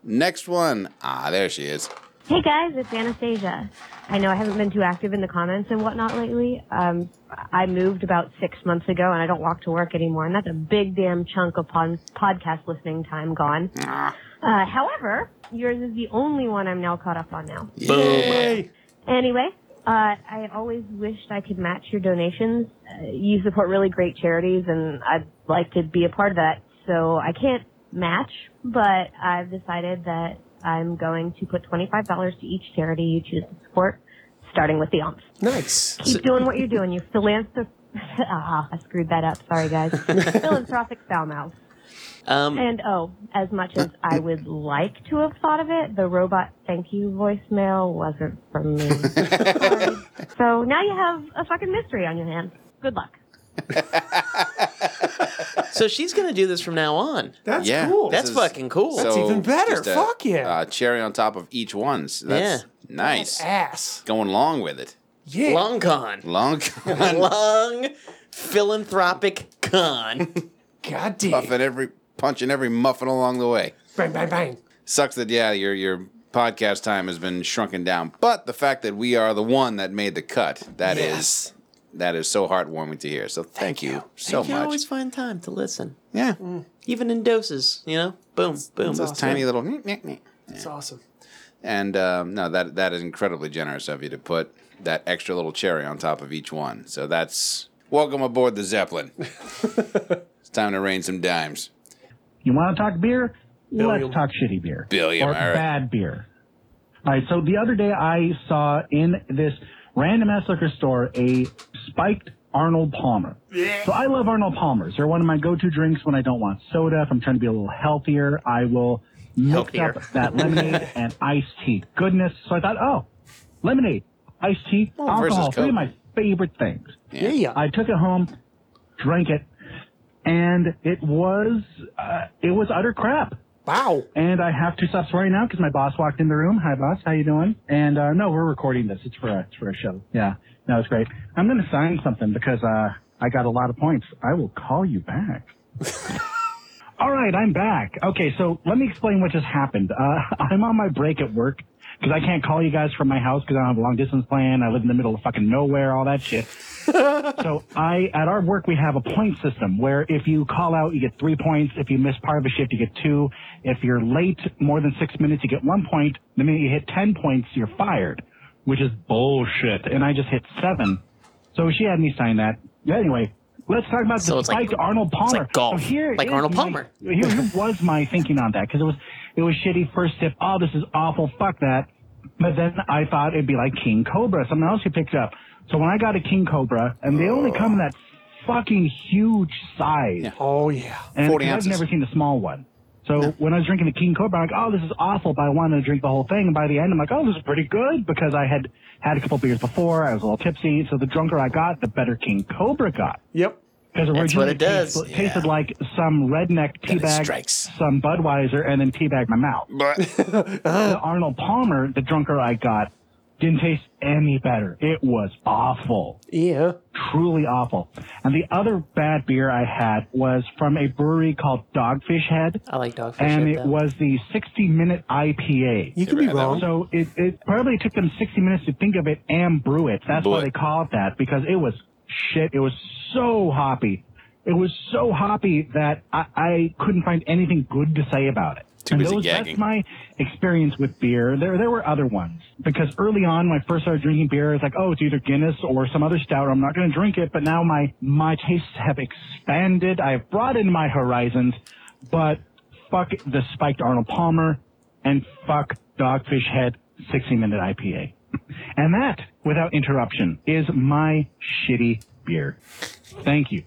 [SPEAKER 1] Next one. Ah, there she is.
[SPEAKER 9] Hey guys, it's Anastasia. I know I haven't been too active in the comments and whatnot lately. Um, I moved about six months ago and I don't walk to work anymore, and that's a big damn chunk of pon- podcast listening time gone. Uh, however, yours is the only one I'm now caught up on now.
[SPEAKER 3] Yay!
[SPEAKER 9] Anyway, uh, I always wished I could match your donations. Uh, you support really great charities, and I'd like to be a part of that. So I can't match, but I've decided that I'm going to put $25 to each charity you choose to support, starting with the OMS.
[SPEAKER 3] Nice.
[SPEAKER 9] Keep doing what you're doing. You philanthropist. (laughs) ah, I screwed that up. Sorry, guys. Philanthropic foul mouth.
[SPEAKER 4] Um,
[SPEAKER 9] And oh, as much as I would like to have thought of it, the robot thank you voicemail wasn't from me. so now you have a fucking mystery on your hands. Good luck.
[SPEAKER 4] so she's gonna do this from now on.
[SPEAKER 3] That's
[SPEAKER 1] yeah.
[SPEAKER 3] cool.
[SPEAKER 1] This
[SPEAKER 4] That's fucking cool.
[SPEAKER 3] That's even better.
[SPEAKER 1] just a,
[SPEAKER 3] Fuck yeah.
[SPEAKER 1] Uh, cherry on top of each one. So that's
[SPEAKER 4] Yeah.
[SPEAKER 1] nice.
[SPEAKER 3] ass.
[SPEAKER 1] Going long with it.
[SPEAKER 3] Yeah.
[SPEAKER 4] Long con.
[SPEAKER 1] Long (laughs)
[SPEAKER 4] (laughs) Long philanthropic con.
[SPEAKER 3] God damn.
[SPEAKER 1] puffing every punching every muffin along the way.
[SPEAKER 3] Bang, bang, bang.
[SPEAKER 1] Sucks that yeah, your your podcast time has been shrunken down. But the fact that we are the one that made the cut, that is that is so heartwarming to hear. So thank, you, so
[SPEAKER 4] you
[SPEAKER 1] much.
[SPEAKER 4] always Mm, find time to listen.
[SPEAKER 1] yeah.
[SPEAKER 4] even in doses. You know, boom, boom.
[SPEAKER 1] Just tiny little
[SPEAKER 3] It's awesome.
[SPEAKER 1] and um, no, that that is incredibly generous of you to put that extra little cherry on top of each one. So that's welcome aboard the
[SPEAKER 4] (laughs)
[SPEAKER 1] Zeppelin. it's time to rain some dimes.
[SPEAKER 10] You want to talk beer?
[SPEAKER 3] Billiam.
[SPEAKER 10] Let's talk shitty beer.
[SPEAKER 1] Billiam, all
[SPEAKER 10] Or
[SPEAKER 1] right.
[SPEAKER 10] bad beer. All right, so the other day I saw in this random ass liquor store a spiked Arnold Palmer. So I love Arnold Palmers. They're one of my go to drinks when I don't want soda. If I'm trying to be a little healthier, I will mix
[SPEAKER 4] Healthier.
[SPEAKER 10] up that
[SPEAKER 1] (laughs)
[SPEAKER 10] lemonade and iced tea. Goodness. So I thought, oh, lemonade, iced tea,
[SPEAKER 1] versus
[SPEAKER 10] alcohol, three
[SPEAKER 1] Coke.
[SPEAKER 10] of my favorite things.
[SPEAKER 3] Yeah. yeah.
[SPEAKER 10] I took it home, drank it, and it was uh, it was utter crap.
[SPEAKER 3] wow.
[SPEAKER 10] And I have to stop swearing now because my boss walked in the room. Hi, boss. How you doing? And uh, no, we're recording this. It's for a it's for a show. Yeah, no, it's great. I'm gonna sign something because uh, I got a lot of points. I will call you back. All right, I'm back. Okay, so let me explain what just happened. Uh, (laughs) I'm on my break at work because I can't call you guys from my house because I don't have a long distance plan. I live in the middle of fucking nowhere, all that
[SPEAKER 4] (laughs)
[SPEAKER 10] shit. so I, at our work, we have a point system where if you call out, you get three points. If you miss part of a shift, you get two. If you're late more than six minutes, you get one point. The minute you hit 10 points, you're fired, which is bullshit. And I just hit seven. So she had me sign that. Anyway, let's talk about
[SPEAKER 4] So
[SPEAKER 10] the
[SPEAKER 4] it's like-
[SPEAKER 10] spiked Arnold Palmer.
[SPEAKER 4] It's like golf,
[SPEAKER 10] So here
[SPEAKER 4] like
[SPEAKER 10] is
[SPEAKER 4] Arnold
[SPEAKER 10] my-
[SPEAKER 4] Palmer.
[SPEAKER 10] here was my thinking on that because it was it was shitty first sip. Oh, this is awful. Fuck that. But then I thought it'd be like King Cobra, something else you picked up. So when I got a King Cobra, and they only come in that fucking huge size,
[SPEAKER 3] Oh, yeah.
[SPEAKER 10] and
[SPEAKER 1] 40
[SPEAKER 10] 'cause
[SPEAKER 1] ounces.
[SPEAKER 10] I've never seen the small one. So when I was drinking the King Cobra, I'm like, oh, this is awful, but I wanted to drink the whole thing. And by the end, I'm like, oh, this is pretty good because I had had a couple beers before. I was a little tipsy. So the drunker I got, the better King Cobra got.
[SPEAKER 3] Yep.
[SPEAKER 10] Because originally
[SPEAKER 4] That's what it does.
[SPEAKER 10] tasted, tasted like some redneck teabag,
[SPEAKER 1] strikes.
[SPEAKER 10] some Budweiser, and then teabag my mouth.
[SPEAKER 4] (laughs)
[SPEAKER 1] But
[SPEAKER 10] The Arnold Palmer, the drunker I got, didn't taste any better. It was awful,
[SPEAKER 3] Yeah.
[SPEAKER 10] truly awful. And the other bad beer I had was from a brewery called Dogfish Head,
[SPEAKER 4] I like dogfish. head,
[SPEAKER 10] and it
[SPEAKER 4] though.
[SPEAKER 10] was the 60 minute IPA.
[SPEAKER 3] You could be
[SPEAKER 1] had that
[SPEAKER 3] wrong.
[SPEAKER 10] So it, it probably took them 60 minutes to think of it and brew it. That's
[SPEAKER 1] Brew
[SPEAKER 10] why
[SPEAKER 1] it.
[SPEAKER 10] they call it that because it was shit. It was so hoppy. It was so hoppy that I, I couldn't find anything good to say about it.
[SPEAKER 1] Too
[SPEAKER 10] and
[SPEAKER 1] busy
[SPEAKER 10] those,
[SPEAKER 1] gagging.
[SPEAKER 10] That's my experience with beer. There, there were other ones because early on, when I first started drinking beer, it's like, oh, it's either Guinness or some other stout. I'm not going to drink it. But now my my tastes have expanded. I've broadened my horizons. But fuck the spiked Arnold Palmer, and fuck Dogfish Head 60 minute IPA. And that, without interruption, is my shitty beer. Thank you.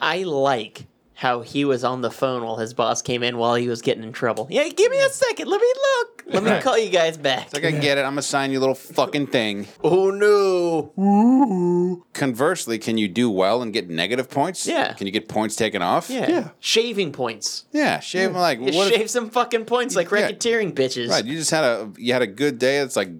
[SPEAKER 4] I like how he was on the phone while his boss came in while he was getting in trouble. Yeah, give me a second. Let me look. Let me call you guys back.
[SPEAKER 1] Like, I get it. I'm going to sign you a little fucking thing.
[SPEAKER 4] oh no.
[SPEAKER 1] Conversely, can you do well and get negative points?
[SPEAKER 4] Yeah.
[SPEAKER 1] Can you get points taken off?
[SPEAKER 4] Yeah.
[SPEAKER 3] Yeah.
[SPEAKER 4] Shaving points.
[SPEAKER 1] Yeah. Shave them like,
[SPEAKER 4] You
[SPEAKER 1] what if-
[SPEAKER 4] shave some fucking points like
[SPEAKER 1] Yeah.
[SPEAKER 4] racketeering bitches.
[SPEAKER 1] (laughs) Right. You just had a you had a good day. It's like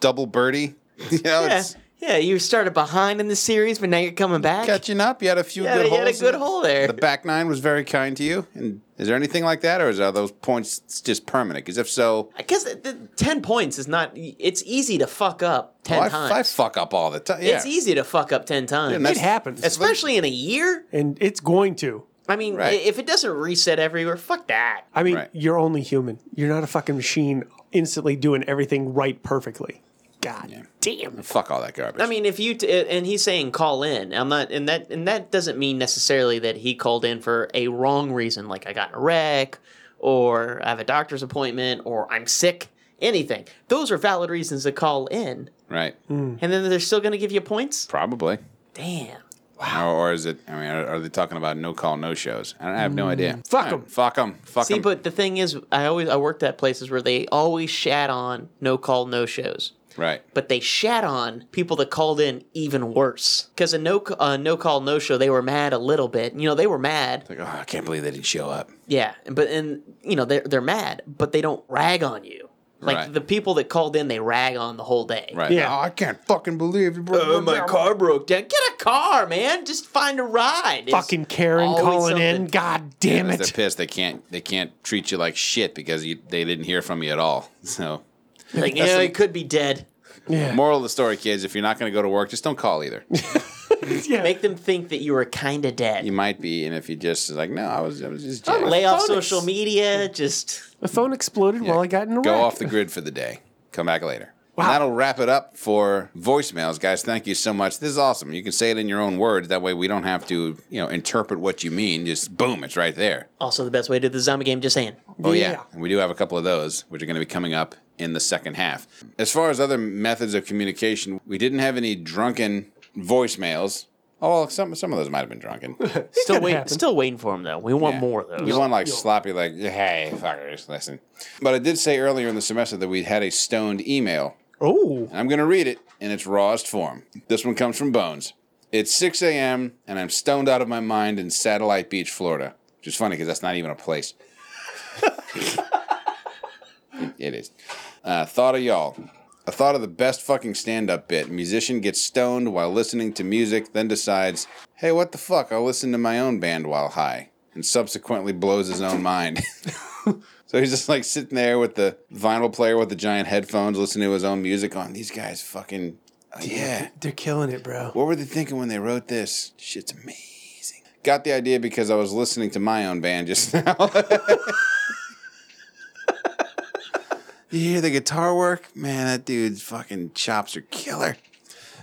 [SPEAKER 1] double birdie. (laughs) You know,
[SPEAKER 4] Yeah.
[SPEAKER 1] it's
[SPEAKER 4] Yeah, you started behind in the series, but now you're coming back.
[SPEAKER 1] catching up. You had a few
[SPEAKER 4] Yeah,
[SPEAKER 1] good
[SPEAKER 4] you
[SPEAKER 1] holes.
[SPEAKER 4] had a good
[SPEAKER 1] in it.
[SPEAKER 4] hole there.
[SPEAKER 1] The back nine was very kind to you. And is there anything like that, or is are those points just permanent? Because if so,
[SPEAKER 4] I guess the, the- 10 points is not, it's easy to fuck up 10
[SPEAKER 1] well, I,
[SPEAKER 4] times.
[SPEAKER 1] I fuck up all the time. Yeah.
[SPEAKER 4] It's easy to fuck up 10 times.
[SPEAKER 1] and that's-
[SPEAKER 3] It happens.
[SPEAKER 4] Especially in a year.
[SPEAKER 3] and it's going to.
[SPEAKER 4] I mean,
[SPEAKER 1] Right.
[SPEAKER 4] if it doesn't reset everywhere, fuck that.
[SPEAKER 3] I mean,
[SPEAKER 1] Right.
[SPEAKER 3] you're only human. You're not a fucking machine instantly doing everything right perfectly. God damn.
[SPEAKER 1] Fuck all that garbage.
[SPEAKER 4] I mean, if you t- and he's saying call in. I'm not, and that and that doesn't mean necessarily that he called in for a wrong reason, like I got in a wreck, or I have a doctor's appointment, or I'm sick. Anything. Those are valid reasons to call in,
[SPEAKER 1] right.
[SPEAKER 4] and then they're still going to give you points.
[SPEAKER 1] Probably.
[SPEAKER 4] Damn.
[SPEAKER 1] Or, or is it? I mean, are, are they talking about no call, no shows? I, I have no idea. Hmm. Fuck
[SPEAKER 3] 'em.
[SPEAKER 1] Fuck them. Fuck
[SPEAKER 4] See,
[SPEAKER 1] them.
[SPEAKER 4] but the thing is, I always I worked at places where they always shat on no call, no shows.
[SPEAKER 1] right.
[SPEAKER 4] but they shat on people that called in even worse because a no uh, no call no show they were mad a little bit you know they were mad
[SPEAKER 1] Like, oh, I can't believe they didn't show up.
[SPEAKER 4] yeah but and you know they're, they're mad but they don't rag on you like
[SPEAKER 1] Right.
[SPEAKER 4] the people that called in they rag on the whole day
[SPEAKER 1] Right.
[SPEAKER 3] Yeah.
[SPEAKER 1] Oh, I can't fucking believe you.
[SPEAKER 4] oh
[SPEAKER 1] bro.
[SPEAKER 4] my car broke down get a car man just find a ride It's
[SPEAKER 3] Fucking Karen
[SPEAKER 4] always
[SPEAKER 3] calling in.
[SPEAKER 4] something.
[SPEAKER 3] God damn
[SPEAKER 1] Because
[SPEAKER 3] it.
[SPEAKER 1] they're pissed. They can't. They can't treat you like shit because you, they didn't hear from you at all. (laughs) So,
[SPEAKER 4] like you know, it could be dead
[SPEAKER 3] Yeah.
[SPEAKER 1] moral of the story, kids: if you're not going to go to work, just don't
[SPEAKER 3] (laughs)
[SPEAKER 1] call either.
[SPEAKER 3] yeah.
[SPEAKER 4] make them think that you were kind of dead
[SPEAKER 1] you might be, and if you just like, no, I was, I was just
[SPEAKER 3] Oh,
[SPEAKER 1] jazzed."
[SPEAKER 4] lay off
[SPEAKER 3] phone is-
[SPEAKER 4] social media just
[SPEAKER 3] the phone exploded while I got in a
[SPEAKER 1] go
[SPEAKER 3] wreck.
[SPEAKER 1] off the grid for the day. Come back later. And that'll wrap it up for voicemails, guys. Thank you so much. This is awesome. You can say it in your own words. That way, we don't have to, you know, interpret what you mean. Just boom, it's right there.
[SPEAKER 4] also the best way to do the zombie game just saying
[SPEAKER 1] Oh yeah.
[SPEAKER 3] Yeah.
[SPEAKER 1] And we do have a couple of those, which are going to be coming up in the second half. As far as other methods of communication, we didn't have any drunken voicemails. Oh, well, some some of those might have
[SPEAKER 4] (laughs)
[SPEAKER 1] been drunken.
[SPEAKER 4] still
[SPEAKER 3] could
[SPEAKER 4] wait
[SPEAKER 3] happen.
[SPEAKER 4] still waiting for him though we want more of those
[SPEAKER 1] You want like sloppy, like hey fuckers, listen. But I did say earlier in the semester that we had a stoned email.
[SPEAKER 3] Oh.
[SPEAKER 1] And I'm going to read it in its rawest form. This one comes from Bones. It's 6 a.m. and I'm stoned out of my mind in Satellite Beach, Florida. Which is funny because that's not even a place. (laughs) it is. Uh, thought of y'all. I thought of the best fucking stand up bit. Musician gets stoned while listening to music, then decides, hey, what the fuck? I'll listen to my own band while high. And subsequently blows his own mind. (laughs) So he's just like sitting there with the vinyl player with the giant headphones, listening to his own music on. These guys fucking, yeah.
[SPEAKER 3] They're killing it, bro.
[SPEAKER 1] What were they thinking when they wrote this? Shit's amazing. Got the idea because I was listening to my own band just (laughs) now. you hear the guitar work? Man, that dude's fucking chops are killer.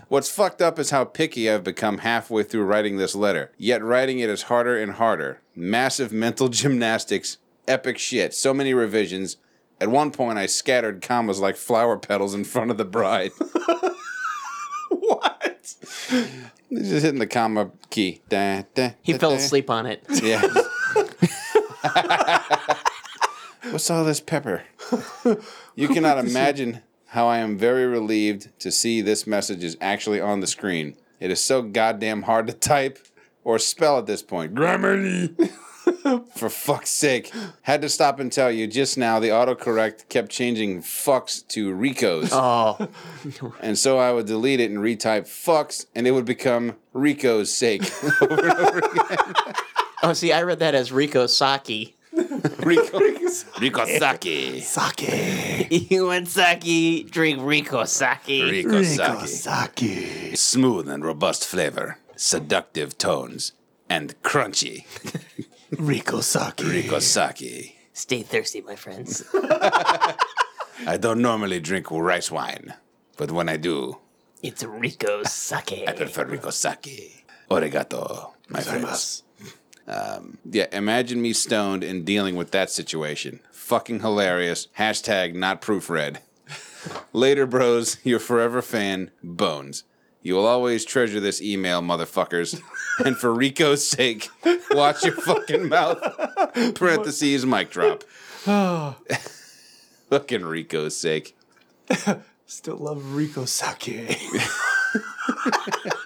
[SPEAKER 1] What's fucked up is how picky I've become halfway through writing this letter. Yet writing it is harder and harder. Massive mental (laughs) gymnastics, epic shit, so many revisions. At one point, I scattered commas like flower petals in front of the bride.
[SPEAKER 3] What?
[SPEAKER 1] He's just hitting the comma key. Da, da,
[SPEAKER 4] he
[SPEAKER 1] da,
[SPEAKER 4] fell
[SPEAKER 1] da.
[SPEAKER 4] asleep on
[SPEAKER 1] (laughs)
[SPEAKER 4] it
[SPEAKER 1] Yeah. What's all this pepper? You cannot imagine how I am very relieved to see this message is actually on the screen. It is so goddamn hard to type or spell at this point.
[SPEAKER 2] Grammarly.
[SPEAKER 1] (laughs) For fuck's sake. Had to stop and tell you just now the autocorrect kept changing fucks to Rico's.
[SPEAKER 4] oh
[SPEAKER 1] And so I would delete it and retype fucks, and it would become Rico's sake. over and over again.
[SPEAKER 4] Oh, see, I read that as Rico Saki.
[SPEAKER 1] Rico, Rico Saki.
[SPEAKER 4] (laughs) you and Saki drink Rico Saki.
[SPEAKER 1] Rico Saki. Smooth and robust flavor, seductive tones, and crunchy. Rico Saki. Rico Saki.
[SPEAKER 4] Stay thirsty, my friends.
[SPEAKER 1] I don't normally drink rice wine, but when I do,
[SPEAKER 4] It's Rico sake.
[SPEAKER 1] I prefer Rico sake. Origato, my friends. Um, yeah, imagine me stoned and dealing with that situation. Fucking hilarious. Hashtag not proofread. (laughs) Later, bros, your forever fan, Bones. You will always treasure this email, motherfuckers. (laughs) and for Rico's sake, watch your fucking mouth. Parentheses, mic drop. (laughs) fucking Rico's sake.
[SPEAKER 3] Still love Rico
[SPEAKER 1] (laughs)
[SPEAKER 3] Sake.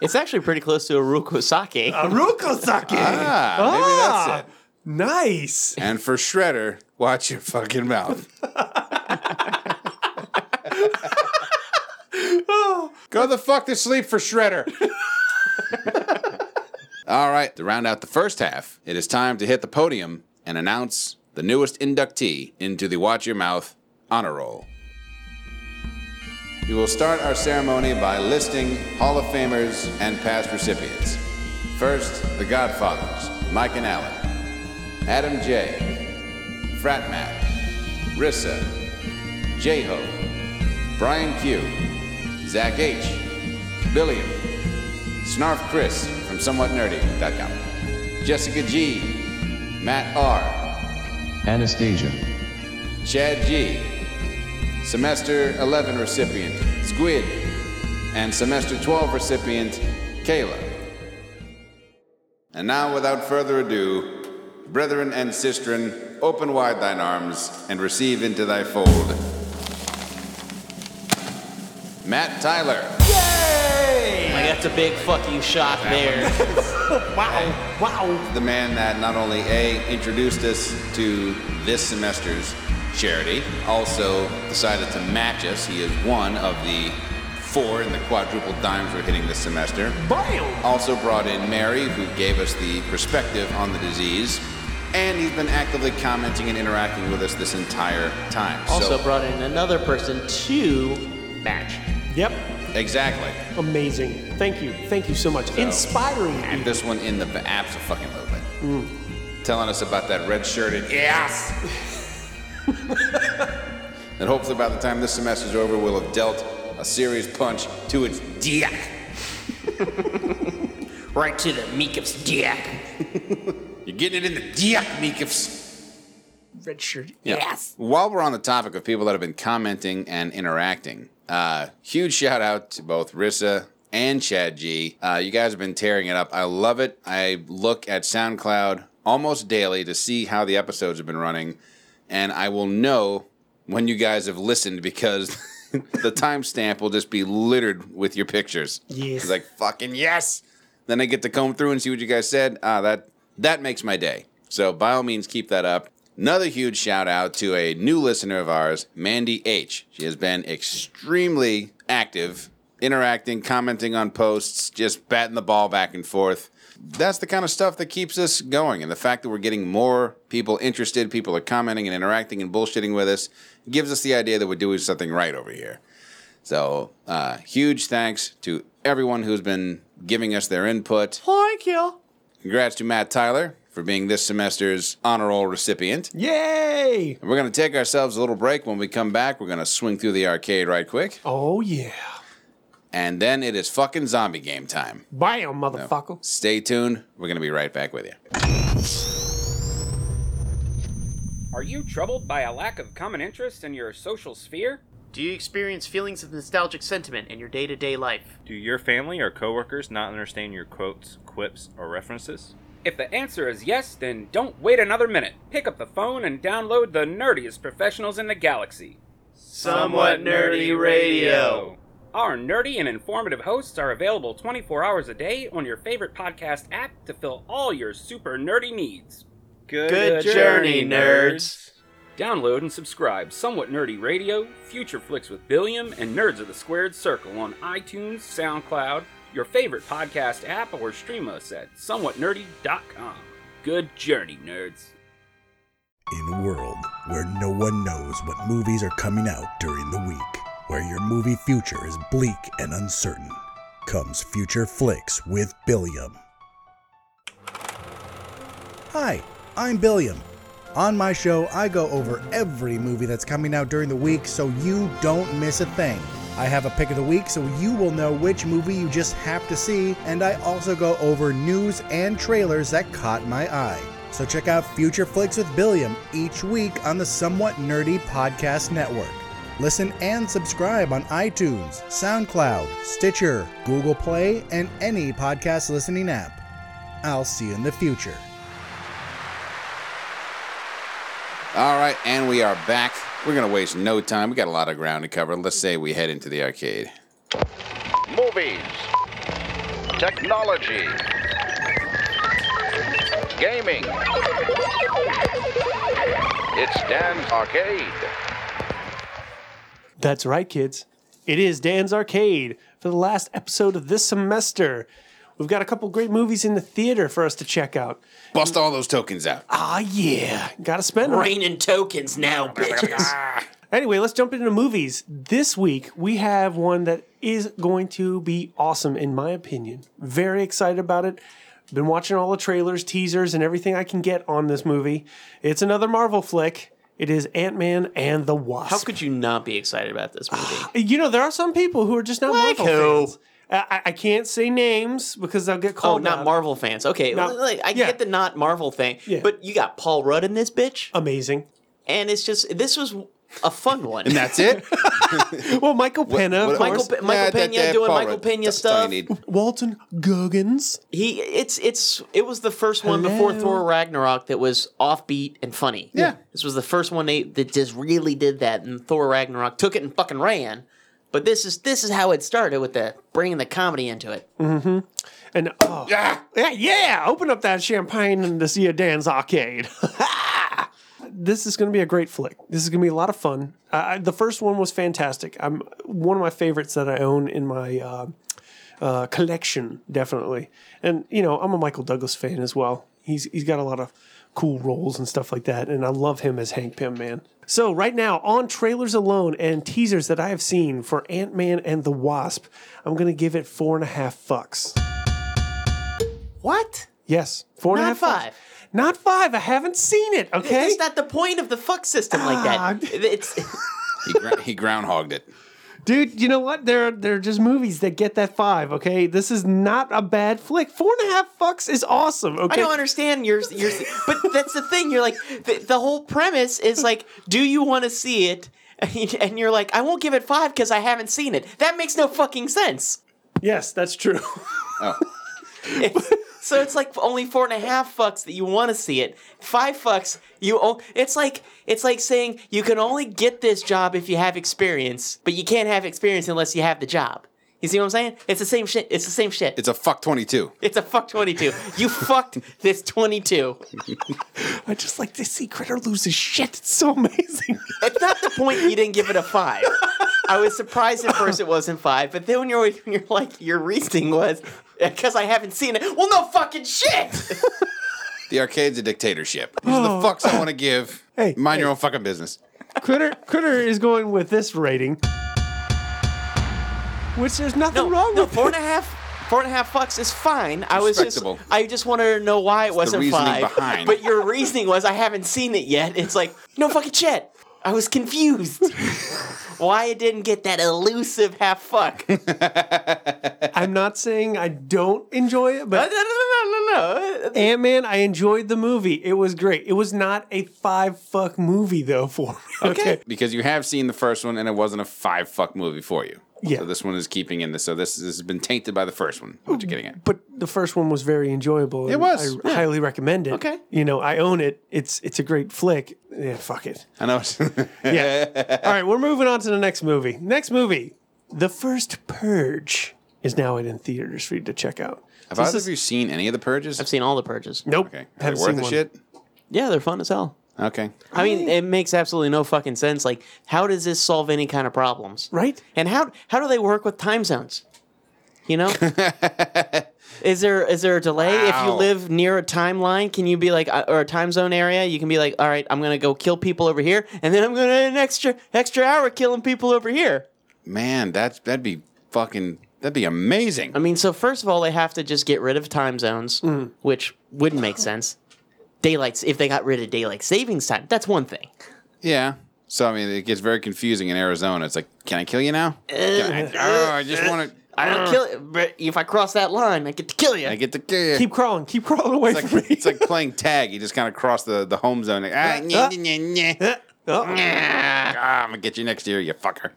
[SPEAKER 4] It's actually pretty close to a Ruko sake.
[SPEAKER 1] Oh,
[SPEAKER 3] Rico Sake.
[SPEAKER 1] Ah, maybe that's it.
[SPEAKER 3] Nice. (laughs)
[SPEAKER 1] And for Shredder, watch your fucking mouth. (laughs) Go the fuck to sleep for Shredder. (laughs) All right, to round out the first half, it is time to hit the podium and announce the newest inductee into the Watch Your Mouth honor roll. We will start our ceremony by listing Hall of Famers and past recipients. First, the Godfathers, Mike and Allen. Adam J, Frat Matt, Rissa, J Ho, Brian Q, Zach H, Billiam, Snarf Chris from SomewhatNerdy.com, Jessica G, Matt R,
[SPEAKER 5] Anastasia.
[SPEAKER 1] Chad G, Semester 11 recipient Squid, and Semester 12 recipient Kayla. And now, without further ado, brethren and sistren, open wide thine arms and receive into thy fold Matt Tyler.
[SPEAKER 4] Like, that's a big fucking shock there.
[SPEAKER 1] the man that not only a introduced us to this semester's charity, also decided to match us. He is one of the four in the quadruple dimes we're hitting this semester. Also brought in Mary, who gave us the perspective on the disease. And he's been actively commenting and interacting with us this entire time.
[SPEAKER 4] Also
[SPEAKER 1] so,
[SPEAKER 4] brought in another person to match.
[SPEAKER 3] Yep.
[SPEAKER 1] exactly.
[SPEAKER 3] Amazing. Thank you. Thank you so much. Inspiring.
[SPEAKER 1] And this one in the apps of fucking movement. Telling us about that red shirted yes. (laughs) and hopefully by the time this semester's over, we'll have dealt a serious punch to its dick.
[SPEAKER 4] (laughs) Right to the Meekips dick.
[SPEAKER 1] You're getting it in the dick, Meekips.
[SPEAKER 4] Red shirt.
[SPEAKER 1] Yes. While we're on the topic of people that have been commenting and interacting, uh, huge shout out to both Rissa and Chad G. Uh, you guys have been tearing it up. I love it. I look at SoundCloud almost daily to see how the episodes have been running, and I will know when you guys have listened because (laughs) the timestamp will just be littered with your pictures.
[SPEAKER 3] Yes.
[SPEAKER 1] It's like fucking yes. Then I get to comb through and see what you guys said. Ah, that that makes my day. So by all means, keep that up. Another huge shout out to a new listener of ours, Mandy H. She has been extremely active, interacting, commenting on posts, just batting the ball back and forth. That's the kind of stuff that keeps us going. And the fact that we're getting more people interested, people are commenting and interacting and bullshitting with us, gives us the idea that we're doing something right over here. So, uh, huge thanks to everyone who's been giving us their input.
[SPEAKER 4] Thank you.
[SPEAKER 1] Congrats to Matt Tyler for being this semester's honor roll recipient.
[SPEAKER 3] Yay.
[SPEAKER 1] We're going to take ourselves a little break. When we come back, we're going to swing through the arcade right quick.
[SPEAKER 3] Oh, yeah.
[SPEAKER 1] And then it is fucking zombie game time.
[SPEAKER 3] Bam, motherfucker.
[SPEAKER 1] Stay tuned. We're going to be right back with you.
[SPEAKER 11] Are you troubled by a lack of common interest in your social sphere?
[SPEAKER 4] Do you experience feelings of nostalgic sentiment in your day to day life?
[SPEAKER 12] Do your family or coworkers not understand your quotes, quips, or references?
[SPEAKER 11] If the answer is yes, then don't wait another minute. Pick up the phone and download the nerdiest professionals in the galaxy.
[SPEAKER 4] Somewhat Nerdy Radio.
[SPEAKER 11] Our nerdy and informative hosts are available 24 hours a day on your favorite podcast app to fill all your super nerdy needs.
[SPEAKER 12] Good,
[SPEAKER 11] Download and subscribe Somewhat Nerdy Radio, Future Flicks with Billiam, and Nerds of the Squared Circle on iTunes, SoundCloud, your favorite podcast app, or stream us at somewhatnerdy.com. Good journey, nerds.
[SPEAKER 8] In a world where no one knows what movies are coming out during the week, where your movie future is bleak and uncertain, comes Future Flicks with Billiam. Hi, I'm Billiam. On my show, I go over every movie that's coming out during the week so you don't miss a thing. I have a pick of the week so you will know which movie you just have to see, and I also go over news and trailers that caught my eye. So check out Future Flicks with Billiam each week on the Somewhat Nerdy Podcast Network. Listen and subscribe on iTunes, SoundCloud, Stitcher, Google Play, and any podcast listening app. I'll see you in the future.
[SPEAKER 1] All right, and we are back. We're going to waste no time. We got a lot of ground to cover. Let's say we head into the arcade.
[SPEAKER 13] Movies. Technology. Gaming. It's Dan's Arcade.
[SPEAKER 3] That's right, kids. It is Dan's Arcade for the last episode of this semester. We've got a couple great movies in the theater for us to check out.
[SPEAKER 1] Bust all those tokens out.
[SPEAKER 3] Ah, yeah. Gotta spend them.
[SPEAKER 4] Rain and tokens
[SPEAKER 1] (laughs)
[SPEAKER 4] now, bitches.
[SPEAKER 3] Anyway, let's jump into movies. This week, we have one that is going to be awesome, in my opinion. Very excited about it. Been watching all the trailers, teasers, and everything I can get on this movie. It's another Marvel flick. It is Ant Man and the Wasp.
[SPEAKER 4] How could you not be excited about this
[SPEAKER 1] (sighs)
[SPEAKER 4] movie? (sighs)
[SPEAKER 3] You know, there are some people who are just not
[SPEAKER 4] Like
[SPEAKER 3] Marvel
[SPEAKER 4] who?
[SPEAKER 3] fans. I, I- I can't say names because I'll get
[SPEAKER 4] Oh,
[SPEAKER 3] called.
[SPEAKER 4] not
[SPEAKER 3] out.
[SPEAKER 4] Marvel fans. Okay,
[SPEAKER 3] Not-
[SPEAKER 4] well, like, I get the not Marvel thing,
[SPEAKER 3] Yeah.
[SPEAKER 4] but you got Paul Rudd in this bitch.
[SPEAKER 3] Amazing.
[SPEAKER 4] And it's just this was
[SPEAKER 3] (laughs)
[SPEAKER 4] a fun one.
[SPEAKER 1] And that's it?
[SPEAKER 3] well, Michael Pena, of
[SPEAKER 4] Michael,
[SPEAKER 3] course.
[SPEAKER 4] Pe- Michael
[SPEAKER 3] Yeah, that-
[SPEAKER 4] Pena
[SPEAKER 3] that
[SPEAKER 4] doing
[SPEAKER 3] Paul
[SPEAKER 4] Michael
[SPEAKER 3] Rudd.
[SPEAKER 4] Pena
[SPEAKER 3] That's all you
[SPEAKER 4] stuff.
[SPEAKER 1] need.
[SPEAKER 3] Walton Goggins.
[SPEAKER 4] He it's it's it was the first one before
[SPEAKER 3] Hello.
[SPEAKER 4] Thor Ragnarok that was offbeat and funny.
[SPEAKER 3] Yeah.
[SPEAKER 4] This was the first one they that just really did that and Thor Ragnarok took it and fucking ran. But this is this is how it started with the bringing the comedy into it.
[SPEAKER 3] Mm-hmm. And oh, yeah, yeah, yeah, open up that champagne and to see a Dan's arcade. (laughs) this is going to be a great flick. This is going to be a lot of fun. Uh, I, the first one was fantastic. I'm one of my favorites that I own in my uh, uh, collection, definitely. And you know, I'm a Michael Douglas fan as well. He's he's got a lot of cool roles and stuff like that, and I love him as Hank Pym, man. So right now, on trailers alone and teasers that I have seen for Ant Man and the Wasp, I'm gonna give it four and a half fucks.
[SPEAKER 4] What?
[SPEAKER 3] Yes, four and a
[SPEAKER 4] Not
[SPEAKER 3] half
[SPEAKER 4] five.
[SPEAKER 3] fucks. Not five. I haven't seen it. Okay, Ah,
[SPEAKER 4] That's not the point of the fuck system like that. It's
[SPEAKER 1] He, gro- he groundhogged it.
[SPEAKER 3] Dude, you know what? There are, there are just movies that get that five, okay? This is not a bad flick. Four and a half fucks is awesome, okay?
[SPEAKER 4] I don't understand your your, but that's the thing. You're like the, the whole premise is like, do you want to see it? And you're like, I won't give it five because I haven't seen it. That makes no fucking sense. (laughs)
[SPEAKER 3] Yes, that's true. (laughs)
[SPEAKER 1] Oh.
[SPEAKER 4] so it's like only four and a half fucks that you want to see it. Five fucks, you. O- it's like it's like saying you can only get this job if you have experience, but you can't have experience unless you have the job. You see what I'm saying? It's the same shit. It's the same shit.
[SPEAKER 1] It's a fuck 22.
[SPEAKER 4] It's a fuck 22. You fucked this 22.
[SPEAKER 3] I just like this secret or loses shit. It's so amazing. (laughs)
[SPEAKER 4] It's not the point you didn't give it a five. I was surprised at first it wasn't five, but then when you're, when you're like, your reasoning was, because I haven't seen it. Well, no fucking shit!
[SPEAKER 1] The arcade's a dictatorship. These are the fucks I want to give.
[SPEAKER 3] Oh. (laughs) Hey,
[SPEAKER 1] Mind your own fucking business.
[SPEAKER 3] Critter Critter is going with this rating. Which there's nothing wrong
[SPEAKER 4] No,
[SPEAKER 3] with
[SPEAKER 4] four and
[SPEAKER 3] it.
[SPEAKER 4] a half, four and a half fucks is fine. I was just,
[SPEAKER 1] Respectable.
[SPEAKER 4] I just wanted to know why it wasn't
[SPEAKER 1] reasoning
[SPEAKER 4] five.
[SPEAKER 1] behind.
[SPEAKER 4] But your reasoning was, I haven't seen it yet. It's like, no fucking shit. I was confused. why it didn't get that elusive half fuck.
[SPEAKER 3] I'm not saying I don't enjoy it, but
[SPEAKER 4] no, no, no, no, no.
[SPEAKER 3] Ant Man, I enjoyed the movie. It was great. It was not a five fuck movie though (laughs) for me. Okay.
[SPEAKER 1] Because you have seen the first one and it wasn't a five fuck movie for you.
[SPEAKER 3] Yeah.
[SPEAKER 1] So this one is keeping in this. So this, this has been tainted by the first one. What you getting at?
[SPEAKER 3] But the first one was very enjoyable.
[SPEAKER 1] It
[SPEAKER 3] and
[SPEAKER 1] was,
[SPEAKER 3] I
[SPEAKER 1] yeah.
[SPEAKER 3] highly recommend it.
[SPEAKER 1] Okay.
[SPEAKER 3] You know, I own it. It's it's a great flick. Yeah, fuck it.
[SPEAKER 1] (laughs) I know.
[SPEAKER 3] yeah. All right, we're moving on to the next movie. Next movie, The First Purge, is now in theaters for you to check out.
[SPEAKER 1] Have
[SPEAKER 3] So
[SPEAKER 1] either
[SPEAKER 3] this
[SPEAKER 1] of you seen any of the purges? I've
[SPEAKER 4] seen all the purges.
[SPEAKER 3] Nope.
[SPEAKER 1] Okay. Are
[SPEAKER 4] Haven't
[SPEAKER 1] they worth
[SPEAKER 4] seen
[SPEAKER 1] the
[SPEAKER 4] one.
[SPEAKER 1] shit?
[SPEAKER 4] Yeah, they're fun as hell.
[SPEAKER 1] Okay.
[SPEAKER 4] I mean, it makes absolutely no fucking sense. Like, how does this solve any kind of problems?
[SPEAKER 3] Right?
[SPEAKER 4] And how how do they work with time zones? You know, is there is there a delay if you
[SPEAKER 6] Wow.
[SPEAKER 4] live near a timeline? Can you be like, uh, or a time zone area? You can be like, all right, I'm gonna go kill people over here, and then I'm gonna an extra extra hour killing people over here.
[SPEAKER 1] Man, that's that'd be fucking that'd be amazing.
[SPEAKER 4] I mean, so first of all, they have to just get rid of time zones, which wouldn't make sense. daylight if they got rid of daylight savings time. That's one thing.
[SPEAKER 1] Yeah. So I mean, it gets very confusing in Arizona. It's like, can I kill you now? Can I, oh, I just want to.
[SPEAKER 4] I don't kill it, but if I cross that line, I get to kill you.
[SPEAKER 1] I get to kill you.
[SPEAKER 4] Keep
[SPEAKER 3] crawling. Keep crawling away
[SPEAKER 1] it's like, It's like playing tag. You just kind of cross the, the home zone. Like, ah, nyeh, nyeh, nyeh. (laughs) Ah, I'm gonna get you next year, you fucker.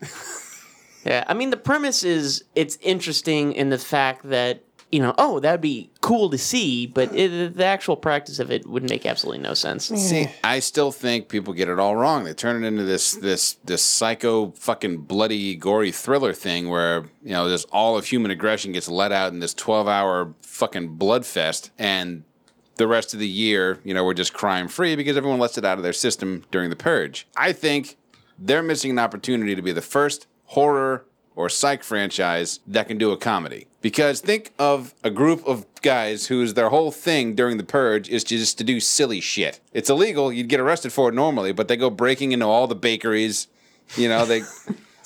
[SPEAKER 4] Yeah, I mean the premise is it's interesting in the fact that you know, oh, that'd be cool to see, but it, the actual practice of it would make absolutely no sense.
[SPEAKER 1] See, I still think people get it all wrong. They turn it into this this this psycho fucking bloody gory thriller thing where you know this all of human aggression gets let out in this twelve hour fucking blood fest, and the rest of the year, you know, we're just crime free because everyone lets it out of their system during the purge. I think they're missing an opportunity to be the first horror or psych franchise that can do a comedy. Because think of a group of guys whose their whole thing during the purge is just to do silly shit. It's illegal, you'd get arrested for it normally, but they go breaking into all the bakeries, you know, they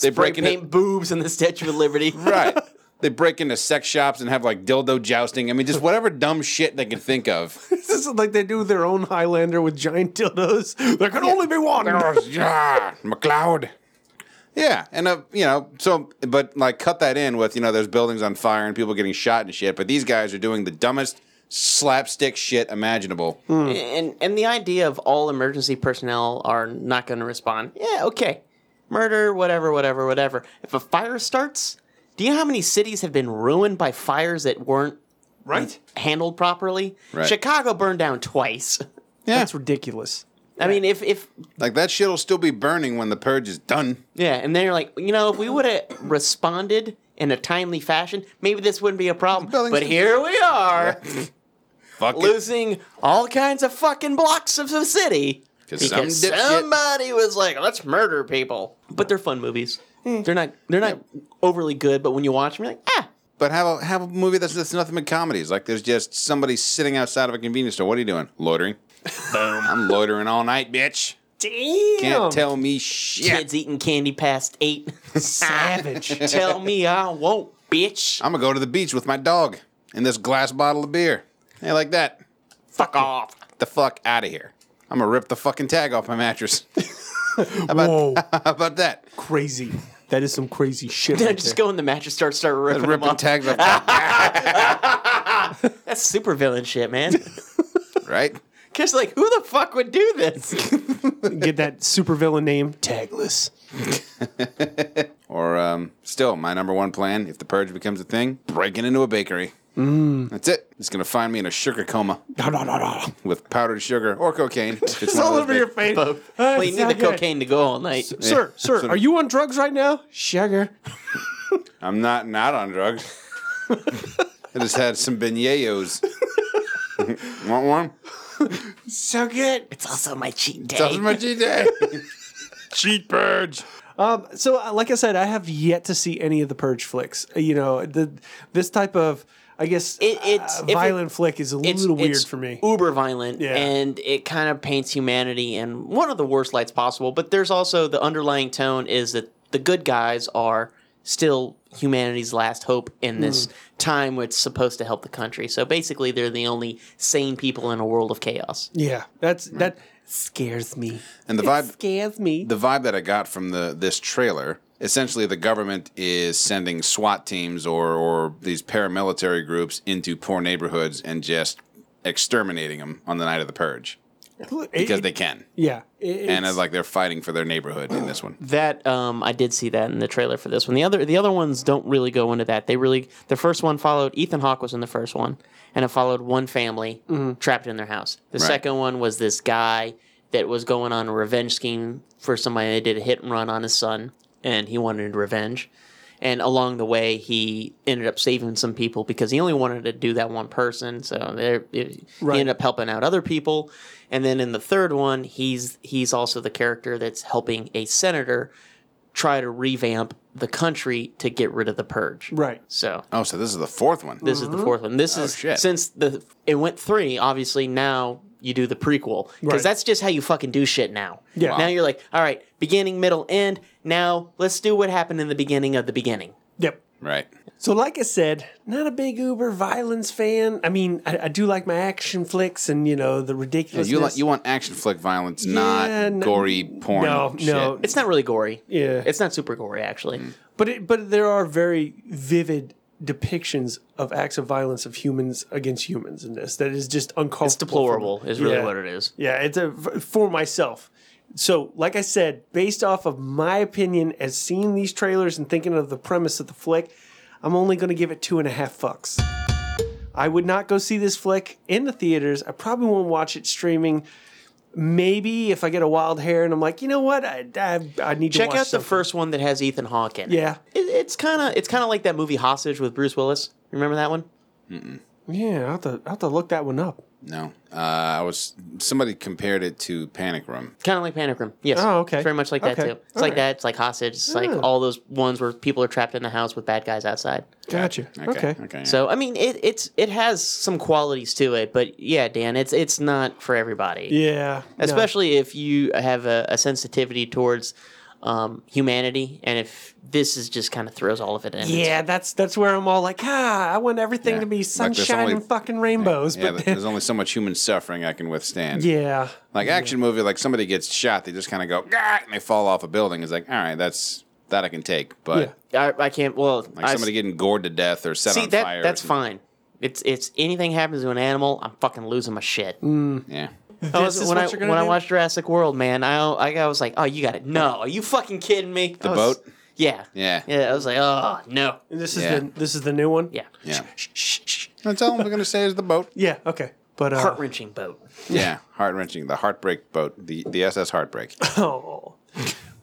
[SPEAKER 1] they break
[SPEAKER 4] paint
[SPEAKER 1] into
[SPEAKER 4] boobs in the Statue
[SPEAKER 3] (laughs)
[SPEAKER 4] of Liberty.
[SPEAKER 1] right. They break into sex shops and have like dildo jousting. I mean, just whatever dumb shit they can think of.
[SPEAKER 3] This is like they do their own Highlander with giant dildos. There can only be one.
[SPEAKER 1] yeah, McLeod. Yeah, and uh, you know, so but like cut that in with you know there's buildings on fire and people getting shot and shit, but these guys are doing the dumbest slapstick shit imaginable.
[SPEAKER 4] And and the idea of all emergency personnel are not going to respond. Yeah, okay. Murder, whatever, whatever, whatever. If a fire starts, do you know how many cities have been ruined by fires that weren't
[SPEAKER 3] right
[SPEAKER 4] handled properly?
[SPEAKER 1] Right.
[SPEAKER 4] Chicago burned down twice. (laughs)
[SPEAKER 3] Yeah. That's ridiculous.
[SPEAKER 4] I mean, if if
[SPEAKER 1] Like that shit'll still be burning when the purge is done.
[SPEAKER 4] yeah, and they're like, you know, if we would have responded in a timely fashion, maybe this wouldn't be a problem. But here we are,
[SPEAKER 1] Fuck it.
[SPEAKER 4] losing all kinds of fucking blocks of the city
[SPEAKER 1] 'Cause
[SPEAKER 4] because
[SPEAKER 1] some dipshit-
[SPEAKER 4] somebody was like, "Let's murder people." But they're fun movies.
[SPEAKER 1] Hmm.
[SPEAKER 4] They're not they're not overly good, but when you watch them, you're like, ah.
[SPEAKER 1] But have a have a movie that's that's nothing but comedies. Like there's just somebody sitting outside of a convenience store. What are you doing? Loitering. Boom. I'm loitering all night, bitch.
[SPEAKER 4] Damn.
[SPEAKER 1] Can't tell me shit.
[SPEAKER 4] Kids eating candy past eight.
[SPEAKER 3] Savage.
[SPEAKER 4] (laughs) Tell me I won't, bitch.
[SPEAKER 1] I'm gonna go to the beach with my dog and this glass bottle of beer. Hey, like that.
[SPEAKER 4] Fuck off.
[SPEAKER 1] The fuck out of here. I'm gonna rip the fucking tag off my mattress. (laughs) how about, Whoa.
[SPEAKER 3] (laughs)
[SPEAKER 1] How about that?
[SPEAKER 3] Crazy. That is some crazy shit.
[SPEAKER 4] Then I
[SPEAKER 3] right
[SPEAKER 4] just
[SPEAKER 3] there.
[SPEAKER 4] go in the mattress, start start ripping, them
[SPEAKER 1] ripping
[SPEAKER 4] off.
[SPEAKER 1] tags
[SPEAKER 3] (laughs)
[SPEAKER 1] off,
[SPEAKER 4] That's super villain shit, man. (laughs)
[SPEAKER 1] right?
[SPEAKER 4] Cause like, who the fuck would do
[SPEAKER 3] (laughs)
[SPEAKER 4] this?
[SPEAKER 3] Get that supervillain name tagless.
[SPEAKER 1] Or um, still, my number one plan if the purge becomes a thing, breaking into a bakery.
[SPEAKER 3] Mm.
[SPEAKER 1] That's it. It's gonna find me in a sugar coma
[SPEAKER 3] Da, da, da, da.
[SPEAKER 1] with powdered sugar
[SPEAKER 3] (laughs)
[SPEAKER 1] or cocaine. It's
[SPEAKER 3] It's
[SPEAKER 1] one of
[SPEAKER 3] all
[SPEAKER 1] those
[SPEAKER 3] over
[SPEAKER 1] big-
[SPEAKER 3] your face.
[SPEAKER 4] Both.
[SPEAKER 3] Ah,
[SPEAKER 4] Well, you
[SPEAKER 3] it's
[SPEAKER 4] need
[SPEAKER 3] not
[SPEAKER 4] the
[SPEAKER 3] good.
[SPEAKER 4] cocaine to go all night.
[SPEAKER 3] Sir, sir,
[SPEAKER 1] So-
[SPEAKER 3] are you on drugs right now? Sugar.
[SPEAKER 1] I'm not not on
[SPEAKER 3] (laughs)
[SPEAKER 1] drugs. I just had some beignets. (laughs) Want one?
[SPEAKER 4] So good. It's also my cheat day.
[SPEAKER 1] That was my
[SPEAKER 3] (laughs)
[SPEAKER 1] cheat day. cheat purge.
[SPEAKER 3] Um, so, uh, like I said, I have yet to see any of the purge flicks. Uh, You know, the this type of, I guess,
[SPEAKER 4] It- it's-
[SPEAKER 3] uh,
[SPEAKER 4] if it-
[SPEAKER 3] violent flick is a little weird
[SPEAKER 4] it's
[SPEAKER 3] for me.
[SPEAKER 4] Uber violent,
[SPEAKER 3] Yeah.
[SPEAKER 4] and it kind of paints humanity in one of the worst lights possible. But there's also the underlying tone is that the good guys are still humanity's last hope in this
[SPEAKER 3] Mm.
[SPEAKER 4] time where it's supposed to help the country. So basically, they're the only sane people in a world of chaos.
[SPEAKER 3] Yeah, that's that scares me.
[SPEAKER 1] And the vibe
[SPEAKER 3] scares me.
[SPEAKER 1] the vibe that I got from the this trailer, essentially the government is sending SWAT teams or or these paramilitary groups into poor neighborhoods and just exterminating them on the night of the purge because they can.
[SPEAKER 3] yeah,
[SPEAKER 1] and it's like they're fighting for their neighborhood in this one.
[SPEAKER 4] That um, I did see that in the trailer for this one. The other the other ones don't really go into that. They really the first one followed Ethan Hawke was in the first one, and it followed one family trapped in their house. The
[SPEAKER 1] Right.
[SPEAKER 4] second one was this guy that was going on a revenge scheme for somebody that did a hit and run on his son, and he wanted revenge. And along the way, he ended up saving some people because he only wanted to do that one person. So there, it,
[SPEAKER 3] Right.
[SPEAKER 4] he ended up helping out other people. And then in the third one, he's he's also the character that's helping a senator try to revamp the country to get rid of the purge.
[SPEAKER 3] right.
[SPEAKER 4] So
[SPEAKER 1] Oh, so this is the fourth one.
[SPEAKER 4] this is the fourth one. This
[SPEAKER 1] Oh,
[SPEAKER 4] is
[SPEAKER 1] shit.
[SPEAKER 4] since the it went three. Obviously now you do the prequel because
[SPEAKER 3] Right.
[SPEAKER 4] that's just how you fucking do shit now.
[SPEAKER 3] Yeah. Wow.
[SPEAKER 4] Now you're like, all right, beginning, middle, end. Now let's do what happened in the beginning of the beginning.
[SPEAKER 3] Yep.
[SPEAKER 1] right.
[SPEAKER 3] So, like I said, not a big uber violence fan. I mean, I, I do like my action flicks and you know the
[SPEAKER 1] Yeah,
[SPEAKER 3] ridiculousness.
[SPEAKER 1] you like you want action flick violence,
[SPEAKER 3] Yeah,
[SPEAKER 1] not
[SPEAKER 3] no-
[SPEAKER 1] gory porn.
[SPEAKER 3] No, no,
[SPEAKER 1] shit.
[SPEAKER 4] it's not really gory.
[SPEAKER 3] Yeah,
[SPEAKER 4] it's not super gory actually.
[SPEAKER 3] But it, but there are very vivid depictions of acts of violence of humans against humans in this that is just uncomfortable. It's
[SPEAKER 4] deplorable is really what it is.
[SPEAKER 3] Yeah, it's a, for myself. So, like I said, based off of my opinion as seeing these trailers and thinking of the premise of the flick, I'm only going to give it two and a half fucks. I would not go see this flick in the theaters. I probably won't watch it streaming. Maybe if I get a wild hair and I'm like, you know what, I, I, I need to
[SPEAKER 4] Check
[SPEAKER 3] watch
[SPEAKER 4] out the
[SPEAKER 3] something.
[SPEAKER 4] first one that has Ethan Hawke in it.
[SPEAKER 3] Yeah.
[SPEAKER 4] It, it's kind of it's kind of like that movie Hostage with Bruce Willis. Remember that one?
[SPEAKER 1] Mm-mm.
[SPEAKER 3] Yeah, I'll have, to, I'll have to look that one up.
[SPEAKER 1] No, uh, I was somebody compared it to Panic Room.
[SPEAKER 4] Kind of like Panic Room. Yes.
[SPEAKER 1] Oh, okay.
[SPEAKER 4] It's very much like that
[SPEAKER 1] Okay.
[SPEAKER 4] too. It's
[SPEAKER 1] All
[SPEAKER 4] like
[SPEAKER 1] right.
[SPEAKER 4] that. It's like Hostage. It's like
[SPEAKER 1] Oh.
[SPEAKER 4] all those ones where people are trapped in the house with bad guys outside.
[SPEAKER 3] Gotcha. Okay. Okay. Okay, yeah.
[SPEAKER 4] So I mean, it, it's it has some qualities to it, but yeah, Dan, it's it's not for everybody.
[SPEAKER 3] Yeah, no.
[SPEAKER 4] Especially if you have a, a sensitivity towards um, humanity, and if this is just kind of throws all of it in.
[SPEAKER 3] Yeah, that's that's where I'm all like, ah, I want everything
[SPEAKER 1] Yeah.
[SPEAKER 3] to be
[SPEAKER 1] Like, there's
[SPEAKER 3] sunshine
[SPEAKER 1] only-
[SPEAKER 3] and fucking rainbows.
[SPEAKER 1] Yeah,
[SPEAKER 3] (laughs) but
[SPEAKER 1] but there's only so much human suffering I can withstand.
[SPEAKER 3] yeah,
[SPEAKER 1] Like action movie, like somebody gets shot, they just kind of go "Gah," and they fall off a building. It's like, all right, that's that I can take. But
[SPEAKER 4] I, I can't. Well,
[SPEAKER 1] like
[SPEAKER 4] I-
[SPEAKER 1] somebody getting gored to death or set
[SPEAKER 4] see
[SPEAKER 1] on
[SPEAKER 4] that
[SPEAKER 1] fire. or
[SPEAKER 4] that's
[SPEAKER 1] something.
[SPEAKER 4] fine. It's it's anything happens to an animal, I'm fucking losing my shit.
[SPEAKER 1] Yeah.
[SPEAKER 4] (laughs) I
[SPEAKER 3] Mm. This
[SPEAKER 4] was-
[SPEAKER 3] is what
[SPEAKER 4] when I
[SPEAKER 3] you're gonna
[SPEAKER 4] when I
[SPEAKER 3] do?
[SPEAKER 4] watched Jurassic World, man, I I, I was like, oh, you got it. No, are you fucking kidding me?
[SPEAKER 1] The
[SPEAKER 4] I was-
[SPEAKER 1] boat?
[SPEAKER 4] Yeah.
[SPEAKER 1] Yeah.
[SPEAKER 4] Yeah, I was like, oh no.
[SPEAKER 3] And this is
[SPEAKER 1] Yeah.
[SPEAKER 3] the this is the new one.
[SPEAKER 4] Yeah.
[SPEAKER 1] Yeah. That's all I'm gonna say is
[SPEAKER 4] (laughs)
[SPEAKER 1] the boat.
[SPEAKER 3] Yeah. Okay. But uh,
[SPEAKER 4] heart wrenching boat.
[SPEAKER 1] Yeah, heart wrenching. The heartbreak boat. The the
[SPEAKER 4] (laughs)
[SPEAKER 1] SS heartbreak.
[SPEAKER 3] Oh.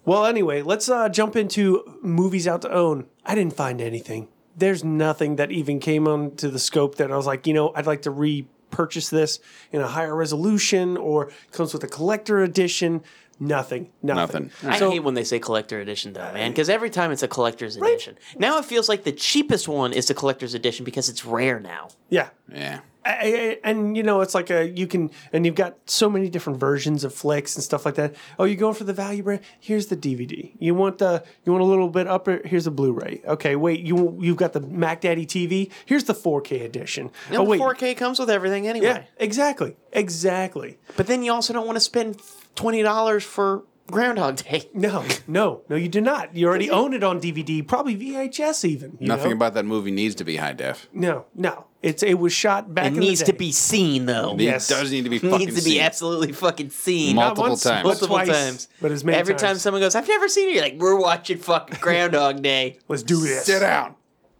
[SPEAKER 3] Well, anyway, let's uh, jump into movies out to own. I didn't find anything. There's nothing that even came onto the scope that I was like, you know, I'd like to repurchase this in a higher resolution or comes with a collector edition. Nothing. Nothing.
[SPEAKER 4] I hate when they say collector edition though, man, because every time it's a collector's edition. Now it feels like the cheapest one is the collector's edition because it's rare now.
[SPEAKER 3] Yeah.
[SPEAKER 1] Yeah.
[SPEAKER 3] I- I- I- and you know it's like a you can and you've got so many different versions of flicks and stuff like that oh you're going for the value brand here's the dvd you want the you want a little bit upper here's a blu-ray okay wait you you've got the mac daddy tv here's the 4k edition oh
[SPEAKER 4] You know,
[SPEAKER 3] wait
[SPEAKER 4] 4K comes with everything anyway.
[SPEAKER 3] yeah exactly exactly
[SPEAKER 4] But then you also don't want to spend twenty dollars for Groundhog Day.
[SPEAKER 3] no no no you do not you already own it on dvd probably vhs even you
[SPEAKER 1] Nothing
[SPEAKER 3] know?
[SPEAKER 1] about that movie needs to be high def.
[SPEAKER 3] no no it's it was shot back
[SPEAKER 4] (laughs) It
[SPEAKER 3] in
[SPEAKER 4] needs
[SPEAKER 3] the
[SPEAKER 4] to
[SPEAKER 3] day.
[SPEAKER 4] be seen though.
[SPEAKER 1] It Yes. does need to be fucking
[SPEAKER 4] (laughs) needs to be
[SPEAKER 1] seen.
[SPEAKER 4] absolutely fucking seen
[SPEAKER 1] Not Multiple once, times. but
[SPEAKER 4] multiple
[SPEAKER 1] twice,
[SPEAKER 4] times.
[SPEAKER 3] but as many
[SPEAKER 4] every time
[SPEAKER 3] times.
[SPEAKER 4] someone goes, "I've never seen it," you're like, "We're watching fucking Groundhog Day."
[SPEAKER 3] Let's do this.
[SPEAKER 4] Sit down.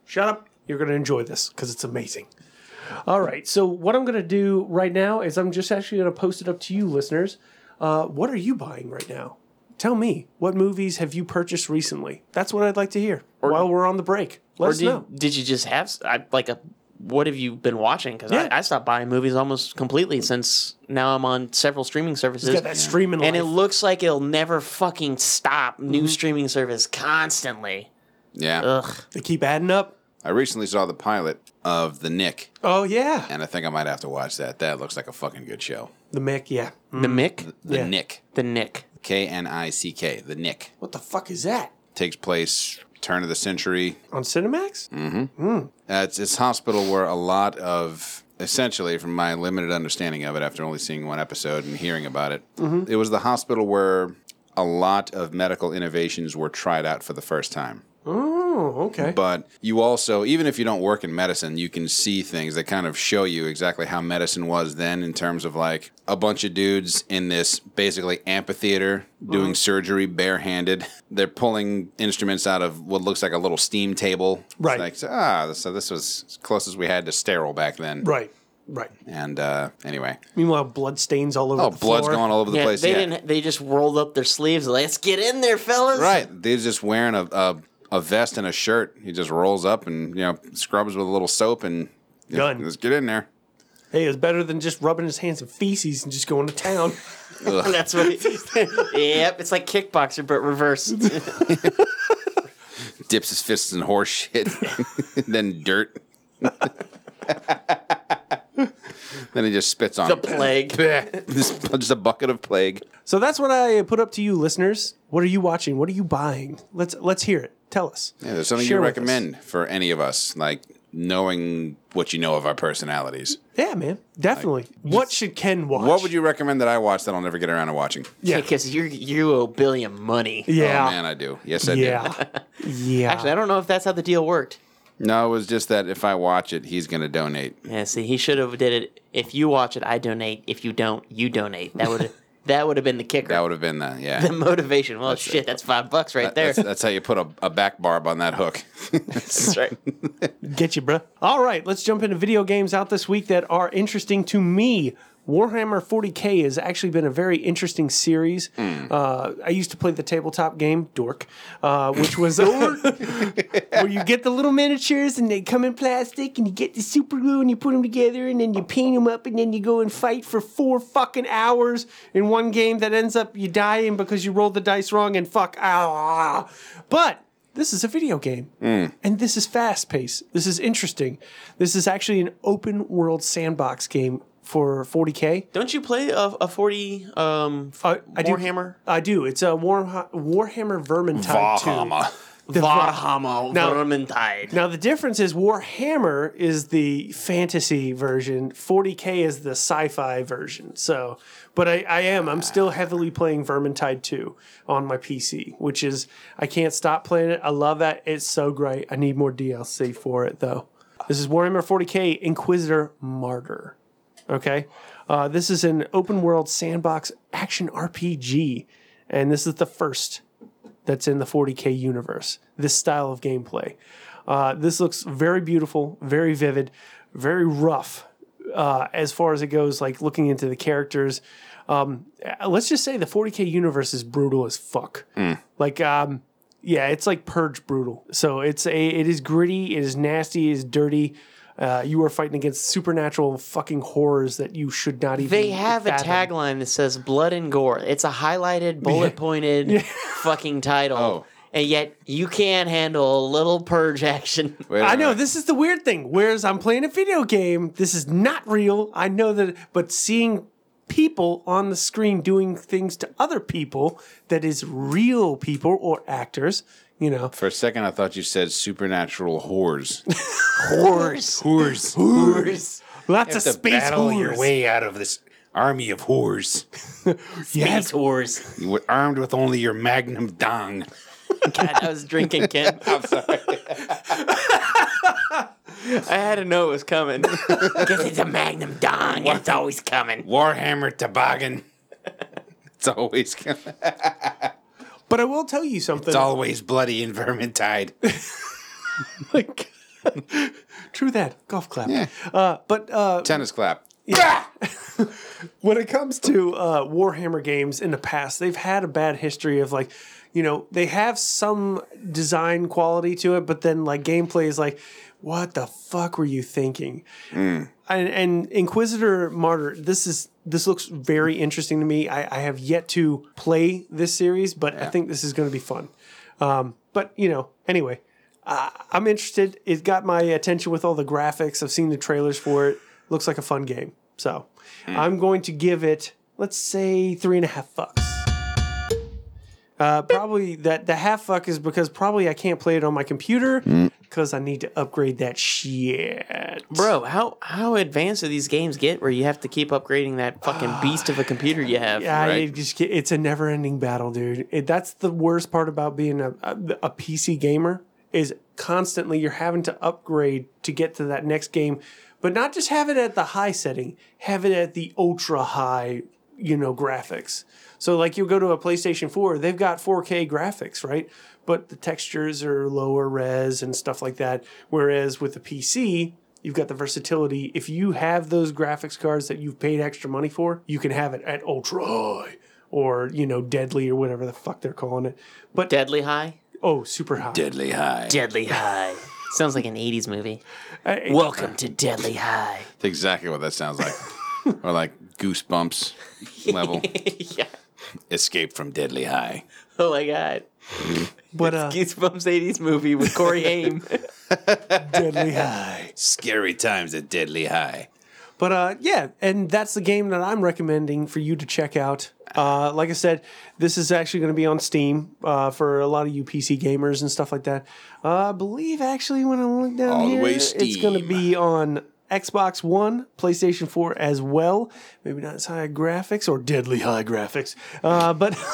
[SPEAKER 3] Shut up. You're going to enjoy this because it's amazing. All right. So, what I'm going to do right now is I'm just actually going to post it up to you, listeners. Uh, what are you buying right now? Tell me, what movies have you purchased recently? That's what I'd like to hear while we're on the break. Let
[SPEAKER 4] or
[SPEAKER 3] us
[SPEAKER 4] did,
[SPEAKER 3] know.
[SPEAKER 4] did you just have s- I, like a? What have you been watching? Because
[SPEAKER 3] Yeah.
[SPEAKER 4] I, I stopped buying movies almost completely since now I'm on several streaming services.
[SPEAKER 3] got that streaming
[SPEAKER 4] and it
[SPEAKER 3] life. Mm-hmm.
[SPEAKER 4] looks like it'll never fucking stop. New streaming service constantly.
[SPEAKER 1] Yeah.
[SPEAKER 4] Ugh.
[SPEAKER 3] They keep adding up.
[SPEAKER 1] I recently saw the pilot of The Nick,
[SPEAKER 3] Oh, yeah.
[SPEAKER 1] and I think I might have to watch that. That looks like a fucking good show.
[SPEAKER 3] The Mick, yeah. Mm.
[SPEAKER 4] The Mick?
[SPEAKER 1] The
[SPEAKER 3] Yeah.
[SPEAKER 1] Nick.
[SPEAKER 4] The Nick.
[SPEAKER 1] K N I C K. The Nick
[SPEAKER 3] What the fuck is that?
[SPEAKER 1] takes place turn of the century.
[SPEAKER 3] On Cinemax?
[SPEAKER 1] Mm-hmm.
[SPEAKER 3] Mm.
[SPEAKER 1] Uh, it's this hospital where a lot of essentially, from my limited understanding of it, after only seeing one episode and hearing about it,
[SPEAKER 13] Mhm.
[SPEAKER 1] it was the hospital where a lot of medical innovations were tried out for the first time.
[SPEAKER 3] Oh, okay.
[SPEAKER 1] But you also, even if you don't work in medicine, you can see things that kind of show you exactly how medicine was then in terms of like a bunch of dudes in this basically amphitheater
[SPEAKER 3] Uh-huh.
[SPEAKER 1] doing surgery barehanded. They're pulling instruments out of what looks like a little steam table. It's
[SPEAKER 3] Right.
[SPEAKER 1] like, ah, so this was as close as we had to sterile back then.
[SPEAKER 3] Right. Right.
[SPEAKER 1] And uh, anyway,
[SPEAKER 3] Meanwhile, blood stains all over
[SPEAKER 1] Oh,
[SPEAKER 3] the floor.
[SPEAKER 1] blood's going all over the
[SPEAKER 4] Yeah,
[SPEAKER 1] place.
[SPEAKER 4] They
[SPEAKER 1] yeah.
[SPEAKER 4] didn't. They just rolled up their sleeves. Let's get in there, fellas.
[SPEAKER 1] Right. They're just wearing a, a, a vest and a shirt. He just rolls up and, you know, scrubs with a little soap and you know,
[SPEAKER 3] Done.
[SPEAKER 1] Let's get in there.
[SPEAKER 3] Hey, it's better than just rubbing his hands in feces and just going to town. (laughs)
[SPEAKER 4] (laughs)
[SPEAKER 1] Ugh.
[SPEAKER 4] That's what. (laughs) yep. It's like kickboxer, but
[SPEAKER 3] (laughs)
[SPEAKER 4] reverse.
[SPEAKER 1] Dips his fists in horse shit, (laughs) then dirt. (laughs) then he just spits on
[SPEAKER 4] The
[SPEAKER 1] it.
[SPEAKER 4] plague.
[SPEAKER 1] (laughs) just, just a bucket of plague.
[SPEAKER 3] So that's what I put up to you, listeners. What are you watching? What are you buying? Let's let's hear it. Tell us.
[SPEAKER 1] Yeah, there's something
[SPEAKER 3] Share
[SPEAKER 1] you
[SPEAKER 3] with us.
[SPEAKER 1] recommend for any of us, like knowing what you know of our personalities.
[SPEAKER 3] Yeah, man. Definitely. what should Ken watch?
[SPEAKER 1] What would you recommend that I watch that I'll never get around to watching?
[SPEAKER 4] Yeah, because you you owe Billiam money.
[SPEAKER 1] Oh, man, I do. Yes, I do. (laughs)
[SPEAKER 3] yeah.
[SPEAKER 4] Actually, I don't know if that's how the deal worked.
[SPEAKER 1] No, it was just that if I watch it, he's going to donate.
[SPEAKER 4] Yeah, see, he should have did it. If you watch it, I donate. If you don't, you donate. That would (laughs) that would have been the kicker.
[SPEAKER 1] That would have been the, yeah.
[SPEAKER 4] the motivation. Well, shit, that's five bucks right (laughs) there.
[SPEAKER 1] That's, that's how you put a, a back barb on that hook. (laughs)
[SPEAKER 4] that's right.
[SPEAKER 3] Get you, bruh. All right, let's jump into video games out this week that are interesting to me. Warhammer 40K has actually been a very interesting series.
[SPEAKER 1] Hmm.
[SPEAKER 3] Uh, I used to play the tabletop game, Dork, uh, which
[SPEAKER 1] (laughs)
[SPEAKER 3] was (laughs) where you get the little miniatures and they come in plastic and you get the super glue and you put them together and then you paint them up and then you go and fight for four fucking hours in one game that ends up you dying because you rolled the dice wrong and fuck. Ah. But this is a video game. And this is fast paced. This is interesting. This is actually an open world sandbox game for 40K.
[SPEAKER 4] Don't you play a, a forty um
[SPEAKER 3] Uh, I do-
[SPEAKER 4] Warhammer?
[SPEAKER 3] I do. It's a War, Warhammer Vermintide 2. The Va-
[SPEAKER 4] Warhammer
[SPEAKER 3] Now-
[SPEAKER 4] Vermintide.
[SPEAKER 3] Now the difference is Warhammer is the fantasy version, 40K is the sci-fi version. So, but I, I am I'm still heavily playing Vermintide 2 on my PC, which is I can't stop playing it. I love that. It's so great. I need more DLC for it though. This is Warhammer 40K Inquisitor Martyr. Okay. Uh, this is an open world sandbox action RPG, and this is the first that's in the 40K universe, this style of gameplay. Uh, this looks very beautiful, very vivid, very rough uh, as far as it goes, like looking into the characters. Um, uh, let's just say the 40K universe is brutal as fuck. Like, um, yeah, it's like purge brutal. So it's a, it is gritty, it is nasty, it is dirty. Uh, you are fighting against supernatural fucking horrors that you should not even.
[SPEAKER 4] They have a
[SPEAKER 3] fathom.
[SPEAKER 4] tagline that says "Blood and Gore." It's
[SPEAKER 3] (laughs)
[SPEAKER 4] a highlighted, bullet pointed, fucking title,
[SPEAKER 1] Oh.
[SPEAKER 4] and yet you can't handle a little purge action. (laughs)
[SPEAKER 3] I know this is the weird thing. Whereas I'm playing a video game, this is not real. I know that, but seeing people on the screen doing things to other people that is real people or actors, you know.
[SPEAKER 1] For a second, I thought you said supernatural whores.
[SPEAKER 4] whores.
[SPEAKER 1] Whores.
[SPEAKER 3] Whores. Lots
[SPEAKER 1] You
[SPEAKER 3] of
[SPEAKER 1] have to
[SPEAKER 3] space
[SPEAKER 1] battle
[SPEAKER 3] whores.
[SPEAKER 1] your way out of this army of
[SPEAKER 3] (laughs)
[SPEAKER 1] whores. space
[SPEAKER 4] whores.
[SPEAKER 1] You were armed with only your magnum dong.
[SPEAKER 4] God, I was drinking, Ken. I'm
[SPEAKER 1] sorry.
[SPEAKER 4] I had to know it
[SPEAKER 3] (laughs)
[SPEAKER 4] was coming. Because it's a Magnum Dong. It's always coming.
[SPEAKER 1] Warhammer toboggan. It's always coming.
[SPEAKER 3] But I will tell you something.
[SPEAKER 1] It's
[SPEAKER 3] (laughs)
[SPEAKER 1] always bloody in Vermintide. (laughs)
[SPEAKER 3] (laughs) True that. Golf clap. Uh, but uh,
[SPEAKER 1] Tennis clap.
[SPEAKER 3] when it comes to uh, Warhammer games in the past, they've had a bad history of like, you know, they have some design quality to it, but then like gameplay is like, what the fuck were you thinking? and, and Inquisitor Martyr, this is this looks very interesting to me. I, I have yet to play this series, but I think this is going to be fun. Um, but you know, anyway, uh, I'm interested. It got my attention with all the graphics. I've seen the trailers for it. Looks like a fun game. So I'm going to give it, let's say, three and a half fucks. Uh, probably that the half fuck is because probably I can't play it on my computer because I need to upgrade that shit.
[SPEAKER 4] Bro, how how advanced do these games get where you have to keep upgrading
[SPEAKER 3] (sighs)
[SPEAKER 4] that fucking beast of a computer you have?
[SPEAKER 3] Yeah, it just get, it's a never-ending battle, dude. It, that's the worst part about being a, a, a PC gamer is constantly you're having to upgrade to get to that next game, but not just have it at the high setting, have it at the ultra high, you know, graphics. So like you'll go to a PlayStation 4, they've got 4K graphics, right? But the textures are lower res and stuff like that. Whereas with the PC, You've got the versatility. If you have those graphics cards that you've paid extra money for, you can have it at ultra high or, you know, deadly or whatever the fuck they're calling it. But
[SPEAKER 4] Deadly High?
[SPEAKER 3] Oh, super high.
[SPEAKER 1] Deadly High.
[SPEAKER 4] Deadly High. Sounds like an 80s movie. Welcome to Deadly High.
[SPEAKER 1] That's exactly what that sounds like. or like goosebumps level.
[SPEAKER 4] (laughs) yeah.
[SPEAKER 1] Escape from Deadly High.
[SPEAKER 4] Oh my god.
[SPEAKER 3] But
[SPEAKER 4] (laughs) uh, Goosebumps 80s movie
[SPEAKER 3] (laughs)
[SPEAKER 4] with Corey Haim.
[SPEAKER 3] Deadly High.
[SPEAKER 1] Scary times at Deadly High.
[SPEAKER 3] But uh, yeah, and that's the game that I'm recommending for you to check out. Uh, like I said, this is actually going to be on Steam uh, for a lot of you PC gamers and stuff like that. Uh, I believe actually when I look down
[SPEAKER 1] All the
[SPEAKER 3] here,
[SPEAKER 1] way
[SPEAKER 3] it's going to be on Xbox One, PlayStation 4 as well. Maybe not as high graphics or deadly high graphics, uh, but. (laughs)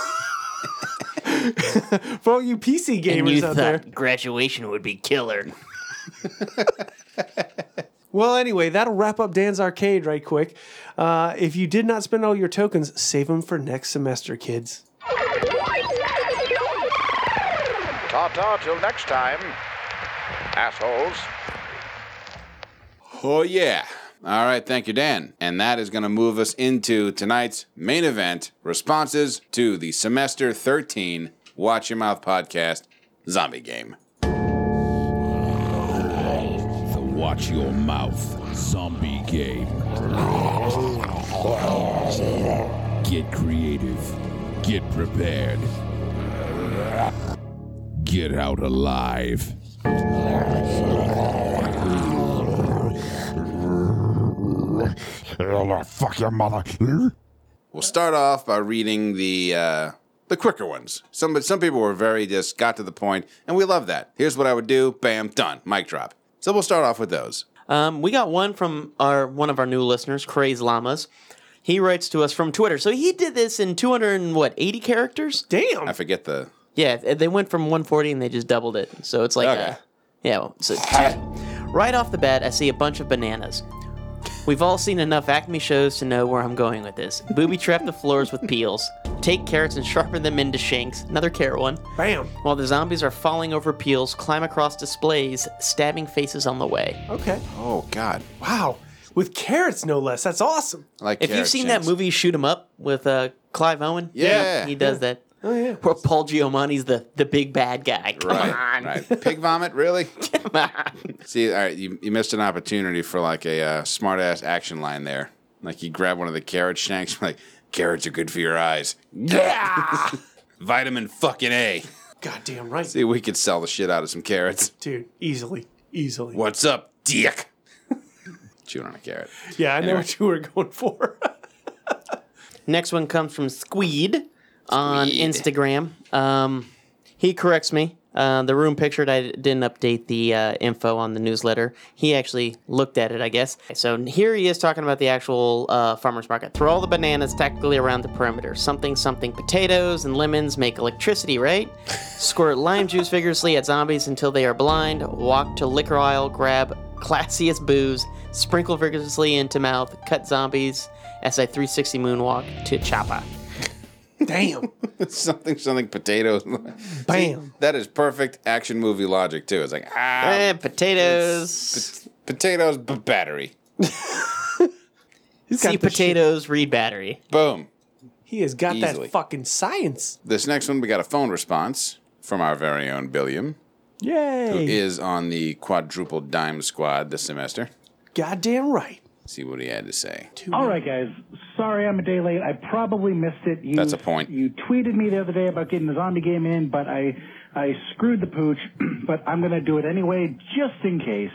[SPEAKER 3] For all you PC gamers
[SPEAKER 4] and you
[SPEAKER 3] out
[SPEAKER 4] thought
[SPEAKER 3] there,
[SPEAKER 4] graduation would be killer.
[SPEAKER 3] Well, anyway, that'll wrap up Dan's arcade right quick. Uh, if you did not spend all your tokens, save them for next semester, kids.
[SPEAKER 13] Ta ta till next time, assholes.
[SPEAKER 1] Oh, yeah. All right, thank you, Dan. And that is going to move us into tonight's main event responses to the semester 13 Watch Your Mouth podcast zombie game.
[SPEAKER 14] The Watch Your Mouth Zombie Game. Get creative. Get prepared. Get out alive.
[SPEAKER 1] Fuck your mother. We'll start off by reading the uh, the quicker ones. Some but some people were very just got to the point, and we love that. Here's what I would do. Bam, done. Mic drop. So we'll start off with those.
[SPEAKER 4] Um, we got one from our one of our new listeners, Craze Llamas. He writes to us from Twitter. So he did this in 200 and what, 80 characters?
[SPEAKER 3] Damn.
[SPEAKER 1] I forget the
[SPEAKER 4] Yeah, th- they went from 140 and they just doubled it. So it's like,
[SPEAKER 1] Okay.
[SPEAKER 4] uh, yeah. well, So right off the bat, I see a bunch of bananas. We've all seen enough Acme shows to know where I'm going with this. Booby trap the floors with peels. Take carrots and sharpen them into shanks. Another carrot one.
[SPEAKER 3] Bam.
[SPEAKER 4] While the zombies are falling over peels, climb across displays, stabbing faces on the way.
[SPEAKER 3] Okay.
[SPEAKER 1] Oh God.
[SPEAKER 3] Wow. With carrots, no less. That's awesome.
[SPEAKER 1] Like
[SPEAKER 4] if you've seen that movie Shoot 'Em Up with uh, Clive Owen,
[SPEAKER 1] Yeah.
[SPEAKER 4] he, he does that.
[SPEAKER 3] Oh yeah,
[SPEAKER 4] where Paul Giamatti's the the big bad guy. Come on,
[SPEAKER 1] right. Pig
[SPEAKER 4] (laughs)
[SPEAKER 1] vomit, really? Come
[SPEAKER 4] on.
[SPEAKER 1] See, all right, you, you missed an opportunity for like a uh, smart ass action line there. Like you grab one of the carrot shanks, (laughs) like carrots are good for your eyes. Yeah. (laughs) Vitamin fucking A.
[SPEAKER 3] Goddamn right.
[SPEAKER 1] See, we could sell the shit out of some carrots.
[SPEAKER 3] Dude, easily. Easily.
[SPEAKER 1] What's up, dick? Chewing on a carrot.
[SPEAKER 3] Yeah, I know
[SPEAKER 1] Anyway.
[SPEAKER 3] what you were going for. (laughs)
[SPEAKER 4] Next one comes from Squeed on Instagram. Um, he corrects me. Uh, the room pictured, I didn't update the uh, info on the newsletter. He actually looked at it, I guess. So here he is talking about the actual uh, farmer's market. Throw all the bananas tactically around the perimeter. Something, something, potatoes and lemons make electricity, right? Squirt lime juice vigorously at zombies until they are blind. Walk to liquor aisle, grab classiest booze, sprinkle vigorously into mouth, cut zombies as I 360 moonwalk to Chapa.
[SPEAKER 3] (laughs) Damn.
[SPEAKER 1] (laughs) something, something, potatoes. (laughs) Bam. that is perfect action movie logic, too. It's like, ah.
[SPEAKER 4] Eh, potatoes.
[SPEAKER 1] pot- potatoes, b- battery.
[SPEAKER 4] See potatoes, read battery.
[SPEAKER 1] Boom.
[SPEAKER 3] He has got
[SPEAKER 1] Easily.
[SPEAKER 3] that fucking science.
[SPEAKER 1] This next one, we got a phone response from our very own Billiam, who
[SPEAKER 3] Yay.
[SPEAKER 1] is on the quadruple dime squad this semester.
[SPEAKER 3] Goddamn right.
[SPEAKER 1] See what he had to say.
[SPEAKER 10] All right, guys. Sorry I'm a day late. I probably missed it. You,
[SPEAKER 1] That's a point.
[SPEAKER 10] You tweeted me the other day about getting the zombie game in, but I, I screwed the pooch, (clears throat) but I'm going to do it anyway just in case.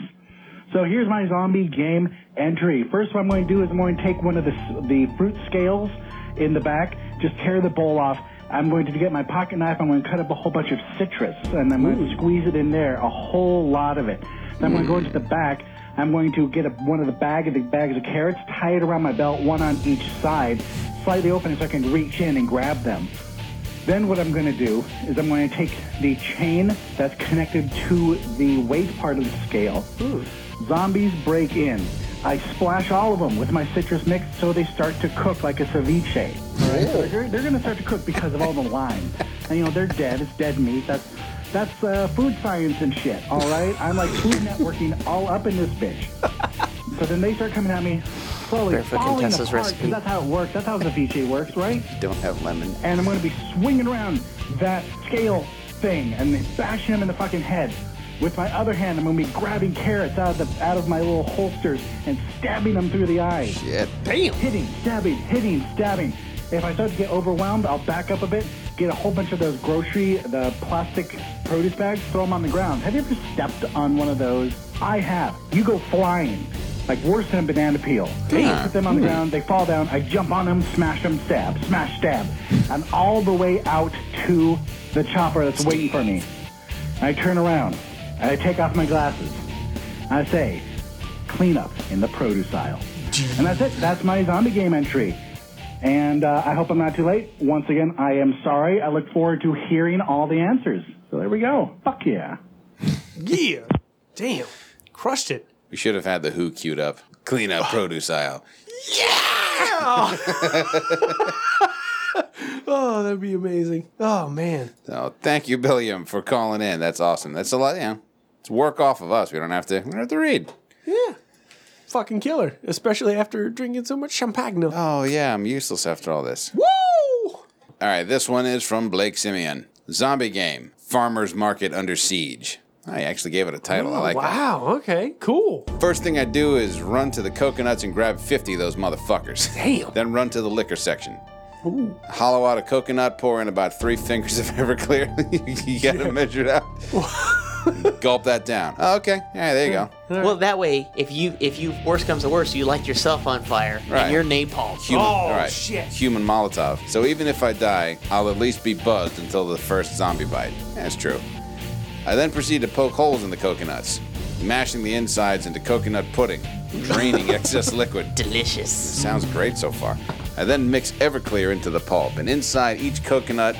[SPEAKER 10] So here's my zombie game entry. First, what I'm going to do is I'm going to take one of the, s- the fruit scales in the back, just tear the bowl off. I'm going to get my pocket knife. I'm going to cut up a whole bunch of citrus, and I'm going to squeeze it in there, a whole lot of it. Then I'm going to go into the back. I'm going to get a, one of the bag of the bags of carrots, tie it around my belt, one on each side, slightly open it so I can reach in and grab them. Then what I'm going to do is I'm going to take the chain that's connected to the weight part of the scale. Zombies break in. I splash all of them with my citrus mix so they start to cook like a ceviche. All right? So they're they're going to start to cook because of all the lime. And you know, they're dead. It's dead meat. That's that's uh, food science and shit. All right? I'm
[SPEAKER 4] (laughs)
[SPEAKER 10] like food networking all up in this bitch. So then they start coming at me slowly,
[SPEAKER 4] Barefoot
[SPEAKER 10] falling
[SPEAKER 4] Contessa's
[SPEAKER 10] apart. 'cause
[SPEAKER 4] recipe.
[SPEAKER 10] That's how it works. That's how ceviche works, right?
[SPEAKER 1] Don't have lemon.
[SPEAKER 10] and I'm going to be swinging around that scale thing and bashing him in the fucking head. With my other hand, I'm going to be grabbing carrots out of the out of my little holsters and stabbing them through the eye.
[SPEAKER 1] Shit.
[SPEAKER 10] Damn. Hitting, stabbing, hitting, stabbing. If I start to get overwhelmed, I'll back up a bit, get a whole bunch of those grocery, the plastic produce bags, throw them on the ground. Have you ever stepped on one of those? I have. You go flying. like worse than a banana peel.
[SPEAKER 8] Damn.
[SPEAKER 10] I put them on the
[SPEAKER 8] Hmm.
[SPEAKER 10] ground, they fall down, I jump on them, smash them, stab, smash, stab. I'm all the way out to the chopper that's waiting for me. I turn around, and I take off my glasses. I say, clean up in the produce aisle. And that's it. That's my zombie game entry. And uh, I hope I'm not too late. Once again, I am sorry. I look forward to hearing all the answers. So there we go. Fuck yeah.
[SPEAKER 3] Yeah. Damn. Crushed it.
[SPEAKER 1] We should have had the Who queued up. Clean (sighs) up produce aisle.
[SPEAKER 3] (laughs) Oh, that'd be amazing. Oh man.
[SPEAKER 1] So thank you, Billiam, for calling in. That's awesome. That's a lot. You know, it's work off of us. We don't have to. We don't have to read.
[SPEAKER 3] Yeah. Fucking killer. Especially after drinking so much champagne.
[SPEAKER 1] Oh yeah, I'm useless after all this.
[SPEAKER 3] Woo!
[SPEAKER 1] All right, this one is from Blake Simeon. Zombie game, farmers market under siege. I actually gave it a title. I
[SPEAKER 3] Oh,
[SPEAKER 1] like that.
[SPEAKER 3] wow. Okay. Cool.
[SPEAKER 1] First thing I do is run to the coconuts and grab 50 of those motherfuckers. Damn. then run to the liquor section.
[SPEAKER 3] Ooh.
[SPEAKER 1] Hollow out a coconut, pour in about three fingers of (laughs) Everclear. you gotta measure it (laughs) out. Gulp that down. Oh, okay. Yeah, there you go.
[SPEAKER 4] Well, that way, if you if you worst comes to worst, you light yourself on fire and
[SPEAKER 1] Right.
[SPEAKER 4] you're napalm. Oh,
[SPEAKER 1] (laughs) Human, all right. Human Molotov. So even if I die, I'll at least be buzzed until the first zombie bite. That's true. I then proceed to poke holes in the coconuts, mashing the insides into coconut pudding, draining excess liquid.
[SPEAKER 4] Delicious.
[SPEAKER 1] Sounds great so far. I then mix Everclear into the pulp, and inside each coconut,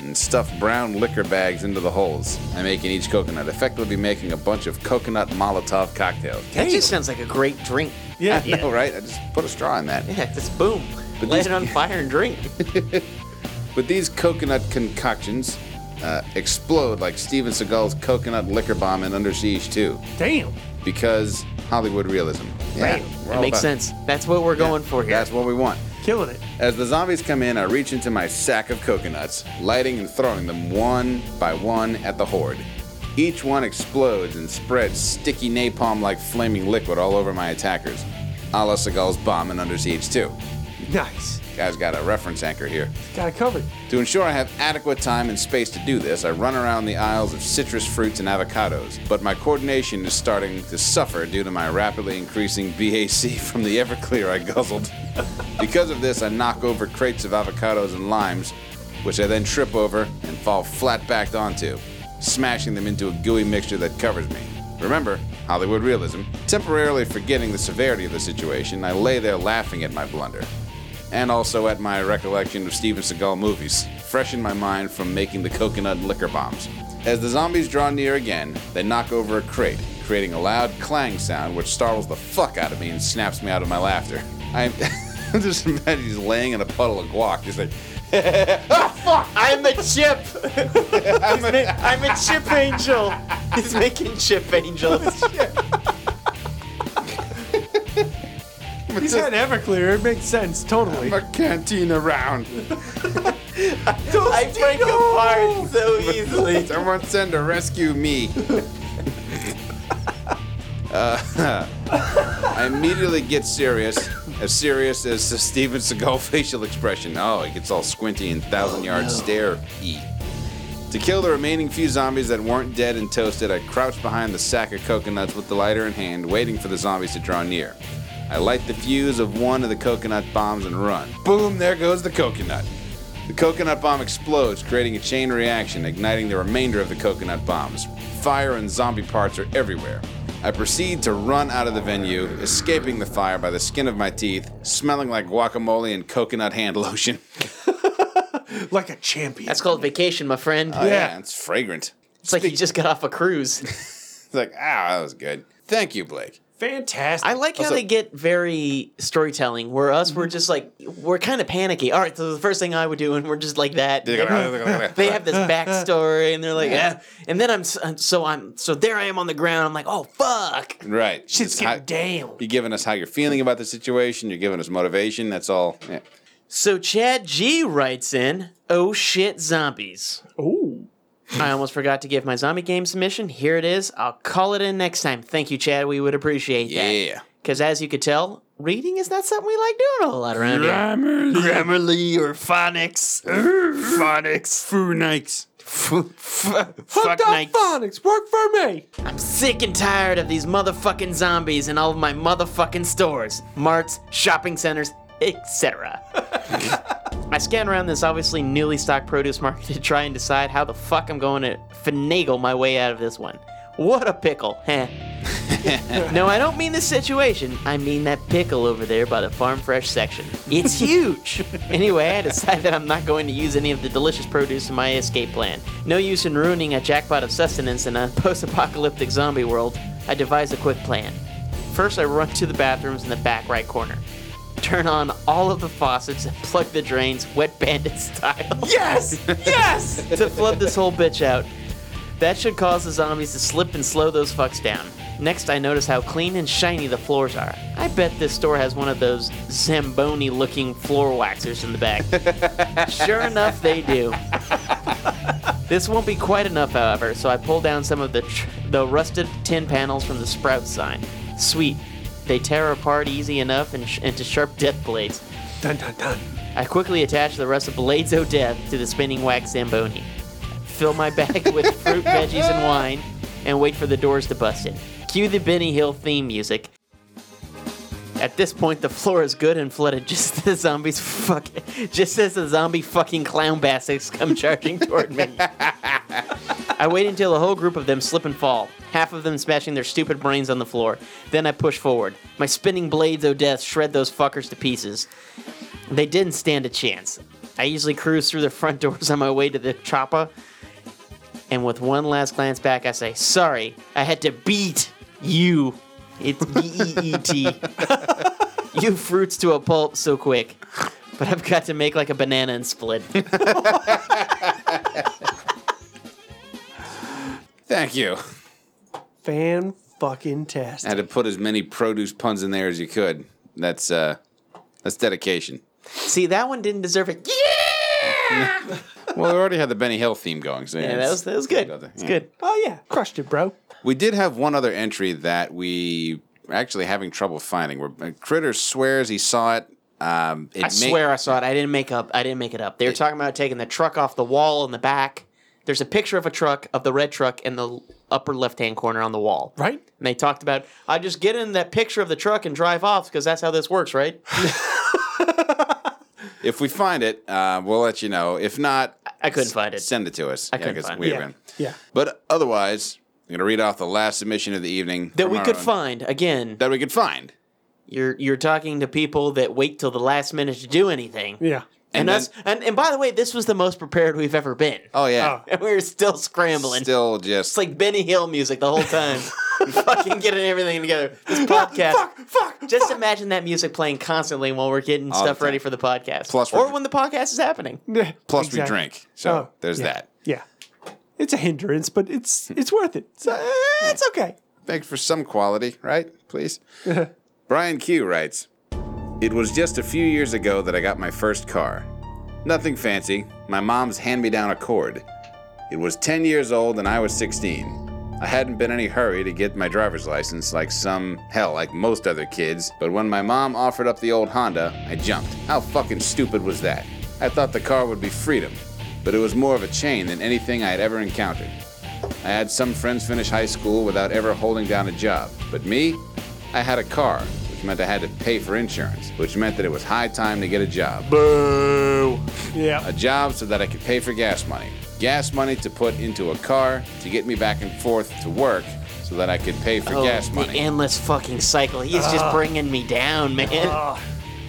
[SPEAKER 1] and stuff brown liquor bags into the holes. I make in each coconut, effectively making a bunch of coconut Molotov cocktails. (laughs)
[SPEAKER 4] That just sounds like a great drink.
[SPEAKER 1] Yeah, I know, right? I just put a straw in that.
[SPEAKER 4] Yeah, (laughs) just boom. Light it on fire and
[SPEAKER 1] (laughs)
[SPEAKER 4] drink.
[SPEAKER 1] But these coconut concoctions uh, explode like Steven Seagal's coconut liquor bomb in Under Siege 2.
[SPEAKER 3] Damn.
[SPEAKER 1] Because Hollywood realism.
[SPEAKER 4] Right.
[SPEAKER 1] we're
[SPEAKER 4] That
[SPEAKER 1] all
[SPEAKER 4] makes
[SPEAKER 1] about it.
[SPEAKER 4] sense. That's what we're going for here.
[SPEAKER 1] That's what we want.
[SPEAKER 3] Killing it.
[SPEAKER 1] As the zombies come in, I reach into my sack of coconuts, lighting and throwing them one by one at the horde. Each one explodes and spreads sticky napalm like flaming liquid all over my attackers, a la Seagal's bomb in Under Siege 2.
[SPEAKER 3] Nice.
[SPEAKER 1] Guys got a reference anchor here.
[SPEAKER 3] Got it covered.
[SPEAKER 1] To ensure I have adequate time and space to do this, I run around the aisles of citrus fruits and avocados, but my coordination is starting to suffer due to my rapidly increasing (laughs) BAC from the Everclear I guzzled. (laughs) because of this, I knock over crates of avocados and limes, which I then trip over and fall flat backed onto, smashing them into a gooey mixture that covers me. Remember, Hollywood realism. Temporarily forgetting the severity of the situation, I lay there laughing at my blunder and also at my recollection of Steven Seagal movies, fresh in my mind from making the coconut liquor bombs. As the zombies draw near again, they knock over a crate, creating a loud clang sound which startles the fuck out of me and snaps me out of my laughter. I'm I'm (laughs) just imagining he's laying in a puddle of guac, just like, (laughs) "Ah,
[SPEAKER 4] fuck! I'm a chip. (laughs) I'm, a, I'm a chip angel. He's making chip angels.
[SPEAKER 3] He's had Everclear. It makes sense. Totally.
[SPEAKER 1] (laughs) a canteen around.
[SPEAKER 4] I break apart so easily.
[SPEAKER 1] Someone send a rescue me. Uh, (laughs) I immediately get serious, as serious as the Steven Seagal (laughs) facial expression. Oh, it gets all squinty and thousand yard stare E. To kill the remaining few zombies that weren't dead and toasted, I crouch behind the sack of coconuts with the lighter in hand, waiting for the zombies to draw near. I light the fuse of one of the coconut bombs and run. Boom, there goes the coconut. The coconut bomb explodes, creating a chain reaction, igniting the remainder of the coconut bombs. Fire and zombie parts are everywhere. I proceed to run out of the venue, escaping the fire by the skin of my teeth, smelling like guacamole and coconut hand (laughs) lotion.
[SPEAKER 3] like a champion.
[SPEAKER 4] That's called vacation, my friend.
[SPEAKER 1] Oh, yeah. it's fragrant.
[SPEAKER 4] It's like you just got off a cruise.
[SPEAKER 1] It's like, ah, that was good. Thank you, Blake.
[SPEAKER 3] Fantastic.
[SPEAKER 4] I like how
[SPEAKER 1] Also-
[SPEAKER 4] they get very storytelling, where us we're just like we're kind of panicky. All right, so the first thing I would do, and we're just like that. (laughs) they have this backstory, and they're like,
[SPEAKER 1] Yeah.
[SPEAKER 4] yeah. And then I'm s- so I'm so there I am on the ground. I'm like, oh fuck.
[SPEAKER 1] Right. Shit's
[SPEAKER 4] getting down.
[SPEAKER 1] You're giving us how you're feeling about the situation. You're giving us motivation. That's all. Yeah.
[SPEAKER 4] So Chad G writes in, "Oh shit, zombies."
[SPEAKER 3] Oh.
[SPEAKER 4] I almost forgot to give my zombie game submission. Here it is. I'll call it in next time. Thank you, Chad. We would appreciate that.
[SPEAKER 1] Yeah.
[SPEAKER 4] Because as you could tell, Reading is not something we like doing a whole lot around here.
[SPEAKER 6] Grammarly or phonics. phonics.
[SPEAKER 2] Funix.
[SPEAKER 4] Fuck
[SPEAKER 6] Fuck
[SPEAKER 4] the
[SPEAKER 3] phonics, work for me.
[SPEAKER 4] I'm sick and tired of these motherfucking zombies in all of my motherfucking stores, marts, shopping centers, etc. I scan around this obviously newly stocked produce market to try and decide how the fuck I'm going to finagle my way out of this one. What a pickle, heh. no, I don't mean this situation. I mean that pickle over there by the farm fresh section. It's huge. anyway, I decide that I'm not going to use any of the delicious produce in my escape plan. No use in ruining a jackpot of sustenance in a post apocalyptic zombie world. I devise a quick plan. First, I run to the bathrooms in the back right corner. Turn on all of the faucets and plug the drains, wet bandit (laughs) style.
[SPEAKER 3] (laughs)
[SPEAKER 4] Yes! Yes! (laughs) to flood this whole bitch out. That should cause the zombies to slip and slow those fucks down. Next, I notice how clean and shiny the floors are. I bet this store has one of those Zamboni looking floor waxers in the back. sure enough, they do. This won't be quite enough, however, so I pull down some of the, tr- the rusted tin panels from the Sprout sign. Sweet. They tear apart easy enough and sh- into sharp death blades.
[SPEAKER 3] Dun dun dun.
[SPEAKER 4] I quickly attach the rest of Blades O' Death to the spinning wax Zamboni. Fill my bag with fruit, veggies, and wine, and wait for the doors to bust in. Cue the Benny Hill theme music. At this point, the floor is good and flooded. (laughs) Just as the zombies fuck, just as the zombie fucking clown bastards come charging toward me. I wait until a whole group of them slip and fall, half of them smashing their stupid brains on the floor. Then I push forward. My spinning blades of death shred those fuckers to pieces. They didn't stand a chance. I usually cruise through the front doors on my way to the choppa, and with one last glance back, I say, "Sorry, I had to beat you." It's B E E T. You fruits to a pulp so quick, but I've got to make like a banana and split.
[SPEAKER 1] Thank you.
[SPEAKER 3] Fan fucking test.
[SPEAKER 1] had to put as many produce puns in there as you could. That's uh, that's dedication.
[SPEAKER 4] See, that one didn't deserve it. Yeah!
[SPEAKER 1] Well, we already had the Benny Hill theme going. So
[SPEAKER 4] yeah, that
[SPEAKER 1] it's-
[SPEAKER 4] was that was good. It's
[SPEAKER 1] Yeah.
[SPEAKER 4] good.
[SPEAKER 3] Oh yeah, crushed it, bro.
[SPEAKER 1] We did have one other entry that we are actually having trouble finding. Where uh, Critter swears he saw it. Um, it
[SPEAKER 4] I swear I saw it. I didn't make up. I didn't make it up. They were talking about taking the truck off the wall in the back. There's a picture of a truck of the red truck in the upper left hand corner on the wall.
[SPEAKER 3] Right.
[SPEAKER 4] And they talked about I just get in that picture of the truck and drive off because that's how this works, right?
[SPEAKER 1] If we find it, uh, we'll let you know. If not,
[SPEAKER 4] I couldn't find it.
[SPEAKER 1] Send it to us.
[SPEAKER 4] I couldn't
[SPEAKER 1] 'cause
[SPEAKER 4] find it.
[SPEAKER 1] we
[SPEAKER 4] Yeah.
[SPEAKER 1] ran.
[SPEAKER 3] Yeah.
[SPEAKER 1] But otherwise, I'm going to read off the last submission of the evening
[SPEAKER 4] That we
[SPEAKER 1] from
[SPEAKER 4] could
[SPEAKER 1] our own-
[SPEAKER 4] find again.
[SPEAKER 1] That we could find.
[SPEAKER 4] You're you're talking to people that wait till the last minute to do anything.
[SPEAKER 3] Yeah.
[SPEAKER 4] And,
[SPEAKER 1] And then-
[SPEAKER 4] us and, and by the way, this was the most prepared we've ever been.
[SPEAKER 1] Oh yeah.
[SPEAKER 4] (laughs) And we were still scrambling.
[SPEAKER 1] Still just
[SPEAKER 4] It's like Benny Hill music the whole
[SPEAKER 1] (laughs)
[SPEAKER 4] time. fucking getting everything together. This podcast. fuck,
[SPEAKER 3] fuck,
[SPEAKER 4] Just imagine that music playing constantly while we're getting
[SPEAKER 1] All the
[SPEAKER 4] stuff ready for the podcast.
[SPEAKER 1] Plus we're-
[SPEAKER 4] or when the podcast is happening.
[SPEAKER 1] Plus we
[SPEAKER 3] Exactly.
[SPEAKER 1] drink. So
[SPEAKER 3] Oh,
[SPEAKER 1] there's
[SPEAKER 3] yeah.
[SPEAKER 1] that.
[SPEAKER 3] Yeah. It's a hindrance, but it's
[SPEAKER 1] Hmm.
[SPEAKER 3] it's worth it. So, eh, it's okay.
[SPEAKER 1] Thanks for some quality, right? Please. Brian Q writes It was just a few years ago that I got my first car. Nothing fancy, my mom's hand me down Accord. It was 10 years old and I was 16. I hadn't been in any hurry to get my driver's license like some, hell, like most other kids, but when my mom offered up the old Honda, I jumped. How fucking stupid was that? I thought the car would be freedom, but it was more of a chain than anything I had ever encountered. I had some friends finish high school without ever holding down a job, but me, I had a car, which meant I had to pay for insurance, which meant that it was high time to get a job.
[SPEAKER 3] Boo! Yeah.
[SPEAKER 1] A job so that I could pay for gas money. Gas money to put into a car to get me back and forth to work so that I could pay for
[SPEAKER 4] Oh,
[SPEAKER 1] gas
[SPEAKER 4] the
[SPEAKER 1] money.
[SPEAKER 4] endless fucking cycle. He is just
[SPEAKER 1] Ugh.
[SPEAKER 4] bringing me down, man.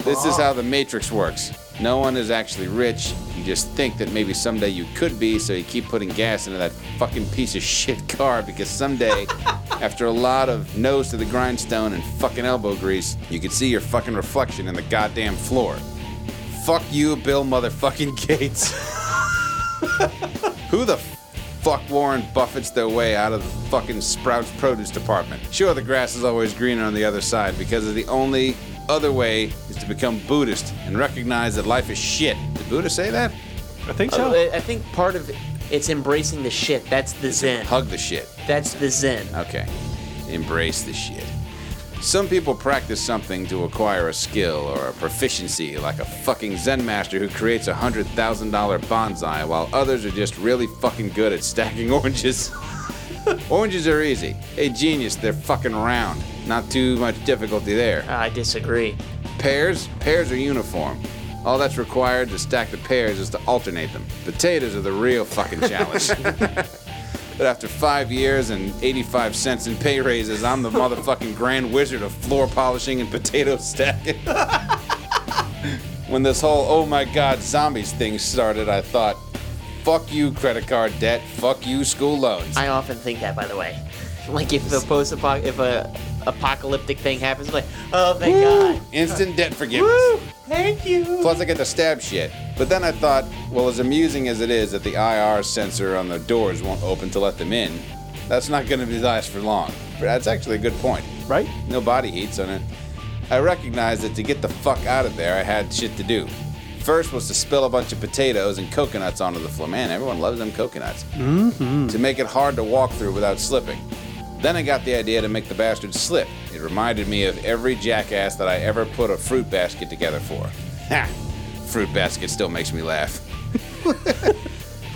[SPEAKER 1] This is how the Matrix works. No one is actually rich. You just think that maybe someday you could be, so you keep putting gas into that fucking piece of shit (laughs) car because someday, after a lot of nose to the grindstone and fucking elbow grease, you could see your fucking reflection in the goddamn floor. Fuck you, Bill motherfucking (laughs) Gates. Who the f- fuck Warren Buffets their way out of the fucking Sprouts produce department? Sure, the grass is always greener on the other side because the only other way is to become Buddhist and recognize that life is shit. Did Buddha say that?
[SPEAKER 3] I think
[SPEAKER 4] Oh, I I think part of it's embracing the shit. That's the zen.
[SPEAKER 1] Hug the shit.
[SPEAKER 4] That's the zen.
[SPEAKER 1] Okay. Embrace the shit. Some people practice something to acquire a skill or a proficiency, like a fucking Zen master who creates a $100,000 bonsai, while others are just really fucking good at stacking (laughs) oranges. oranges are easy. Hey, genius, they're fucking round. Not too much difficulty there.
[SPEAKER 4] I disagree.
[SPEAKER 1] Pears? Pears are uniform. All that's required to stack the pears is to alternate them. Potatoes are the real fucking challenge. But after five years and 85 cents in pay raises, I'm the motherfucking grand wizard of floor polishing and potato stacking. (laughs) when this whole oh my god zombies thing started, I thought, fuck you credit card debt, fuck you school loans.
[SPEAKER 4] I often think that, by the way. (laughs) Like if a post if a apocalyptic thing happens, like oh thank God,
[SPEAKER 1] Instant debt forgiveness.
[SPEAKER 4] thank you.
[SPEAKER 1] Plus, I get the stab shit. But then I thought, well, as amusing as it is that the IR sensor on the doors won't open to let them in, that's not going to be last for long. But that's actually a good point. Right? No body heats on it. I recognized that to get the fuck out of there, I had shit to do. First was to spill a bunch of potatoes and coconuts onto the floor. Man, everyone loves them coconuts
[SPEAKER 15] Mm-hmm.
[SPEAKER 1] to make it hard to walk through without slipping. Then I got the idea to make the bastard slip. It reminded me of every jackass that I ever put a fruit basket together for. Ha! Fruit basket still makes me laugh.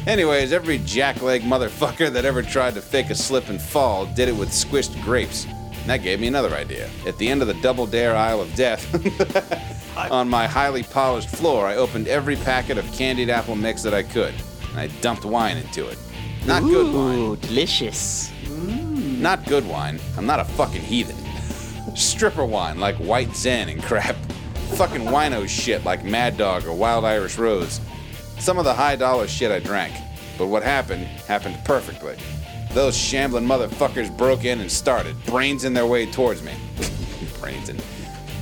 [SPEAKER 1] Anyways, every jackleg motherfucker that ever tried to fake a slip and fall did it with squished grapes. And that gave me another idea. At the end of the Double Dare Isle of Death, (laughs) on my highly polished floor, I opened every packet of candied apple mix that I could, and I dumped wine into it. Not good wine.
[SPEAKER 4] delicious.
[SPEAKER 1] Not good wine. I'm not a fucking heathen. Stripper wine like White Zen and crap. fucking wino shit like Mad Dog or Wild Irish Rose. Some of the high dollar shit I drank. But what happened happened perfectly. Those shambling motherfuckers broke in and started, brains in their way towards me. (laughs) brains in.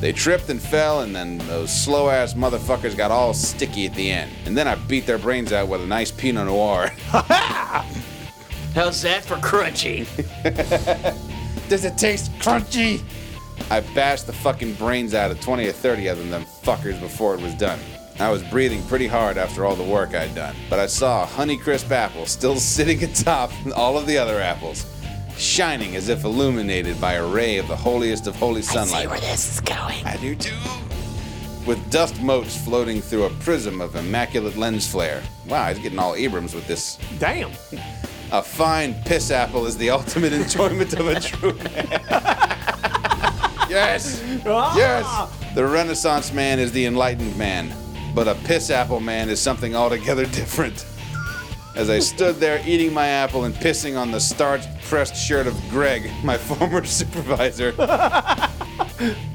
[SPEAKER 1] They tripped and fell, and then those slow ass motherfuckers got all sticky at the end. And then I beat their brains out with a nice Pinot Noir. (laughs)
[SPEAKER 4] How's that for crunchy?
[SPEAKER 1] Does it taste crunchy? I bashed the fucking brains out of 20 or 30 of them, them fuckers, before it was done. I was breathing pretty hard after all the work I'd done, but I saw a Honeycrisp apple still (laughs) sitting atop all of the other apples, shining as if illuminated by a ray of the holiest of holy sunlight.
[SPEAKER 4] where this is going.
[SPEAKER 1] I do too. With dust motes floating through a prism of immaculate lens flare. Wow, he's getting all Abrams with this.
[SPEAKER 3] Damn.
[SPEAKER 1] A fine piss apple is the ultimate (laughs) enjoyment of a true Yes. Yes. The Renaissance man is the enlightened man, but a piss apple man is something altogether different. As I stood there eating my apple and pissing on the starched, pressed shirt of Greg, my (laughs) former supervisor,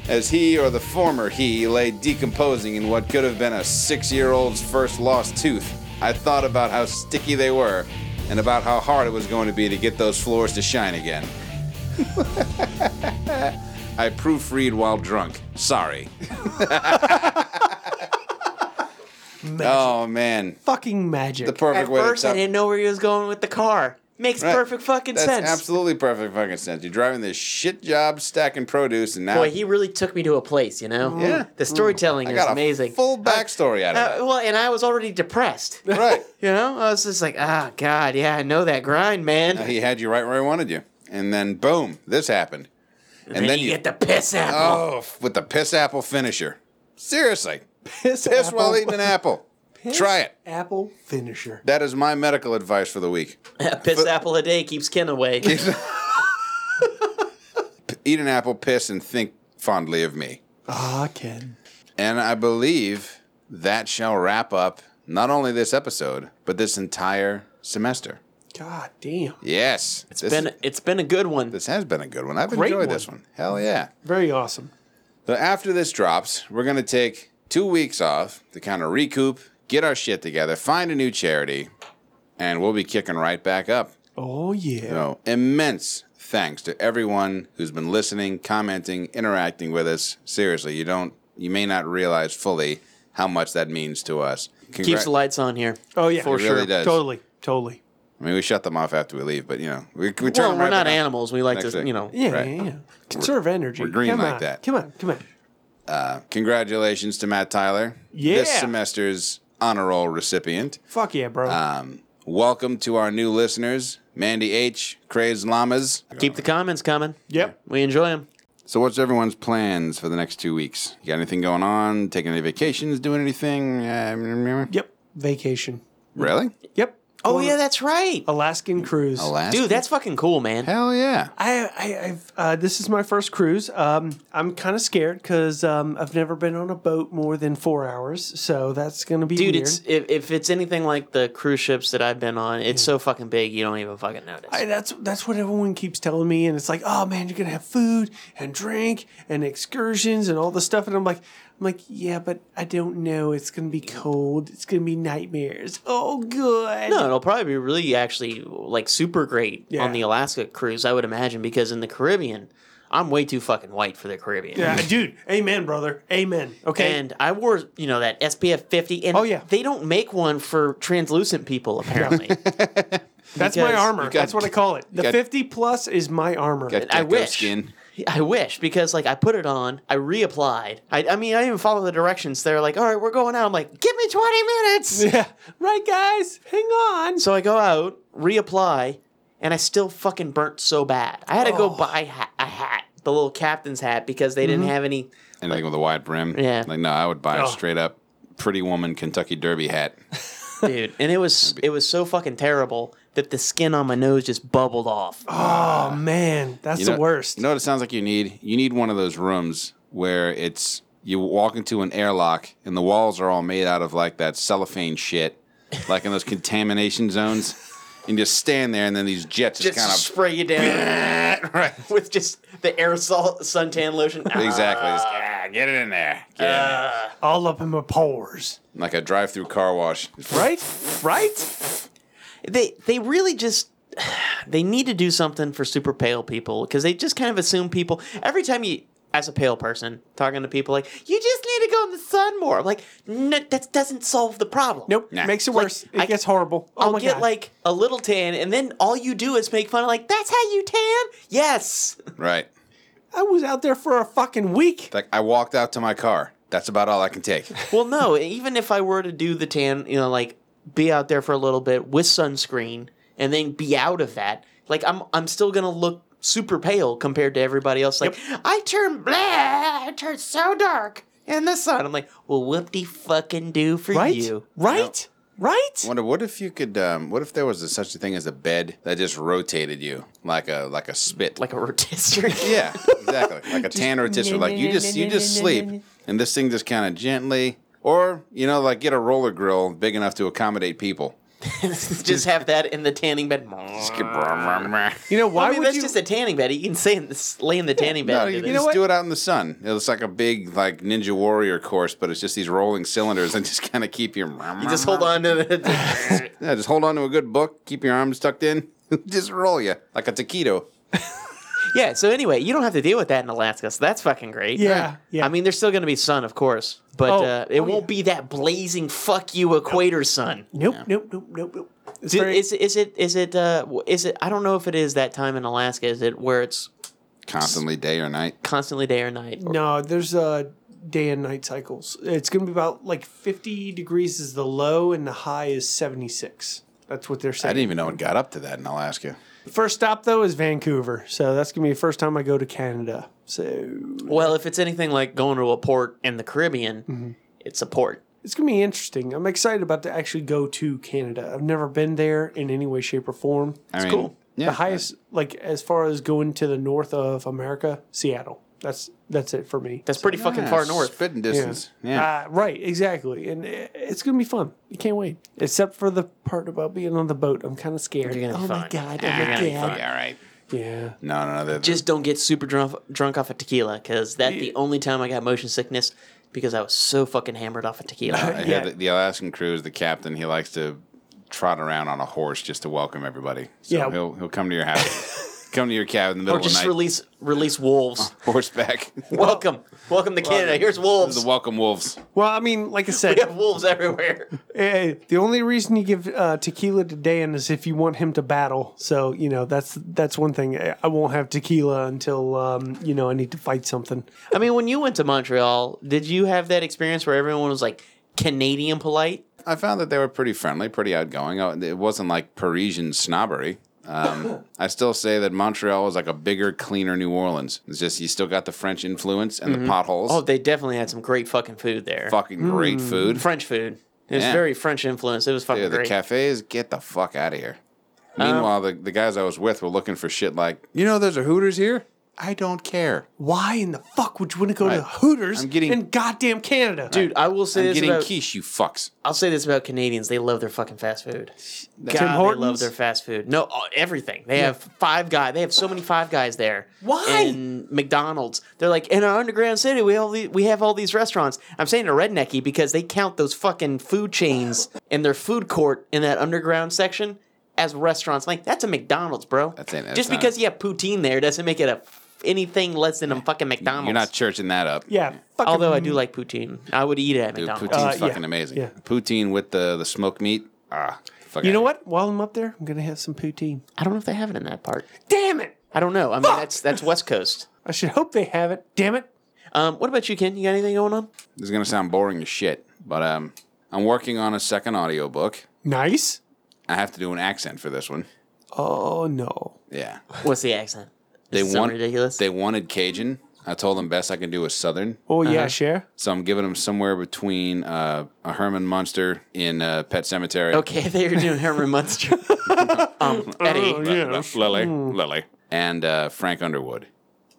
[SPEAKER 1] as he or the former he lay decomposing in what could have been a six year old's first lost tooth, I thought about how sticky they were and about how hard it was going to be to get those floors to shine again. (laughs) I proofread while drunk.
[SPEAKER 4] (laughs)
[SPEAKER 1] Sorry. Oh man.
[SPEAKER 3] Fucking magic.
[SPEAKER 1] The perfect
[SPEAKER 4] At
[SPEAKER 1] way
[SPEAKER 4] first,
[SPEAKER 1] to
[SPEAKER 4] I
[SPEAKER 1] top-
[SPEAKER 4] didn't know where he was going with the car. Makes
[SPEAKER 1] Right.
[SPEAKER 4] perfect fucking
[SPEAKER 1] That's
[SPEAKER 4] sense.
[SPEAKER 1] Absolutely perfect fucking sense. You're driving this shit job stacking produce and now
[SPEAKER 4] Boy, he really took me to a place, you know?
[SPEAKER 1] Yeah. Mm.
[SPEAKER 4] The storytelling
[SPEAKER 1] I
[SPEAKER 4] is
[SPEAKER 1] got a
[SPEAKER 4] amazing.
[SPEAKER 1] full backstory out of
[SPEAKER 4] Uh, well, and I was already depressed.
[SPEAKER 1] (laughs) Right.
[SPEAKER 4] you know, I was just like, ah, God, yeah, I know that grind, man.
[SPEAKER 1] it. He had you right where he wanted you. And then boom, this happened. And, then, you,
[SPEAKER 4] get the piss apple.
[SPEAKER 1] Oh, f- with the piss apple finisher. Seriously.
[SPEAKER 3] Piss,
[SPEAKER 1] while
[SPEAKER 3] apple.
[SPEAKER 1] eating an apple. Try it.
[SPEAKER 3] Apple finisher.
[SPEAKER 1] That is my medical advice for the week. (laughs)
[SPEAKER 4] A (laughs) piss apple a day keeps kin away.
[SPEAKER 1] P- Eat an apple, piss, and think fondly of me.
[SPEAKER 3] Ah, Ken.
[SPEAKER 1] And I believe that shall wrap up not only this episode, but this entire semester.
[SPEAKER 3] God damn.
[SPEAKER 1] Yes.
[SPEAKER 4] (laughs)
[SPEAKER 1] it's
[SPEAKER 4] been- it's been a good one.
[SPEAKER 1] This has been a good one. I've
[SPEAKER 3] Great
[SPEAKER 1] enjoyed
[SPEAKER 3] one.
[SPEAKER 1] this one. Hell yeah.
[SPEAKER 3] Very awesome.
[SPEAKER 1] So after this drops, we're going to take two weeks off to kind of recoup, get our shit together, find a new charity, and we'll be kicking right back up.
[SPEAKER 3] Oh yeah.
[SPEAKER 1] So immense thanks to everyone who's been listening, commenting, interacting with us. Seriously, you don't, you may not realize fully how much that means to us.
[SPEAKER 4] Keeps
[SPEAKER 1] Congra-
[SPEAKER 4] the lights on here.
[SPEAKER 3] Oh yeah.
[SPEAKER 1] For It really sure. does.
[SPEAKER 3] Totally. Totally.
[SPEAKER 1] I mean, we shut them off after we leave, but you know, we, we turn
[SPEAKER 4] well,
[SPEAKER 1] them
[SPEAKER 4] we're
[SPEAKER 1] right
[SPEAKER 4] not
[SPEAKER 1] back on.
[SPEAKER 4] animals. We like
[SPEAKER 1] Next
[SPEAKER 4] to,
[SPEAKER 1] week.
[SPEAKER 4] you know.
[SPEAKER 3] Yeah,
[SPEAKER 1] Right.
[SPEAKER 3] yeah, yeah. Conserve energy.
[SPEAKER 1] we're green
[SPEAKER 3] Come
[SPEAKER 1] like
[SPEAKER 3] on.
[SPEAKER 1] that.
[SPEAKER 3] Come on, come on.
[SPEAKER 1] Uh, congratulations to Matt Tyler.
[SPEAKER 3] Yeah.
[SPEAKER 1] This semester's honor roll recipient.
[SPEAKER 3] Fuck yeah, bro.
[SPEAKER 1] Um, welcome to our new listeners, Mandy H, Crazed Llamas.
[SPEAKER 4] Keep the comments coming.
[SPEAKER 3] Yep.
[SPEAKER 4] We enjoy them.
[SPEAKER 1] So, what's everyone's plans for the next two weeks? You got anything going on? Taking any vacations? Doing anything? Uh,
[SPEAKER 3] yep. Vacation.
[SPEAKER 1] Really?
[SPEAKER 3] Yep.
[SPEAKER 4] Oh yeah, that's right.
[SPEAKER 3] Alaskan cruise.
[SPEAKER 1] Alaska?
[SPEAKER 4] Oh, Dude, that's fucking cool, man.
[SPEAKER 1] Hell yeah.
[SPEAKER 3] I, I I've uh, this is my first cruise. Um, I'm kind of scared because um, I've never been on a boat more than four hours, so that's gonna be
[SPEAKER 4] Dude,
[SPEAKER 3] Weird.
[SPEAKER 4] it's if, if it's anything like the cruise ships that I've been on, it's so fucking big you don't even fucking notice.
[SPEAKER 3] I, that's that's what everyone keeps telling me, and it's like, oh man, you're gonna have food and drink and excursions and all this stuff, and I'm like, I'm like, yeah, but I don't know. It's gonna be cold. It's gonna be nightmares. (laughs) Oh, good.
[SPEAKER 4] No, it'll probably be really actually like super great
[SPEAKER 3] Yeah.
[SPEAKER 4] on the Alaska cruise, I would imagine, because in the Caribbean, I'm way too fucking white for the Caribbean.
[SPEAKER 3] Yeah, dude. Amen, brother. Amen. Okay.
[SPEAKER 4] And I wore, you know, that SPF 50. And oh, yeah. They don't make one for translucent
[SPEAKER 3] (laughs)
[SPEAKER 4] people, apparently.
[SPEAKER 3] That's my
[SPEAKER 4] Because-
[SPEAKER 3] armor.
[SPEAKER 4] You got-
[SPEAKER 3] That's what I call it.
[SPEAKER 4] you
[SPEAKER 3] The
[SPEAKER 4] got-
[SPEAKER 3] 50 plus is my armor.
[SPEAKER 4] I wish. I wish because like I put it on, I reapplied. I, I mean, I even follow the directions. They're like, "All right, we're going out." I'm like, "Give me 20
[SPEAKER 3] (laughs)
[SPEAKER 4] minutes."
[SPEAKER 3] Yeah, right, guys. Hang on.
[SPEAKER 4] (laughs) So I go out, reapply, and I still fucking burnt so bad. I had to go
[SPEAKER 3] Oh.
[SPEAKER 4] buy ha- a hat, the little captain's hat, because they
[SPEAKER 3] Mm-hmm.
[SPEAKER 4] didn't
[SPEAKER 1] Mhm.
[SPEAKER 4] have any.
[SPEAKER 1] Anything with a wide brim?
[SPEAKER 4] Yeah.
[SPEAKER 1] Like, no, I would buy
[SPEAKER 4] Oh.
[SPEAKER 1] a straight up Pretty Woman Kentucky Derby hat.
[SPEAKER 4] Dude, and it was it was so fucking terrible that the skin on my nose just bubbled off.
[SPEAKER 3] Oh man, that's
[SPEAKER 1] You
[SPEAKER 3] the
[SPEAKER 1] know-
[SPEAKER 3] worst.
[SPEAKER 1] You know what it sounds like you need? You need one of those rooms where it's you walk into an airlock and the walls are all made out of like that cellophane shit, like in those contamination zones. And you just stand there and then these jets just,
[SPEAKER 4] Just
[SPEAKER 1] kind of
[SPEAKER 4] spray
[SPEAKER 3] (laughs)
[SPEAKER 4] you down with just the aerosol suntan lotion.
[SPEAKER 1] Exactly. Just, "Ah, get it in there. Get it in there."
[SPEAKER 3] All up in my pores.
[SPEAKER 1] Like a drive through car wash.
[SPEAKER 3] Right? Right?
[SPEAKER 4] They they really just (sighs) they need to do something for super pale people because they just kind of assume people every time you as a pale person talking to people like you just need to go in the sun more. I'm like no, that doesn't solve the problem.
[SPEAKER 3] Nope, makes it worse. it gets horrible. Oh
[SPEAKER 4] I'll
[SPEAKER 3] my
[SPEAKER 4] get
[SPEAKER 3] God.
[SPEAKER 4] like a little tan, and then all you do is make fun of like that's how you tan. Yes,
[SPEAKER 1] Right.
[SPEAKER 3] I was out there for a fucking week.
[SPEAKER 1] Like I walked out to my car. That's about all I can take.
[SPEAKER 4] well, no, even if I were to do the tan, you know, like be out there for a little bit with sunscreen and then be out of that, like I'm I'm still gonna look super pale compared to everybody else. Like I turned black, I turned so dark in the sun. I'm like, well, whoop de fucking do for
[SPEAKER 1] Right?
[SPEAKER 4] you,
[SPEAKER 3] right? Right?
[SPEAKER 1] Wonder what if you could um what if there was a, such a thing as a bed that just rotated you like a like a spit. Like
[SPEAKER 4] a rotisserie.
[SPEAKER 1] yeah, exactly.
[SPEAKER 4] (laughs)
[SPEAKER 1] Like a tan rotisserie. Like you just you just sleep and this thing just kind of gently or you know like get a roller grill big enough to accommodate people.
[SPEAKER 4] (laughs) Just have that in the tanning bed. Ah,
[SPEAKER 3] You know why
[SPEAKER 4] I mean,
[SPEAKER 3] would
[SPEAKER 4] that's
[SPEAKER 3] you-
[SPEAKER 4] just a tanning bed. You can stay in the, lay in the tanning bed.
[SPEAKER 1] No,
[SPEAKER 4] and do
[SPEAKER 1] you,
[SPEAKER 4] that.
[SPEAKER 1] just do it out in the sun. It's like a big like ninja warrior course, but it's just these rolling cylinders and (laughs) just kind of keep your.
[SPEAKER 4] You just hold on to the.
[SPEAKER 1] Yeah, just hold on to a good book. Keep your arms tucked in. (laughs) just roll you like a taquito.
[SPEAKER 4] yeah. So anyway, you don't have to deal with that in Alaska, so that's fucking great.
[SPEAKER 3] Yeah,
[SPEAKER 4] yeah. I mean, there's still going to be sun, of course, but
[SPEAKER 3] Oh,
[SPEAKER 4] uh, it won't be that blazing fuck you equator sun.
[SPEAKER 3] Nope, nope, nope, nope, nope.
[SPEAKER 4] Dude, is is it is it uh, w- is it? I don't know if it is that time in Alaska. Is it where it's
[SPEAKER 1] Constantly day or night?
[SPEAKER 4] Constantly day or night.
[SPEAKER 3] No, there's uh, day and night cycles. It's going to be about like 50 degrees is the low and the high is 76. That's what they're
[SPEAKER 1] I
[SPEAKER 3] saying.
[SPEAKER 1] didn't even know it got up to that in Alaska.
[SPEAKER 3] First stop though is Vancouver. So that's going to be the first time I go to Canada. So
[SPEAKER 4] Well, if it's anything like going to a port in the Caribbean,
[SPEAKER 3] Mm-hmm.
[SPEAKER 4] it's a port.
[SPEAKER 3] it's going to be interesting. I'm excited about to actually go to Canada. I've never been there in any way, shape, or form.
[SPEAKER 1] I
[SPEAKER 3] It's
[SPEAKER 1] mean,
[SPEAKER 3] cool.
[SPEAKER 1] yeah,
[SPEAKER 3] the highest, like as far as going to the north of America, Seattle. That's that's it for me.
[SPEAKER 4] That's pretty fucking far north.
[SPEAKER 1] spitting distance. Yeah.
[SPEAKER 3] Uh, right. Exactly. And i- it's gonna be fun. I can't wait. Except for the part about being on the boat. I'm kind of scared.
[SPEAKER 4] You're gonna be
[SPEAKER 3] oh my
[SPEAKER 4] fine.
[SPEAKER 3] god.
[SPEAKER 4] Ah, You're
[SPEAKER 3] I'm
[SPEAKER 4] gonna be
[SPEAKER 3] scared.
[SPEAKER 4] fine. Yeah,
[SPEAKER 1] right.
[SPEAKER 3] Yeah.
[SPEAKER 1] No, no, no. they're-
[SPEAKER 4] Just don't get super drunk drunk off of tequila, because that's the only time I got motion sickness because I was so fucking hammered off of tequila.
[SPEAKER 1] I hear the, the Alaskan cruise, the captain, he likes to trot around on a horse just to welcome everybody. So
[SPEAKER 4] Yeah.
[SPEAKER 1] he'll he'll come to
[SPEAKER 4] (laughs)
[SPEAKER 1] your house, come to your cabin in the
[SPEAKER 4] Or
[SPEAKER 1] middle of
[SPEAKER 4] just
[SPEAKER 1] the night,
[SPEAKER 4] release release wolves.
[SPEAKER 1] horseback. (laughs)
[SPEAKER 4] Welcome, welcome to Canada. Here's wolves.
[SPEAKER 1] The welcome wolves.
[SPEAKER 3] Well, I mean, like I said,
[SPEAKER 4] (laughs) we have wolves everywhere.
[SPEAKER 3] Hey, the only reason you give uh, tequila to Dan is if you want him to battle. So you know that's that's one thing. I I won't have tequila until um, you know I need to fight something.
[SPEAKER 4] I mean, when you went to Montreal, did you have that experience where everyone was like Canadian polite?
[SPEAKER 1] I found that they were pretty friendly, pretty outgoing. Uh, It wasn't like Parisian snobbery.
[SPEAKER 4] (laughs)
[SPEAKER 1] Um, I still say that Montreal is like a bigger, cleaner New Orleans. It's just you still got the French influence and
[SPEAKER 4] Mhm.
[SPEAKER 1] the potholes.
[SPEAKER 4] Oh, they definitely had some great fucking food there.
[SPEAKER 1] Fucking great
[SPEAKER 4] Mm.
[SPEAKER 1] food.
[SPEAKER 4] French food. It was
[SPEAKER 1] Yeah.
[SPEAKER 4] very French influence. It was fucking
[SPEAKER 1] Dude, the
[SPEAKER 4] great.
[SPEAKER 1] cafes, get the fuck out of here.
[SPEAKER 4] Um,
[SPEAKER 1] Meanwhile, the, the guys I was with were looking for shit like, you know, there's a Hooters here? I don't care.
[SPEAKER 3] Why in the fuck would you want to go to
[SPEAKER 1] Right.
[SPEAKER 3] Hooters
[SPEAKER 1] I'm getting-
[SPEAKER 3] in goddamn Canada?
[SPEAKER 4] Dude, I will say
[SPEAKER 1] I'm
[SPEAKER 4] this
[SPEAKER 1] getting
[SPEAKER 4] about-
[SPEAKER 1] quiche, you fucks.
[SPEAKER 4] I'll say this about Canadians: they love their fucking fast food. God,
[SPEAKER 3] Tim
[SPEAKER 4] they love
[SPEAKER 3] Hortons?
[SPEAKER 4] their fast food. No, uh, everything. They
[SPEAKER 3] Yeah.
[SPEAKER 4] have Five Guys. They have so many Five Guys there.
[SPEAKER 3] Why?
[SPEAKER 4] And McDonald's. They're like in our underground city. We all the, we have all these restaurants. I'm saying they're rednecky because they count those fucking food chains and their food court in that underground section as restaurants. Like that's a McDonald's, bro. That's
[SPEAKER 1] it.
[SPEAKER 4] Just
[SPEAKER 1] not-
[SPEAKER 4] because you have poutine there doesn't make it a anything less than a fucking McDonald's.
[SPEAKER 1] You're not churching that up.
[SPEAKER 3] yeah. Fucking,
[SPEAKER 4] Although I do like poutine. I would eat it at
[SPEAKER 1] Dude,
[SPEAKER 4] McDonald's.
[SPEAKER 1] poutine's fucking amazing. Poutine with the, the smoked meat. Ah, fuck
[SPEAKER 3] You
[SPEAKER 1] outta
[SPEAKER 3] know what? While I'm up there, I'm gonna have some poutine.
[SPEAKER 4] I don't know if they have it in that part.
[SPEAKER 3] Damn it!
[SPEAKER 4] I don't know. I mean, that's that's West Coast.
[SPEAKER 3] I should hope they have it. Damn it.
[SPEAKER 4] Um, what about you, Ken? You got anything going on?
[SPEAKER 1] This is going to sound boring as shit, but um, I'm working on a second audiobook.
[SPEAKER 3] Nice.
[SPEAKER 1] I have to do an accent for this one.
[SPEAKER 3] Oh no.
[SPEAKER 1] Yeah.
[SPEAKER 4] What's the accent?
[SPEAKER 1] They
[SPEAKER 4] sound
[SPEAKER 1] want
[SPEAKER 4] ridiculous.
[SPEAKER 1] They wanted Cajun. I told them best I can do is Southern.
[SPEAKER 3] Oh yeah, share.
[SPEAKER 1] So I'm giving them somewhere between uh, a Herman Munster in uh, Pet Cemetery.
[SPEAKER 4] Okay, (laughs) they were doing Herman (laughs) Munster. um, Eddie.
[SPEAKER 1] L- L- Lily, Lily, and uh, Frank Underwood.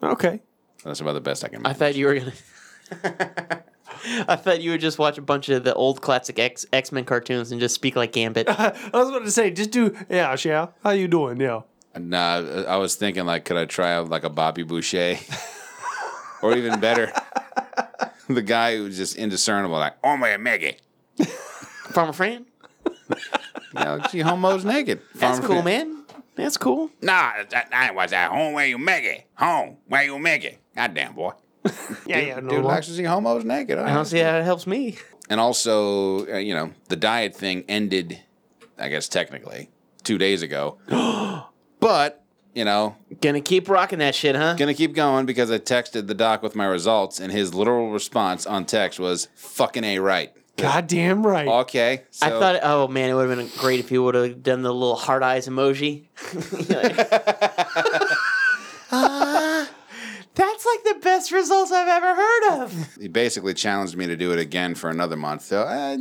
[SPEAKER 3] Okay.
[SPEAKER 1] That's about the best I can.
[SPEAKER 4] I thought you were gonna. (laughs) I thought you would just watch a bunch of the old classic X X Men cartoons and just speak like Gambit.
[SPEAKER 3] I was about to say, just do yeah, share. How you doing? Yeah.
[SPEAKER 1] Nah, I was thinking like, could I try out like a Bobby Boucher, (laughs) or even better, (laughs) the guy who's just indiscernible, like Omega Maggie.
[SPEAKER 4] Farmer Fran.
[SPEAKER 1] Yeah, like, she homo's naked.
[SPEAKER 4] (laughs) That's
[SPEAKER 1] Farmer
[SPEAKER 4] cool,
[SPEAKER 1] Fran.
[SPEAKER 4] man. That's cool.
[SPEAKER 1] Nah, that, that was at home where you make it. Home where you make it. Goddamn boy.
[SPEAKER 4] Yeah, yeah. No,
[SPEAKER 1] Dude likes to see homos naked.
[SPEAKER 4] I don't see how it helps me.
[SPEAKER 1] And also, uh, you know, the diet thing ended, I guess technically, two
[SPEAKER 4] (gasps)
[SPEAKER 1] days ago. but, you know.
[SPEAKER 4] Gonna keep rocking that shit, huh?
[SPEAKER 1] Gonna keep going because I texted the doc with my results, and his literal response on text was fucking A right.
[SPEAKER 3] Goddamn right.
[SPEAKER 1] Okay.
[SPEAKER 4] I
[SPEAKER 1] so-
[SPEAKER 4] thought, oh man, it would have been great if you would have done the little heart eyes (laughs) emoji. Ah, that's like the best results I've ever heard of.
[SPEAKER 1] He basically challenged me to do it again for another month. So, uh,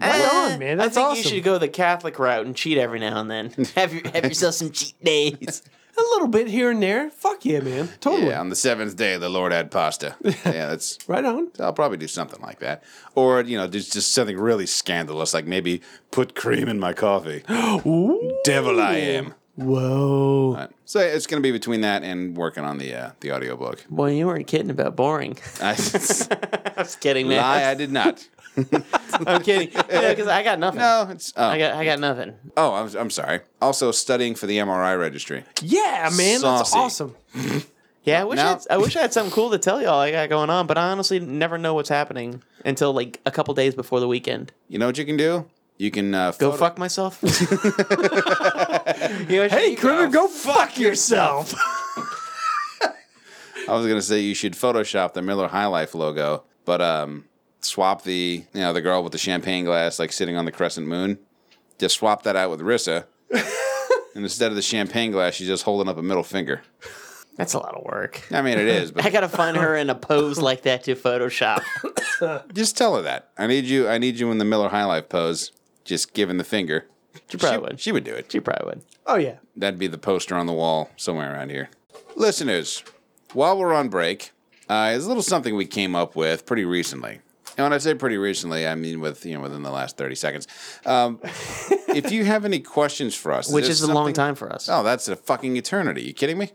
[SPEAKER 3] Right on, man. That's
[SPEAKER 4] I think
[SPEAKER 3] awesome.
[SPEAKER 4] you should go the Catholic route and cheat every now and (laughs) then. have your, have yourself some cheat days.
[SPEAKER 3] A little bit here and there. Fuck yeah, man. Totally.
[SPEAKER 1] Yeah, on the seventh day, the Lord
[SPEAKER 4] (laughs)
[SPEAKER 1] had pasta. Yeah, that's
[SPEAKER 3] right on.
[SPEAKER 1] I'll probably do something like that, or you know, just just something really scandalous, like maybe put cream in my coffee. (gasps) Devil I am.
[SPEAKER 3] Whoa.
[SPEAKER 1] But- So it's going to be between that and working on the uh,
[SPEAKER 4] (laughs)
[SPEAKER 1] the audiobook.
[SPEAKER 4] (laughs)
[SPEAKER 1] (laughs)
[SPEAKER 4] Boy, you weren't kidding about (laughs) boring.
[SPEAKER 1] I,
[SPEAKER 4] I was kidding, man.
[SPEAKER 1] lie, I did not.
[SPEAKER 4] (laughs) I'm (laughs) kidding. Because I got nothing.
[SPEAKER 1] No, it's oh.
[SPEAKER 4] I got I got nothing.
[SPEAKER 1] Oh, I'm, I'm sorry. Also studying for the MRI registry.
[SPEAKER 3] Yeah, man. That's
[SPEAKER 1] Saucy.
[SPEAKER 3] awesome.
[SPEAKER 4] Yeah, I wish
[SPEAKER 1] No.
[SPEAKER 4] I, had, I wish I had something cool to tell y'all I got going on, but I honestly never know what's happening until like a couple days before the weekend.
[SPEAKER 1] You know what you can do? You can uh,
[SPEAKER 4] Go
[SPEAKER 1] photo-
[SPEAKER 4] fuck myself. (laughs) You know what
[SPEAKER 3] Hey,
[SPEAKER 4] you-
[SPEAKER 3] Kruger, go fuck yourself. (laughs)
[SPEAKER 1] I was gonna say you should Photoshop the Miller High Life logo, but um, swap the you know the girl with the champagne glass like sitting on the crescent moon. Just swap that out with Rissa, and instead of the champagne glass, she's just holding up a middle finger.
[SPEAKER 4] That's a lot of work.
[SPEAKER 1] I mean, it is,
[SPEAKER 4] I (laughs)
[SPEAKER 1] but
[SPEAKER 4] gotta find her in a pose like that to
[SPEAKER 1] (laughs)
[SPEAKER 4] Photoshop.
[SPEAKER 1] just tell her that I need you. I need you in the Miller High Life pose, just giving the finger.
[SPEAKER 4] She probably would.
[SPEAKER 1] She would do it.
[SPEAKER 4] She probably would.
[SPEAKER 3] oh yeah.
[SPEAKER 1] That'd be the poster on the wall somewhere around here. Listeners, while we're on break, uh, is a little something we came up with pretty recently. And when I say pretty recently, I mean with you know within the last thirty seconds. Um, if you have any questions for us,
[SPEAKER 4] Which
[SPEAKER 1] this
[SPEAKER 4] is a long
[SPEAKER 1] something-
[SPEAKER 4] time for us.
[SPEAKER 1] Oh, that's a fucking eternity. You kidding me?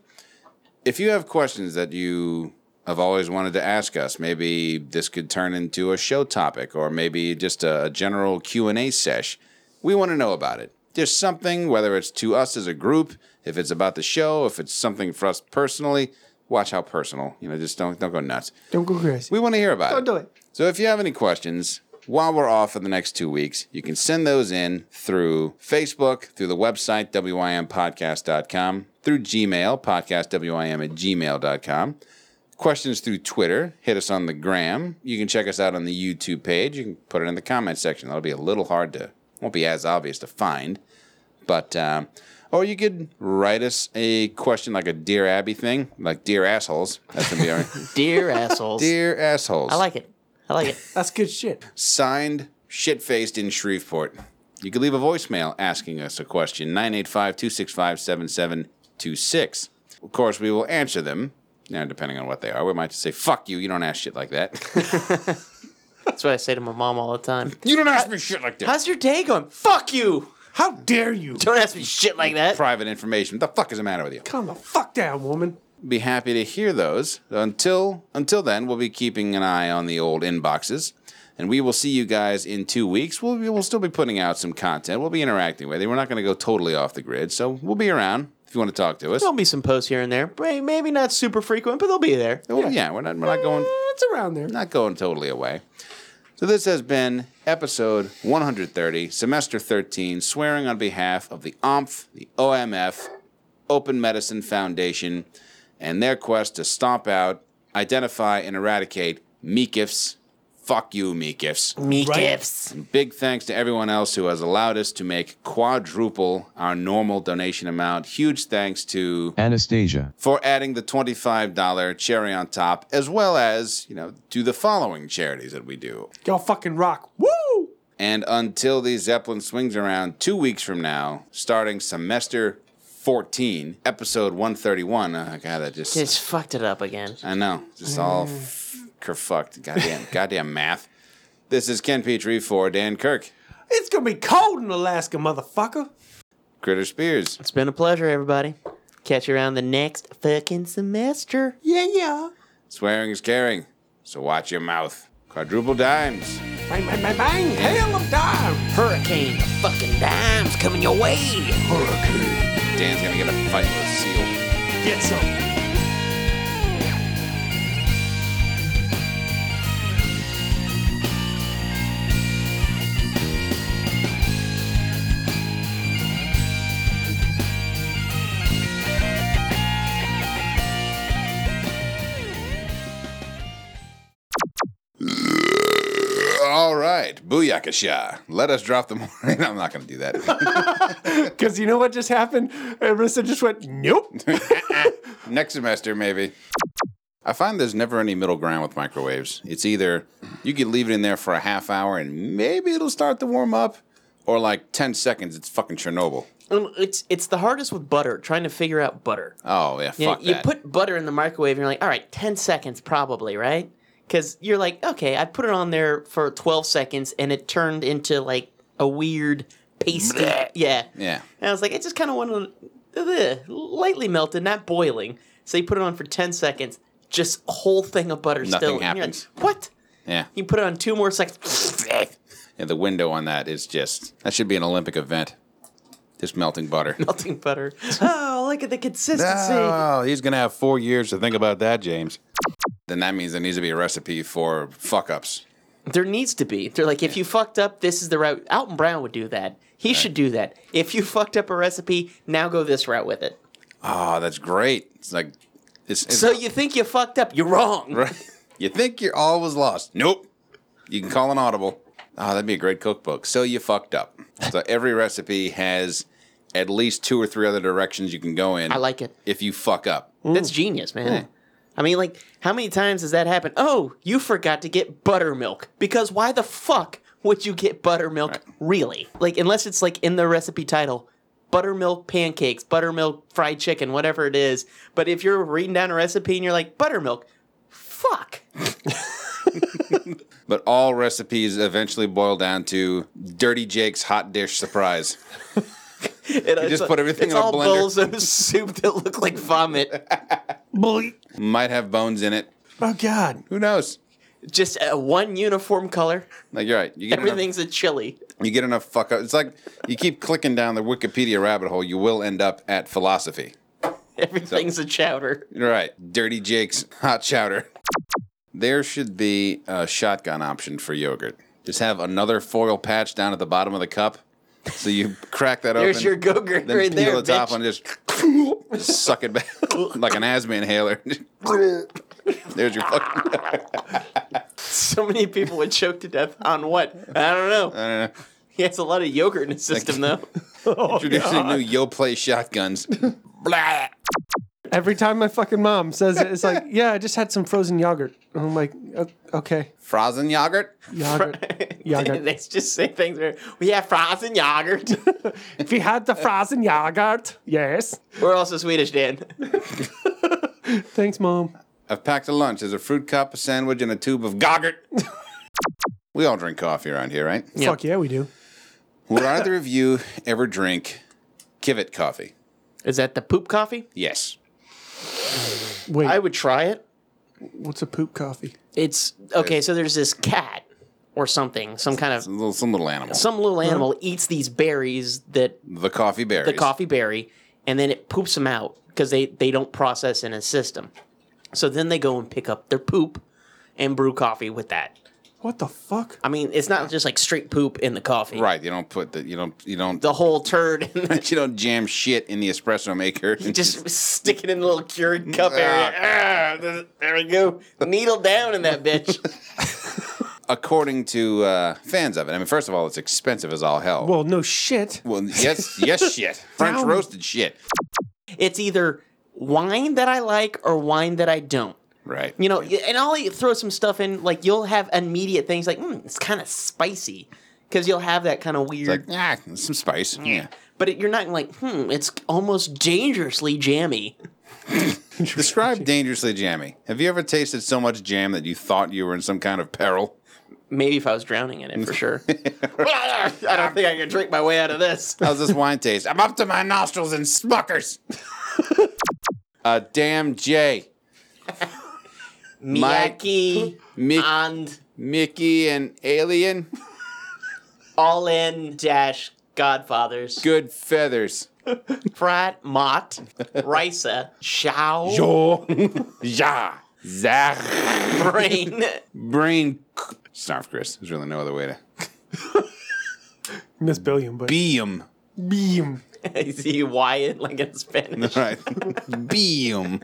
[SPEAKER 1] If you have questions that you have always wanted to ask us, maybe this could turn into a show topic or maybe just a, a general Q&A sesh. We want to know about it. Just something whether it's to us as a group, if it's about the show, if it's something for us personally, watch how personal. You know, just don't don't go nuts.
[SPEAKER 3] Don't go crazy.
[SPEAKER 1] We want to hear about
[SPEAKER 3] Don't
[SPEAKER 1] it.
[SPEAKER 3] do it.
[SPEAKER 1] So if you have any questions while we're off for the next two weeks, you can send those in through Facebook, through the website, wympodcast.com, through Gmail, podcastwim at gmail.com. Questions through Twitter, hit us on the gram. You can check us out on the YouTube page. You can put it in the comment section. That'll be a little hard to, won't be as obvious to find. But um, Or you could write us a question like a Dear Abby thing, like Dear Assholes. That's going to be our. (laughs)
[SPEAKER 4] Dear assholes.
[SPEAKER 1] Dear Assholes.
[SPEAKER 4] I like it. I like it.
[SPEAKER 3] That's good shit.
[SPEAKER 1] Signed, shit faced in Shreveport. You could leave a voicemail asking us a question, 985 265 7726. Of course, we will answer them. Now, depending on what they are, we might just say, fuck you, you don't ask shit like that.
[SPEAKER 4] That's what I say to my mom all the time.
[SPEAKER 1] You don't ask me shit like that.
[SPEAKER 4] How's your day going? Fuck you.
[SPEAKER 3] How dare you?
[SPEAKER 4] Don't ask me shit like that.
[SPEAKER 1] Private information. What the fuck is the matter with you?
[SPEAKER 3] Calm the fuck down, woman.
[SPEAKER 1] be happy to hear those. Until until then, we'll be keeping an eye on the old inboxes, and we will see you guys in two weeks. We'll we'll still be putting out some content. We'll be interacting with you. We're not going to go totally off the grid, so we'll be around if you want to talk to us.
[SPEAKER 4] There'll be some posts here and there. May- Maybe not super frequent, but they'll be there.
[SPEAKER 1] Well, yeah, we're not we're not going
[SPEAKER 3] It's around there.
[SPEAKER 1] not going totally away. So this has been episode 130, semester 13, swearing on behalf of the OMF, the OMF, Open Medicine Foundation, and their quest to stomp out, identify, and eradicate meekiffs. Fuck you, meekiffs.
[SPEAKER 4] Meekiffs.
[SPEAKER 1] And big thanks to everyone else who has allowed us to make quadruple our normal donation amount. Huge thanks to
[SPEAKER 5] Anastasia,
[SPEAKER 1] for adding the $25 cherry on top, as well as, you know, to the following charities that we do.
[SPEAKER 3] Y'all fucking rock. Woo!
[SPEAKER 1] And until the Zeppelin swings around two weeks from now, starting semester 14, episode 131. Oh, God, that just.
[SPEAKER 4] Just fucked it up again.
[SPEAKER 1] I know. Just all f- kerfucked. Goddamn, (laughs) goddamn math. This is Ken Petrie for Dan Kirk,
[SPEAKER 3] It's gonna be cold in Alaska, motherfucker.
[SPEAKER 1] Critter Spears.
[SPEAKER 4] It's been a pleasure, everybody. Catch you around the next fucking semester.
[SPEAKER 3] Yeah, yeah.
[SPEAKER 1] Swearing is caring, so watch your mouth. Quadruple dimes.
[SPEAKER 3] Bang, bang, bang, bang. Hail of dime.
[SPEAKER 4] Hurricane of fucking dimes coming your way. Hurricane.
[SPEAKER 1] Dan's gonna get a fight with a seal.
[SPEAKER 3] Get some.
[SPEAKER 1] All right, booyakasha. Let us drop the (laughs) morning. I'm not going to do
[SPEAKER 4] (laughs)
[SPEAKER 1] that.
[SPEAKER 3] (laughs) Because you know what just happened? Arissa just went, nope.
[SPEAKER 1] Next semester, maybe. I find there's never any middle ground with microwaves. It's either you can leave it in there for a half hour and maybe it'll start to warm up, or like 10 seconds, it's fucking Chernobyl.
[SPEAKER 4] Um, It's it's the hardest with butter. Trying to figure out butter.
[SPEAKER 1] Oh, yeah,
[SPEAKER 4] You, know,
[SPEAKER 1] fuck
[SPEAKER 4] you
[SPEAKER 1] that.
[SPEAKER 4] put butter in the microwave and you're like, all right, 10 seconds probably, right? Because you're like, okay, I put it on there for 12 seconds and it turned into like a weird pasty. Yeah.
[SPEAKER 1] yeah.
[SPEAKER 4] And I was like, I just kind of want to ugh, lightly melted, not boiling. So you put it on for 10 seconds, just a whole thing of butter
[SPEAKER 1] Nothing
[SPEAKER 4] still. and you're
[SPEAKER 1] happens.
[SPEAKER 4] like, what?
[SPEAKER 1] Yeah.
[SPEAKER 4] You put it on two more seconds. (laughs)
[SPEAKER 1] yeah. The window on that is just, that should be an Olympic event. Just melting butter.
[SPEAKER 4] (laughs) melting
[SPEAKER 1] (laughs)
[SPEAKER 4] butter. Oh, look at the consistency.
[SPEAKER 1] No, Oh, he's going to have four years to think about that, James. Then that means there needs to be a recipe for fuck ups.
[SPEAKER 4] There needs to be. They're like, if you fucked up, this is the route. Alton Brown would do that. He should do that. If you fucked up a recipe, now go this route with it.
[SPEAKER 1] Oh, that's great. It's like, it's, it's
[SPEAKER 4] So you think you fucked up? You're wrong.
[SPEAKER 1] (laughs) Right. You think you're always lost. Nope. You can call an audible. Oh, that'd be a great cookbook. So you fucked up. So every recipe has at least two or three other directions you can go in.
[SPEAKER 4] I like it.
[SPEAKER 1] If you fuck up.
[SPEAKER 4] That's genius, man.
[SPEAKER 1] Mm. Yeah.
[SPEAKER 4] I mean, like, how many times has that happened? Oh, you forgot to get buttermilk because why the fuck would you get buttermilk really? Like, unless it's like in the recipe title, buttermilk pancakes, buttermilk fried chicken, whatever it is. But if you're reading down a recipe and you're like buttermilk, fuck.
[SPEAKER 1] But all recipes eventually boil down to Dirty Jake's hot dish surprise.
[SPEAKER 4] It,
[SPEAKER 1] just put everything
[SPEAKER 4] it's
[SPEAKER 1] in a
[SPEAKER 4] all
[SPEAKER 1] blender.
[SPEAKER 4] bowls of soup that look like vomit.
[SPEAKER 1] Might have bones in it.
[SPEAKER 3] Oh, God.
[SPEAKER 1] Who knows?
[SPEAKER 4] Just uh, one uniform
[SPEAKER 1] (laughs)
[SPEAKER 4] color.
[SPEAKER 1] Like you're right. You get enough-
[SPEAKER 4] Everything's a chili.
[SPEAKER 1] you get enough fuck up. It's like you keep clicking down the Wikipedia rabbit hole, you will end up at philosophy.
[SPEAKER 4] Everything's a chowder.
[SPEAKER 1] Right. Dirty Jake's hot chowder. There should be a shotgun option for yogurt. Just have another foil patch down at the bottom of the cup. So you crack that
[SPEAKER 4] There's
[SPEAKER 1] open.
[SPEAKER 4] your Go-Gurt
[SPEAKER 1] then
[SPEAKER 4] right
[SPEAKER 1] peel
[SPEAKER 4] there,
[SPEAKER 1] the top
[SPEAKER 4] bitch.
[SPEAKER 1] and just, just suck it back (laughs) like an asthma inhaler. (laughs) There's your fucking. (laughs)
[SPEAKER 4] So many people would choke to death on what? I don't know.
[SPEAKER 1] Uh, I don't know.
[SPEAKER 4] He has a lot of yogurt in his system, though.
[SPEAKER 1] (laughs) Introducing new Yo Play shotguns. (laughs)
[SPEAKER 3] Every time my fucking mom says it, it's (laughs) like, yeah, I just had some frozen yogurt. And I'm like, "O- okay.
[SPEAKER 1] Frozen yogurt?
[SPEAKER 3] Yogurt.
[SPEAKER 4] (laughs)
[SPEAKER 3] yogurt.
[SPEAKER 4] Let's just say things. Where, we have frozen
[SPEAKER 1] (laughs)
[SPEAKER 4] yogurt.
[SPEAKER 3] if you had the frozen yogurt, yes.
[SPEAKER 4] We're also Swedish, Dan.
[SPEAKER 3] Thanks, mom.
[SPEAKER 1] I've packed a lunch. There's a fruit cup, a sandwich, and a tube of goggurt. (laughs) we all drink coffee around here, right?
[SPEAKER 3] Fuck yeah, we do.
[SPEAKER 1] Would either of you ever drink Kivit coffee?
[SPEAKER 4] Is that the poop coffee?
[SPEAKER 1] Yes.
[SPEAKER 3] Wait.
[SPEAKER 4] I would try it.
[SPEAKER 3] What's a poop coffee?
[SPEAKER 4] It's okay. So there's this cat or something, some kind of
[SPEAKER 1] little, some little animal.
[SPEAKER 4] Some little animal eats these berries that
[SPEAKER 1] The coffee berries.
[SPEAKER 4] the coffee berry, and then it poops them out because they they don't process in a system. So then they go and pick up their poop and brew coffee with that.
[SPEAKER 3] What the fuck?
[SPEAKER 4] I mean, it's not just like straight poop in the coffee.
[SPEAKER 1] Right. You don't put the you don't you don't (laughs)
[SPEAKER 4] the whole turd. (laughs)
[SPEAKER 1] you don't jam shit in the espresso maker.
[SPEAKER 4] You just stick it in the little Keurig cup area. Ah, th- there we go. Needle down in that bitch.
[SPEAKER 1] (laughs) according to uh, fans of it. I mean, first of all, it's expensive as all hell.
[SPEAKER 3] Well, no shit.
[SPEAKER 1] Well,
[SPEAKER 4] (laughs)
[SPEAKER 1] yes, yes, shit. French
[SPEAKER 4] Down.
[SPEAKER 1] roasted shit.
[SPEAKER 4] It's either wine that I like or wine that I don't.
[SPEAKER 1] Right.
[SPEAKER 4] You know, and I'll eat- throw some stuff in. Like you'll have immediate things like, mm, it's kind of spicy, because you'll have that kind of weird.
[SPEAKER 1] ah, some spice. Yeah.
[SPEAKER 4] But it, you're not like, hmm, it's almost dangerously jammy.
[SPEAKER 1] Describe dangerously jammy. Have you ever tasted so much jam that you thought you were in some kind of peril?
[SPEAKER 4] Maybe if I was drowning in it for
[SPEAKER 1] (laughs)
[SPEAKER 4] sure. (laughs) I don't think I can drink my way out of this.
[SPEAKER 1] How's this wine taste? I'm up to my nostrils in smuckers. uh, damn Jay. Mike,
[SPEAKER 4] Miyaki
[SPEAKER 1] Mick-
[SPEAKER 4] and
[SPEAKER 1] Mickey, and Alien.
[SPEAKER 4] All in dash Godfathers.
[SPEAKER 1] Good feathers.
[SPEAKER 4] Pratt Mott Risa Shao
[SPEAKER 1] Yo. (laughs) ja. Zach.
[SPEAKER 4] Brain (laughs)
[SPEAKER 1] Brain. c- Snarf, Chris. There's really no other way to.
[SPEAKER 3] Miss Billiam, but
[SPEAKER 1] Beam.
[SPEAKER 3] beam.
[SPEAKER 4] I see Wyatt like in Spanish.
[SPEAKER 1] (laughs) All right. Beam.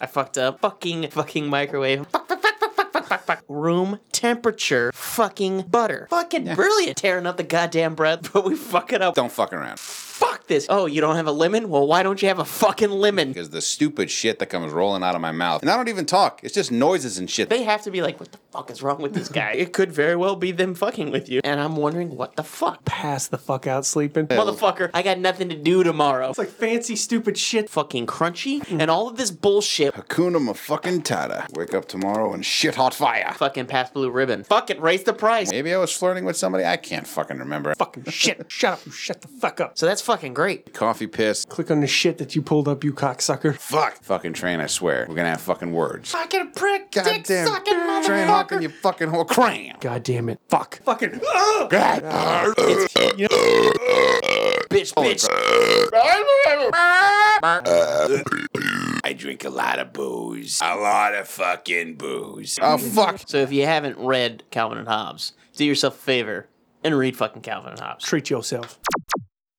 [SPEAKER 4] I fucked up. Fucking fucking microwave. Fuck, fuck, fuck, fuck, fuck, fuck, fuck, fuck. Room temperature. Fucking butter. Fucking brilliant. Tearing up the goddamn bread, (laughs) but we fuck it up.
[SPEAKER 1] Don't fuck around.
[SPEAKER 4] Fuck this. Oh, you don't have a lemon? Well, why don't you have a fucking lemon?
[SPEAKER 1] Because the stupid shit that comes rolling out of my mouth. And I don't even talk. It's just noises and shit.
[SPEAKER 4] They have to be like, what the fuck is wrong with this guy? It could very well be them fucking with you. And I'm wondering, what the fuck?
[SPEAKER 3] Pass the fuck out sleeping.
[SPEAKER 4] Motherfucker, I got nothing to do tomorrow. It's
[SPEAKER 3] like fancy, stupid shit.
[SPEAKER 4] Fucking crunchy and all of this bullshit.
[SPEAKER 1] Hakuna ma fucking tada. Wake up tomorrow and shit hot fire.
[SPEAKER 4] Fucking pass blue ribbon. Fuck it, raise the price.
[SPEAKER 1] Maybe I was flirting with somebody. I can't fucking remember.
[SPEAKER 3] Fucking shit. (laughs) Shut up. You shut the fuck up.
[SPEAKER 4] So that's fucking great.
[SPEAKER 1] Coffee piss.
[SPEAKER 3] Click on the shit that you pulled up, you cocksucker.
[SPEAKER 1] Fuck. Fucking train, I swear. We're gonna have fucking words.
[SPEAKER 4] Fucking prick,
[SPEAKER 1] Goddamn train hawking you fucking whole cram.
[SPEAKER 3] God damn it. Fuck. Fucking.
[SPEAKER 4] bitch, bitch.
[SPEAKER 1] (laughs) I drink a lot of booze. A lot of fucking booze. Oh, fuck.
[SPEAKER 4] So if you haven't read Calvin and Hobbes, do yourself a favor and read fucking Calvin and Hobbes.
[SPEAKER 3] Treat yourself.